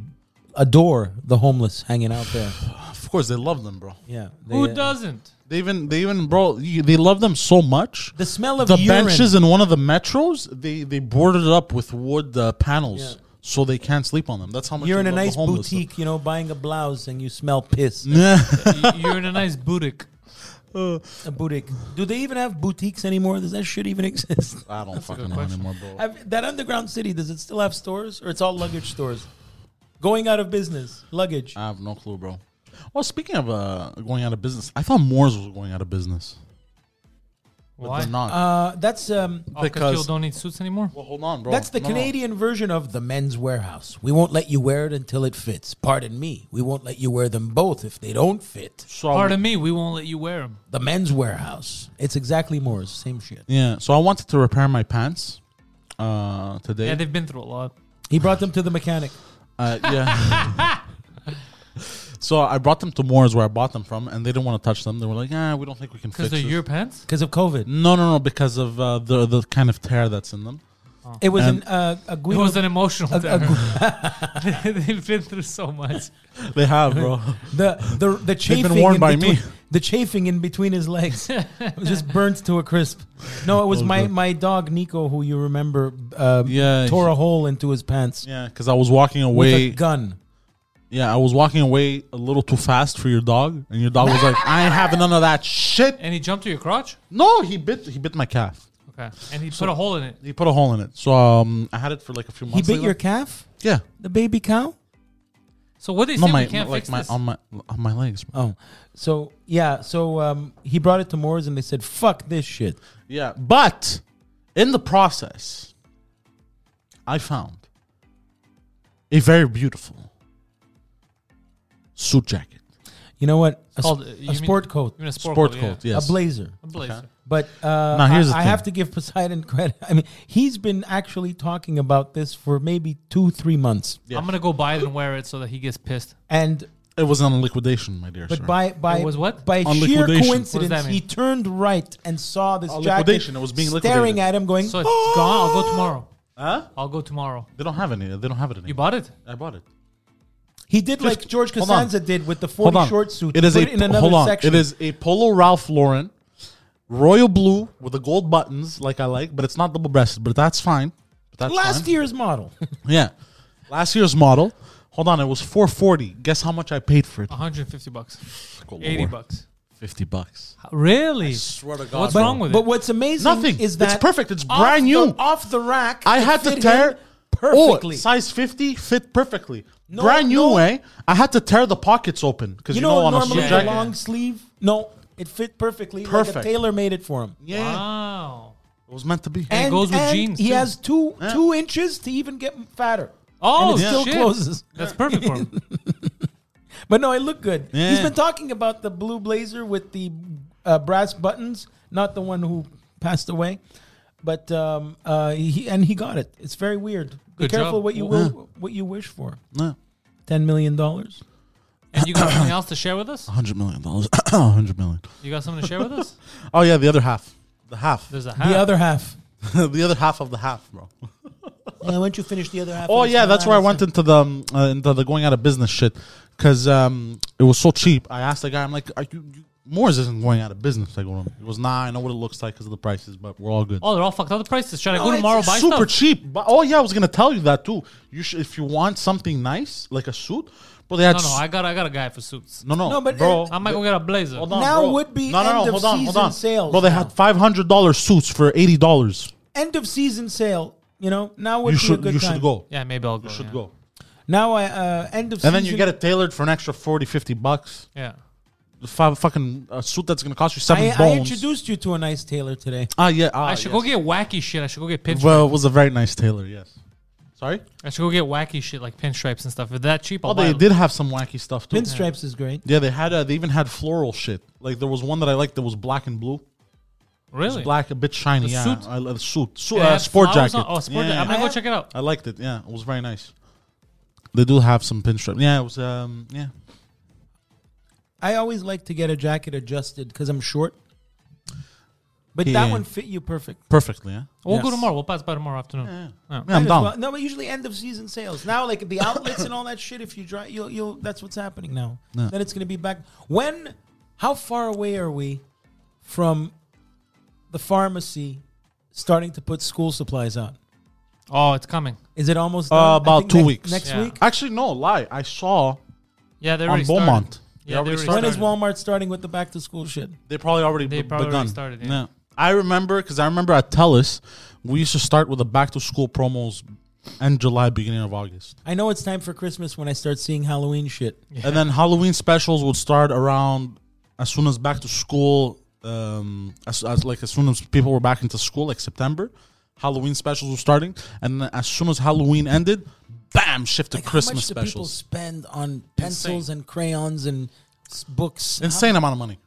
[SPEAKER 2] adore the homeless hanging out there.
[SPEAKER 1] Of course, they love them, bro.
[SPEAKER 2] Yeah. They,
[SPEAKER 3] Who
[SPEAKER 2] uh,
[SPEAKER 3] doesn't?
[SPEAKER 1] They even, they even, bro. you- They love them so much.
[SPEAKER 2] The smell of
[SPEAKER 1] the
[SPEAKER 2] urine.
[SPEAKER 1] benches in one of the metros, they they boarded it up with wood uh, panels,
[SPEAKER 2] Yeah.
[SPEAKER 1] so they can't sleep on them. That's how much
[SPEAKER 2] You're
[SPEAKER 1] they
[SPEAKER 2] in a
[SPEAKER 1] love the
[SPEAKER 2] nice
[SPEAKER 1] homeless.
[SPEAKER 2] boutique, you know, buying a blouse and you smell piss.
[SPEAKER 1] Yeah.
[SPEAKER 3] Y- You're in a nice boutique.
[SPEAKER 2] A boutique. Do they even have boutiques anymore? Does that shit even exist?
[SPEAKER 1] I don't fucking know anymore, bro.
[SPEAKER 2] Have, that underground city, does it still have stores or it's all luggage stores? Going out of business, luggage.
[SPEAKER 3] Uh,
[SPEAKER 1] I have no clue, bro. Well, speaking of uh, going out of business, I thought Moore's was going out of business. But
[SPEAKER 3] Why?
[SPEAKER 1] they're not.
[SPEAKER 2] Uh, that's um,
[SPEAKER 3] Oh, 'cause
[SPEAKER 1] because-
[SPEAKER 3] people don't need suits anymore.
[SPEAKER 1] well, hold on, bro.
[SPEAKER 2] that's the
[SPEAKER 1] No, no.
[SPEAKER 2] Canadian version of the men's warehouse. We won't let you wear it until it fits. Pardon me. We won't let you wear them both if they don't fit.
[SPEAKER 1] So I-
[SPEAKER 3] Pardon me, we won't let you wear them.
[SPEAKER 2] The men's warehouse. It's exactly Moore's. Same shit.
[SPEAKER 1] Yeah. So I wanted to repair my pants uh, today.
[SPEAKER 3] Yeah, they've been through a lot.
[SPEAKER 2] He brought them to the mechanic.
[SPEAKER 1] Uh, yeah. so I brought them to Moore's where I bought them from, and they didn't want to touch them. They were like, "Ah, we don't think we can fix
[SPEAKER 3] Because they're
[SPEAKER 1] this."
[SPEAKER 3] your pants?
[SPEAKER 2] Because of COVID.
[SPEAKER 1] no, no, no, because of uh, the the kind of tear that's in them.
[SPEAKER 2] It was
[SPEAKER 1] And-
[SPEAKER 2] an, uh, a
[SPEAKER 3] It
[SPEAKER 2] Guido.
[SPEAKER 3] was an emotional
[SPEAKER 2] a-
[SPEAKER 3] terror. they've been through so much.
[SPEAKER 1] They have, bro.
[SPEAKER 2] the the the chafing
[SPEAKER 1] been warned
[SPEAKER 2] in
[SPEAKER 1] by
[SPEAKER 2] between,
[SPEAKER 1] me.
[SPEAKER 2] The chafing in between his legs It was just burnt to a crisp. No, it was my, my dog Nico, who you remember, uh,
[SPEAKER 1] Yeah,
[SPEAKER 2] tore
[SPEAKER 1] he-
[SPEAKER 2] a hole into his pants
[SPEAKER 1] yeah, because I was walking
[SPEAKER 2] with
[SPEAKER 1] away.
[SPEAKER 2] a gun.
[SPEAKER 1] Yeah, I was walking away a little too fast for your dog, and your dog was like, "I ain't having none of that shit."
[SPEAKER 3] And he jumped to your crotch?
[SPEAKER 1] No, he bit he bit my calf.
[SPEAKER 3] Okay. And he put a hole in it.
[SPEAKER 1] He put a hole in it. So um, I had it for like a few
[SPEAKER 2] He
[SPEAKER 1] months.
[SPEAKER 2] bit
[SPEAKER 1] later.
[SPEAKER 2] your calf,
[SPEAKER 1] yeah.
[SPEAKER 2] the baby cow.
[SPEAKER 3] So what they
[SPEAKER 1] No,
[SPEAKER 3] say
[SPEAKER 1] my
[SPEAKER 3] we can't
[SPEAKER 1] like
[SPEAKER 3] fix
[SPEAKER 1] my
[SPEAKER 3] this.
[SPEAKER 1] on my on my legs. Bro.
[SPEAKER 2] Oh, so yeah, so um, he brought it to Moore's and they said, "Fuck this shit."
[SPEAKER 1] Yeah, but in the process, I found a very beautiful suit jacket,
[SPEAKER 2] You know what? A,
[SPEAKER 3] called- uh,
[SPEAKER 2] sp-
[SPEAKER 3] you
[SPEAKER 2] a
[SPEAKER 3] mean-
[SPEAKER 2] sport coat,
[SPEAKER 3] Even a sport,
[SPEAKER 1] sport
[SPEAKER 3] coat,
[SPEAKER 1] coat.
[SPEAKER 3] yeah.
[SPEAKER 1] Yes,
[SPEAKER 2] a blazer.
[SPEAKER 3] A blazer.
[SPEAKER 2] But uh,
[SPEAKER 1] Now, here's
[SPEAKER 2] I,
[SPEAKER 1] the
[SPEAKER 2] I
[SPEAKER 1] thing.
[SPEAKER 2] have to give Poseidon credit. I mean, he's been actually talking about this for maybe two, three months,
[SPEAKER 3] I'm going to go buy it and wear it so that he gets pissed.
[SPEAKER 2] and
[SPEAKER 1] It was on liquidation, my dear.
[SPEAKER 2] but
[SPEAKER 1] sir.
[SPEAKER 2] by by
[SPEAKER 3] It was what?
[SPEAKER 2] by
[SPEAKER 1] On
[SPEAKER 2] sheer
[SPEAKER 1] liquidation.
[SPEAKER 3] What does
[SPEAKER 2] coincidence,
[SPEAKER 3] that
[SPEAKER 2] he
[SPEAKER 3] mean?
[SPEAKER 2] turned right and saw this
[SPEAKER 1] On
[SPEAKER 2] jacket
[SPEAKER 1] liquidation, it was being
[SPEAKER 2] staring
[SPEAKER 1] liquidated.
[SPEAKER 2] at him, going,
[SPEAKER 3] So it's
[SPEAKER 2] "Oh."
[SPEAKER 3] gone. I'll go tomorrow. Huh? I'll go tomorrow.
[SPEAKER 1] they don't have any. They don't have it anymore.
[SPEAKER 3] You bought it?
[SPEAKER 1] I bought it.
[SPEAKER 2] He did like George
[SPEAKER 1] hold on.
[SPEAKER 2] Costanza did with the
[SPEAKER 1] Hold
[SPEAKER 2] forty
[SPEAKER 1] on.
[SPEAKER 2] short suit.
[SPEAKER 1] It is
[SPEAKER 2] put
[SPEAKER 1] a hold on. It is a polo Ralph Lauren, royal blue with the gold buttons, like I like, but it's not double breasted. But that's fine. But that's
[SPEAKER 2] last
[SPEAKER 1] fine.
[SPEAKER 2] year's model.
[SPEAKER 1] Yeah. Last year's model. Hold on, it was 440. Guess how much I paid for it?
[SPEAKER 3] 150 bucks.
[SPEAKER 2] Oh,
[SPEAKER 1] Good
[SPEAKER 3] 80
[SPEAKER 1] lord.
[SPEAKER 3] bucks.
[SPEAKER 1] 50 bucks.
[SPEAKER 3] Really?
[SPEAKER 1] swear to God,
[SPEAKER 3] What's
[SPEAKER 1] bro.
[SPEAKER 3] wrong with
[SPEAKER 2] but
[SPEAKER 3] it?
[SPEAKER 2] what's amazing
[SPEAKER 1] Nothing.
[SPEAKER 2] is that
[SPEAKER 1] it's perfect. It's
[SPEAKER 2] off
[SPEAKER 1] brand
[SPEAKER 2] the-
[SPEAKER 1] new.
[SPEAKER 2] off the rack.
[SPEAKER 1] I
[SPEAKER 2] it
[SPEAKER 1] had to
[SPEAKER 2] fit him
[SPEAKER 1] tear
[SPEAKER 2] perfectly.
[SPEAKER 1] Oh, size 50 fit perfectly.
[SPEAKER 2] No,
[SPEAKER 1] brand new
[SPEAKER 2] no.
[SPEAKER 1] way. I had to tear the pockets open because
[SPEAKER 2] You
[SPEAKER 1] you,
[SPEAKER 2] know,
[SPEAKER 1] know, on a
[SPEAKER 2] normally
[SPEAKER 1] suit
[SPEAKER 2] the
[SPEAKER 3] suit jacket.
[SPEAKER 2] long sleeve. No, it fit perfectly. Like
[SPEAKER 1] Perfect.
[SPEAKER 2] a tailor made it for him.
[SPEAKER 1] Yeah.
[SPEAKER 3] Wow.
[SPEAKER 1] It was meant to be.
[SPEAKER 2] Eh.
[SPEAKER 3] And it goes with jeans,
[SPEAKER 2] He
[SPEAKER 3] too.
[SPEAKER 2] has two
[SPEAKER 1] Yeah.
[SPEAKER 2] two inches to even get fatter.
[SPEAKER 3] Oh,
[SPEAKER 2] and it still
[SPEAKER 3] shit.
[SPEAKER 2] closes.
[SPEAKER 3] That's perfect for him.
[SPEAKER 2] But no, it looked good. He's
[SPEAKER 1] Yeah.
[SPEAKER 2] been talking about the blue blazer with the uh, brass buttons, not the one who passed away. But um, uh, he and he got it. It's very weird. Be
[SPEAKER 3] Good
[SPEAKER 2] careful
[SPEAKER 3] job.
[SPEAKER 2] what you will, what you wish for.
[SPEAKER 1] Yeah.
[SPEAKER 2] Ten million dollars.
[SPEAKER 3] And you got something else to share with us?
[SPEAKER 1] 100 million dollars. 100 million.
[SPEAKER 3] You got something to share with us?
[SPEAKER 1] Oh yeah, the other half. The half.
[SPEAKER 3] There's a hat.
[SPEAKER 2] The other half.
[SPEAKER 1] the other half of the half, bro.
[SPEAKER 2] Yeah, why don't you finish the other half?
[SPEAKER 1] Oh yeah, that's where I went into the um, uh, into the going out of business shit because um, it was so cheap. I asked the guy, I'm like, "Are you, you Moore's isn't going out of business?" Like, well, it was nah. I know what it looks like because of the prices, but we're all good.
[SPEAKER 3] Oh, they're all fucked up. The prices. Should I go
[SPEAKER 2] it's
[SPEAKER 3] tomorrow buy
[SPEAKER 1] Super
[SPEAKER 3] stuff?
[SPEAKER 1] cheap. But, oh yeah, I was gonna tell you that too. You should if you want something nice like a suit, but they had
[SPEAKER 3] No, no.
[SPEAKER 1] s-
[SPEAKER 3] I got I got a guy for suits.
[SPEAKER 1] no, no,
[SPEAKER 2] No, but
[SPEAKER 1] bro.
[SPEAKER 2] it-
[SPEAKER 3] I might go get a blazer.
[SPEAKER 1] Hold on,
[SPEAKER 2] Now
[SPEAKER 1] bro.
[SPEAKER 2] would be
[SPEAKER 1] no, no, no.
[SPEAKER 2] end of
[SPEAKER 1] hold on, hold
[SPEAKER 2] season
[SPEAKER 1] on.
[SPEAKER 2] sales
[SPEAKER 1] Bro, they
[SPEAKER 2] now.
[SPEAKER 1] had five hundred dollars suits for eighty dollars.
[SPEAKER 2] End of season sale. You know, now would
[SPEAKER 1] You
[SPEAKER 2] be a
[SPEAKER 1] should,
[SPEAKER 2] good
[SPEAKER 1] you
[SPEAKER 2] time.
[SPEAKER 1] should go.
[SPEAKER 3] yeah, maybe I'll go.
[SPEAKER 1] You should
[SPEAKER 3] yeah.
[SPEAKER 1] go.
[SPEAKER 2] Now I uh, end of
[SPEAKER 1] And
[SPEAKER 2] season.
[SPEAKER 1] then you get it tailored for an extra 40, 50 bucks.
[SPEAKER 3] Yeah.
[SPEAKER 1] The five fucking uh, suit that's gonna cost you seven
[SPEAKER 2] I,
[SPEAKER 1] bones.
[SPEAKER 2] I introduced you to a nice tailor today.
[SPEAKER 1] Ah, yeah. Ah,
[SPEAKER 3] I should
[SPEAKER 1] yes.
[SPEAKER 3] go get wacky shit. I should go get pinstripes.
[SPEAKER 1] Well, it was a very nice tailor. Yes. Sorry.
[SPEAKER 3] I should go get wacky shit like pinstripes and stuff. If that cheap, I'll
[SPEAKER 1] Oh, they
[SPEAKER 3] buy
[SPEAKER 1] did have some wacky stuff too.
[SPEAKER 2] Pinstripes is great.
[SPEAKER 1] Yeah, they had. Uh, they even had floral shit. Like there was one that I liked that was black and blue. It
[SPEAKER 3] Really?
[SPEAKER 1] was black, a bit shiny.
[SPEAKER 3] The
[SPEAKER 1] yeah,
[SPEAKER 3] suit?
[SPEAKER 1] I love the suit. Suit,
[SPEAKER 3] They
[SPEAKER 1] uh,
[SPEAKER 3] had
[SPEAKER 1] sport
[SPEAKER 3] flowers
[SPEAKER 1] jacket.
[SPEAKER 3] on- Oh, sport
[SPEAKER 1] yeah.
[SPEAKER 3] jacket. I'm gonna go check it out.
[SPEAKER 1] I liked it. Yeah, it was very nice. They do have some pinstripe. Yeah, it was. Um, yeah.
[SPEAKER 2] I always like to get a jacket adjusted because I'm short. But that
[SPEAKER 1] Yeah.
[SPEAKER 2] one fit you perfect.
[SPEAKER 1] Perfectly. Yeah.
[SPEAKER 3] We'll
[SPEAKER 2] Yes.
[SPEAKER 3] go tomorrow. We'll pass by tomorrow afternoon. Oh.
[SPEAKER 1] yeah I'm
[SPEAKER 2] Might as
[SPEAKER 1] down.
[SPEAKER 2] well- No, but usually end of season sales. Now, like the outlets and all that shit. If you dry, you'll, you'll. That's what's happening now. Then it's going to be back. When? How far away are we from the pharmacy starting to put school supplies on?
[SPEAKER 3] Oh, it's coming.
[SPEAKER 2] Is it almost done?
[SPEAKER 1] Uh,
[SPEAKER 2] I
[SPEAKER 1] about
[SPEAKER 2] think
[SPEAKER 1] two
[SPEAKER 2] next-
[SPEAKER 1] weeks.
[SPEAKER 2] Next
[SPEAKER 3] Yeah.
[SPEAKER 2] week.
[SPEAKER 1] Actually, no lie. I saw
[SPEAKER 3] Yeah, they're
[SPEAKER 1] on Beaumont. They
[SPEAKER 3] Yeah, they
[SPEAKER 1] already
[SPEAKER 3] already
[SPEAKER 2] When
[SPEAKER 1] started.
[SPEAKER 2] is Walmart starting with the back to school shit?
[SPEAKER 1] They probably already
[SPEAKER 3] They
[SPEAKER 1] b-
[SPEAKER 3] probably
[SPEAKER 1] begun.
[SPEAKER 3] already started, yeah.
[SPEAKER 1] I remember because I remember at Telus, we used to start with the back to school promos end July, beginning of August,
[SPEAKER 2] I know it's time for Christmas when I start seeing Halloween shit.
[SPEAKER 1] and then Halloween specials would start around as soon as back to school, um, as, as like as soon as people were back into school, like September. Halloween specials were starting, and then as soon as Halloween ended, bam, shift to
[SPEAKER 2] Like,
[SPEAKER 1] Christmas
[SPEAKER 2] how much do people
[SPEAKER 1] specials.
[SPEAKER 2] spend on pencils and crayons and s- books?
[SPEAKER 1] Insane amount of money.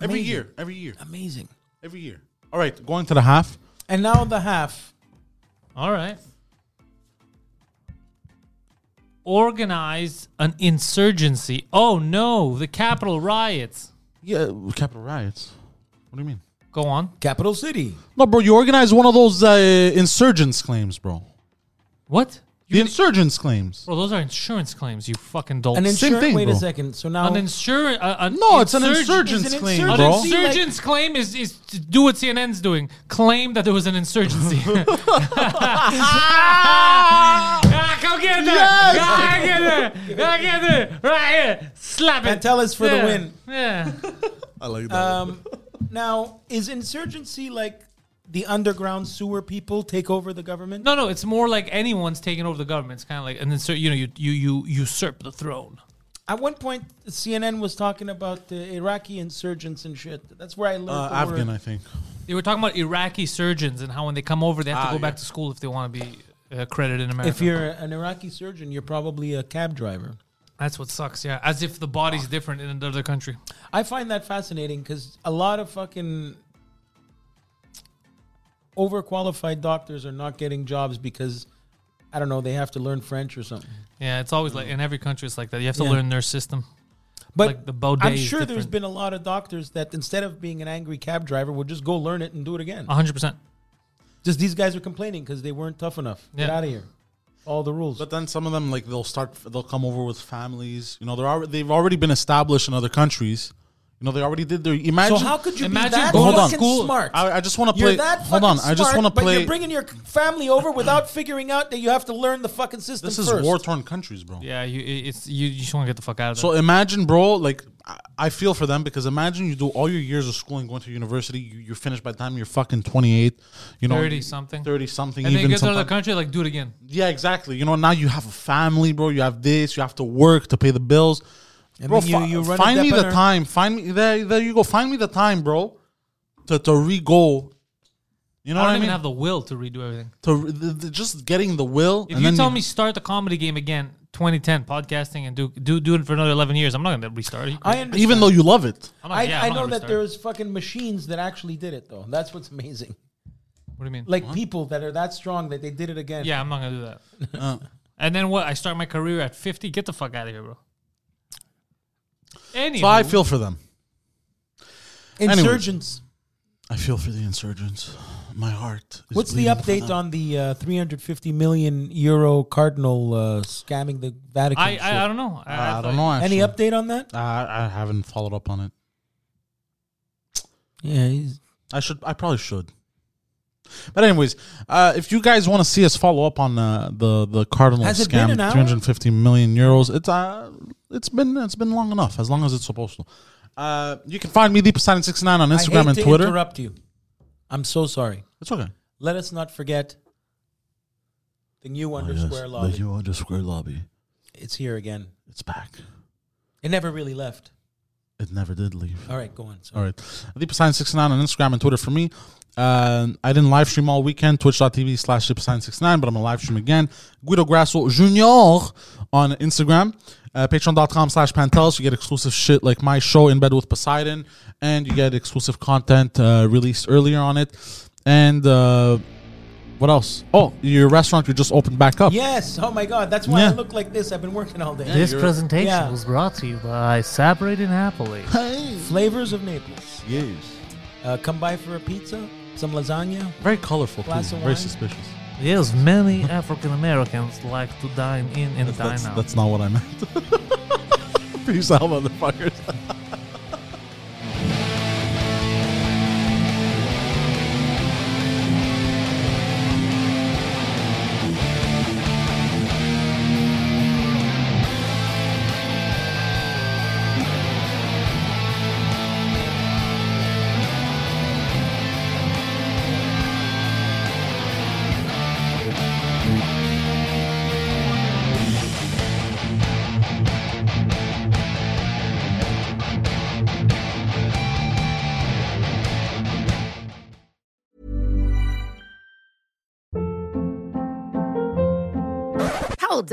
[SPEAKER 1] Every
[SPEAKER 2] Amazing.
[SPEAKER 1] year, every year,
[SPEAKER 2] How- amazing.
[SPEAKER 1] every year. All right, going to the half.
[SPEAKER 2] And now the half.
[SPEAKER 3] All right. Organize an insurgency. Oh no, the Capitol riots.
[SPEAKER 1] Yeah, capital riots. What do you mean?
[SPEAKER 3] Go on.
[SPEAKER 2] Capital City.
[SPEAKER 1] No, bro, you organized one of those uh, insurgents claims, bro.
[SPEAKER 3] What?
[SPEAKER 1] the insurgents claims.
[SPEAKER 3] Bro, those are insurance claims. You fucking dolt.
[SPEAKER 2] An
[SPEAKER 3] An,
[SPEAKER 1] Same
[SPEAKER 2] insur-
[SPEAKER 1] thing,
[SPEAKER 2] Wait
[SPEAKER 1] bro.
[SPEAKER 2] a second. So now
[SPEAKER 3] insurance. Uh, an
[SPEAKER 1] No, it's an
[SPEAKER 3] insurg-
[SPEAKER 1] insurgents
[SPEAKER 2] It's an
[SPEAKER 1] claim,
[SPEAKER 3] An
[SPEAKER 1] bro.
[SPEAKER 2] insurgency, like-
[SPEAKER 3] insurgence claim is, is to do what CNN's doing. Claim that there was an insurgency. ah, come get it.
[SPEAKER 1] Yes!
[SPEAKER 3] Ah, get it. Ah, get it. Right here. Slap it.
[SPEAKER 2] And tell us for the
[SPEAKER 3] Yeah.
[SPEAKER 2] win.
[SPEAKER 3] Yeah.
[SPEAKER 1] I like that.
[SPEAKER 2] Um, now is insurgency like the underground sewer people take over the government?
[SPEAKER 3] No, no, it's more like anyone's taking over the government. It's kind of like and then so you know you you you usurp the throne.
[SPEAKER 2] At one point, CNN was talking about the Iraqi insurgents and shit. That's where I learned
[SPEAKER 1] uh,
[SPEAKER 2] the
[SPEAKER 1] Afghan,
[SPEAKER 2] word.
[SPEAKER 1] I think.
[SPEAKER 3] They were talking about Iraqi surgeons and how when they come over they have
[SPEAKER 1] Ah,
[SPEAKER 3] to go back
[SPEAKER 1] yeah.
[SPEAKER 3] to school if they want to be uh, accredited in America.
[SPEAKER 2] If you're an Iraqi surgeon, you're probably a cab driver.
[SPEAKER 3] That's what sucks. Yeah, as if the body's different in another country.
[SPEAKER 2] I find that fascinating because a lot of fucking overqualified doctors are not getting jobs because I don't know they have to learn French or something.
[SPEAKER 3] Yeah, it's always like in every country it's like that. You have to
[SPEAKER 2] Yeah.
[SPEAKER 3] learn their system.
[SPEAKER 2] But
[SPEAKER 3] Like the Baudet
[SPEAKER 2] I'm
[SPEAKER 3] is
[SPEAKER 2] sure there's
[SPEAKER 3] different.
[SPEAKER 2] been a lot of doctors that instead of being an angry cab driver would just go learn it and do it again.
[SPEAKER 3] hundred percent.
[SPEAKER 2] Just these guys are complaining because they weren't tough enough. Get
[SPEAKER 3] Yeah.
[SPEAKER 2] out of here. All the rules.
[SPEAKER 1] But then some of them, like, they'll start, they'll come over with families. You know, they're already, they've already been established in other countries. You know, they already did their. Imagine.
[SPEAKER 2] so how could you
[SPEAKER 3] imagine
[SPEAKER 2] be that
[SPEAKER 3] going to
[SPEAKER 2] fucking
[SPEAKER 1] school-
[SPEAKER 2] smart?
[SPEAKER 1] I- I just wanna
[SPEAKER 2] You're
[SPEAKER 1] play-
[SPEAKER 2] that
[SPEAKER 1] hold on,
[SPEAKER 2] fucking
[SPEAKER 1] I just
[SPEAKER 2] smart,
[SPEAKER 1] wanna
[SPEAKER 2] But
[SPEAKER 1] play-
[SPEAKER 2] you're bringing your family over without figuring out that you have to learn the fucking system.
[SPEAKER 1] this is
[SPEAKER 2] first.
[SPEAKER 1] war torn countries, bro.
[SPEAKER 3] Yeah, you i- it's you you just want to get the fuck out of there.
[SPEAKER 1] So imagine, bro, like I- I feel for them because imagine you do all your years of school and going to university, you, you're finished by the time you're fucking 28, you know,
[SPEAKER 3] 30 something.
[SPEAKER 1] 30 something,
[SPEAKER 3] and then you
[SPEAKER 1] even
[SPEAKER 3] get to another
[SPEAKER 1] sometimes.
[SPEAKER 3] country like do it again.
[SPEAKER 1] Yeah, exactly. You know, now you have a family, bro. You have this. You have to work to pay the bills. bro,
[SPEAKER 2] mean, you-
[SPEAKER 1] fi-
[SPEAKER 2] you run a
[SPEAKER 1] find me the
[SPEAKER 2] depanneur.
[SPEAKER 1] time. Find me there. There you go. Find me the time, bro, to to re-go. You know what
[SPEAKER 3] I don't
[SPEAKER 1] I
[SPEAKER 3] even
[SPEAKER 1] mean?
[SPEAKER 3] have the will to redo everything.
[SPEAKER 1] to re- the, the- just getting the will.
[SPEAKER 3] If
[SPEAKER 1] and
[SPEAKER 3] you
[SPEAKER 1] then
[SPEAKER 3] tell me start the comedy game again, 2010 podcasting and do do do it for another 11 years, I'm not gonna restart. it.
[SPEAKER 2] I understand.
[SPEAKER 1] even though you love it,
[SPEAKER 3] I'm not-
[SPEAKER 2] I, I
[SPEAKER 3] yeah, I'm not
[SPEAKER 2] know
[SPEAKER 3] gonna
[SPEAKER 2] that
[SPEAKER 3] restart.
[SPEAKER 2] there's fucking machines that actually did it though. That's what's amazing.
[SPEAKER 3] What do you mean?
[SPEAKER 2] Like people that are that strong that they did it again.
[SPEAKER 3] yeah, I'm not gonna do that. And then what? I start my career at 50. Get the fuck out of here, bro. Anyway,
[SPEAKER 1] so I feel for them.
[SPEAKER 2] Insurgents.
[SPEAKER 1] I feel for the insurgents. my heart. Is
[SPEAKER 2] What's the
[SPEAKER 1] bleeding for
[SPEAKER 2] update
[SPEAKER 1] them.
[SPEAKER 2] on the uh, 350 million euro cardinal uh, scamming the Vatican?
[SPEAKER 3] I,
[SPEAKER 2] shit?
[SPEAKER 3] I I don't know.
[SPEAKER 1] I,
[SPEAKER 3] thought-
[SPEAKER 1] don't know. Actually.
[SPEAKER 2] Any update on that?
[SPEAKER 1] I, I haven't followed up on it.
[SPEAKER 2] Yeah, he's,
[SPEAKER 1] I should. I probably should. But anyways, uh, if you guys want to see us follow up on uh, the the Cardinal
[SPEAKER 2] Has it
[SPEAKER 1] scam,
[SPEAKER 2] been an hour?
[SPEAKER 1] 350 million euros, it's uh, it's been it's been long enough. As long as it's supposed to. Uh, you can find me Deep Poseidon 69 on
[SPEAKER 2] I
[SPEAKER 1] Instagram
[SPEAKER 2] hate
[SPEAKER 1] and
[SPEAKER 2] to
[SPEAKER 1] Twitter.
[SPEAKER 2] interrupt you. I'm so sorry.
[SPEAKER 1] It's okay.
[SPEAKER 2] Let us not forget the new
[SPEAKER 1] Oh,
[SPEAKER 2] underscore lobby.
[SPEAKER 1] The U underscore lobby.
[SPEAKER 2] it's here again.
[SPEAKER 1] It's back.
[SPEAKER 2] It never really left.
[SPEAKER 1] It never did leave.
[SPEAKER 2] All right, go on. Sorry.
[SPEAKER 1] All right. Deep Sign 69 on Instagram and Twitter for me. Uh, I didn't live stream all weekend, twitch.tv slash Deep Sign 69, but I'm going to live stream again. Guido Grasso Jr. on Instagram. Uh, Patreon.com slash Pantelis. You get exclusive shit like my show, In Bed with Poseidon, and you get exclusive content uh, released earlier on it. And uh, what else? Oh, your restaurant you just opened back up.
[SPEAKER 2] Yes. Oh my God. That's why I
[SPEAKER 1] Yeah.
[SPEAKER 2] look like this. I've been working all day.
[SPEAKER 5] This presentation
[SPEAKER 2] Yeah.
[SPEAKER 5] was brought to you by Separated Happily.
[SPEAKER 2] Flavors of Naples.
[SPEAKER 1] Yes.
[SPEAKER 2] Uh, come by for a pizza, some lasagna.
[SPEAKER 1] Very colorful, too.
[SPEAKER 2] Glass of
[SPEAKER 1] Very
[SPEAKER 2] wine.
[SPEAKER 1] suspicious.
[SPEAKER 5] Yes, many African Americans like to dine in and dine
[SPEAKER 1] That's,
[SPEAKER 5] out.
[SPEAKER 1] that's not what I meant. Peace out, motherfuckers.
[SPEAKER 6] Hold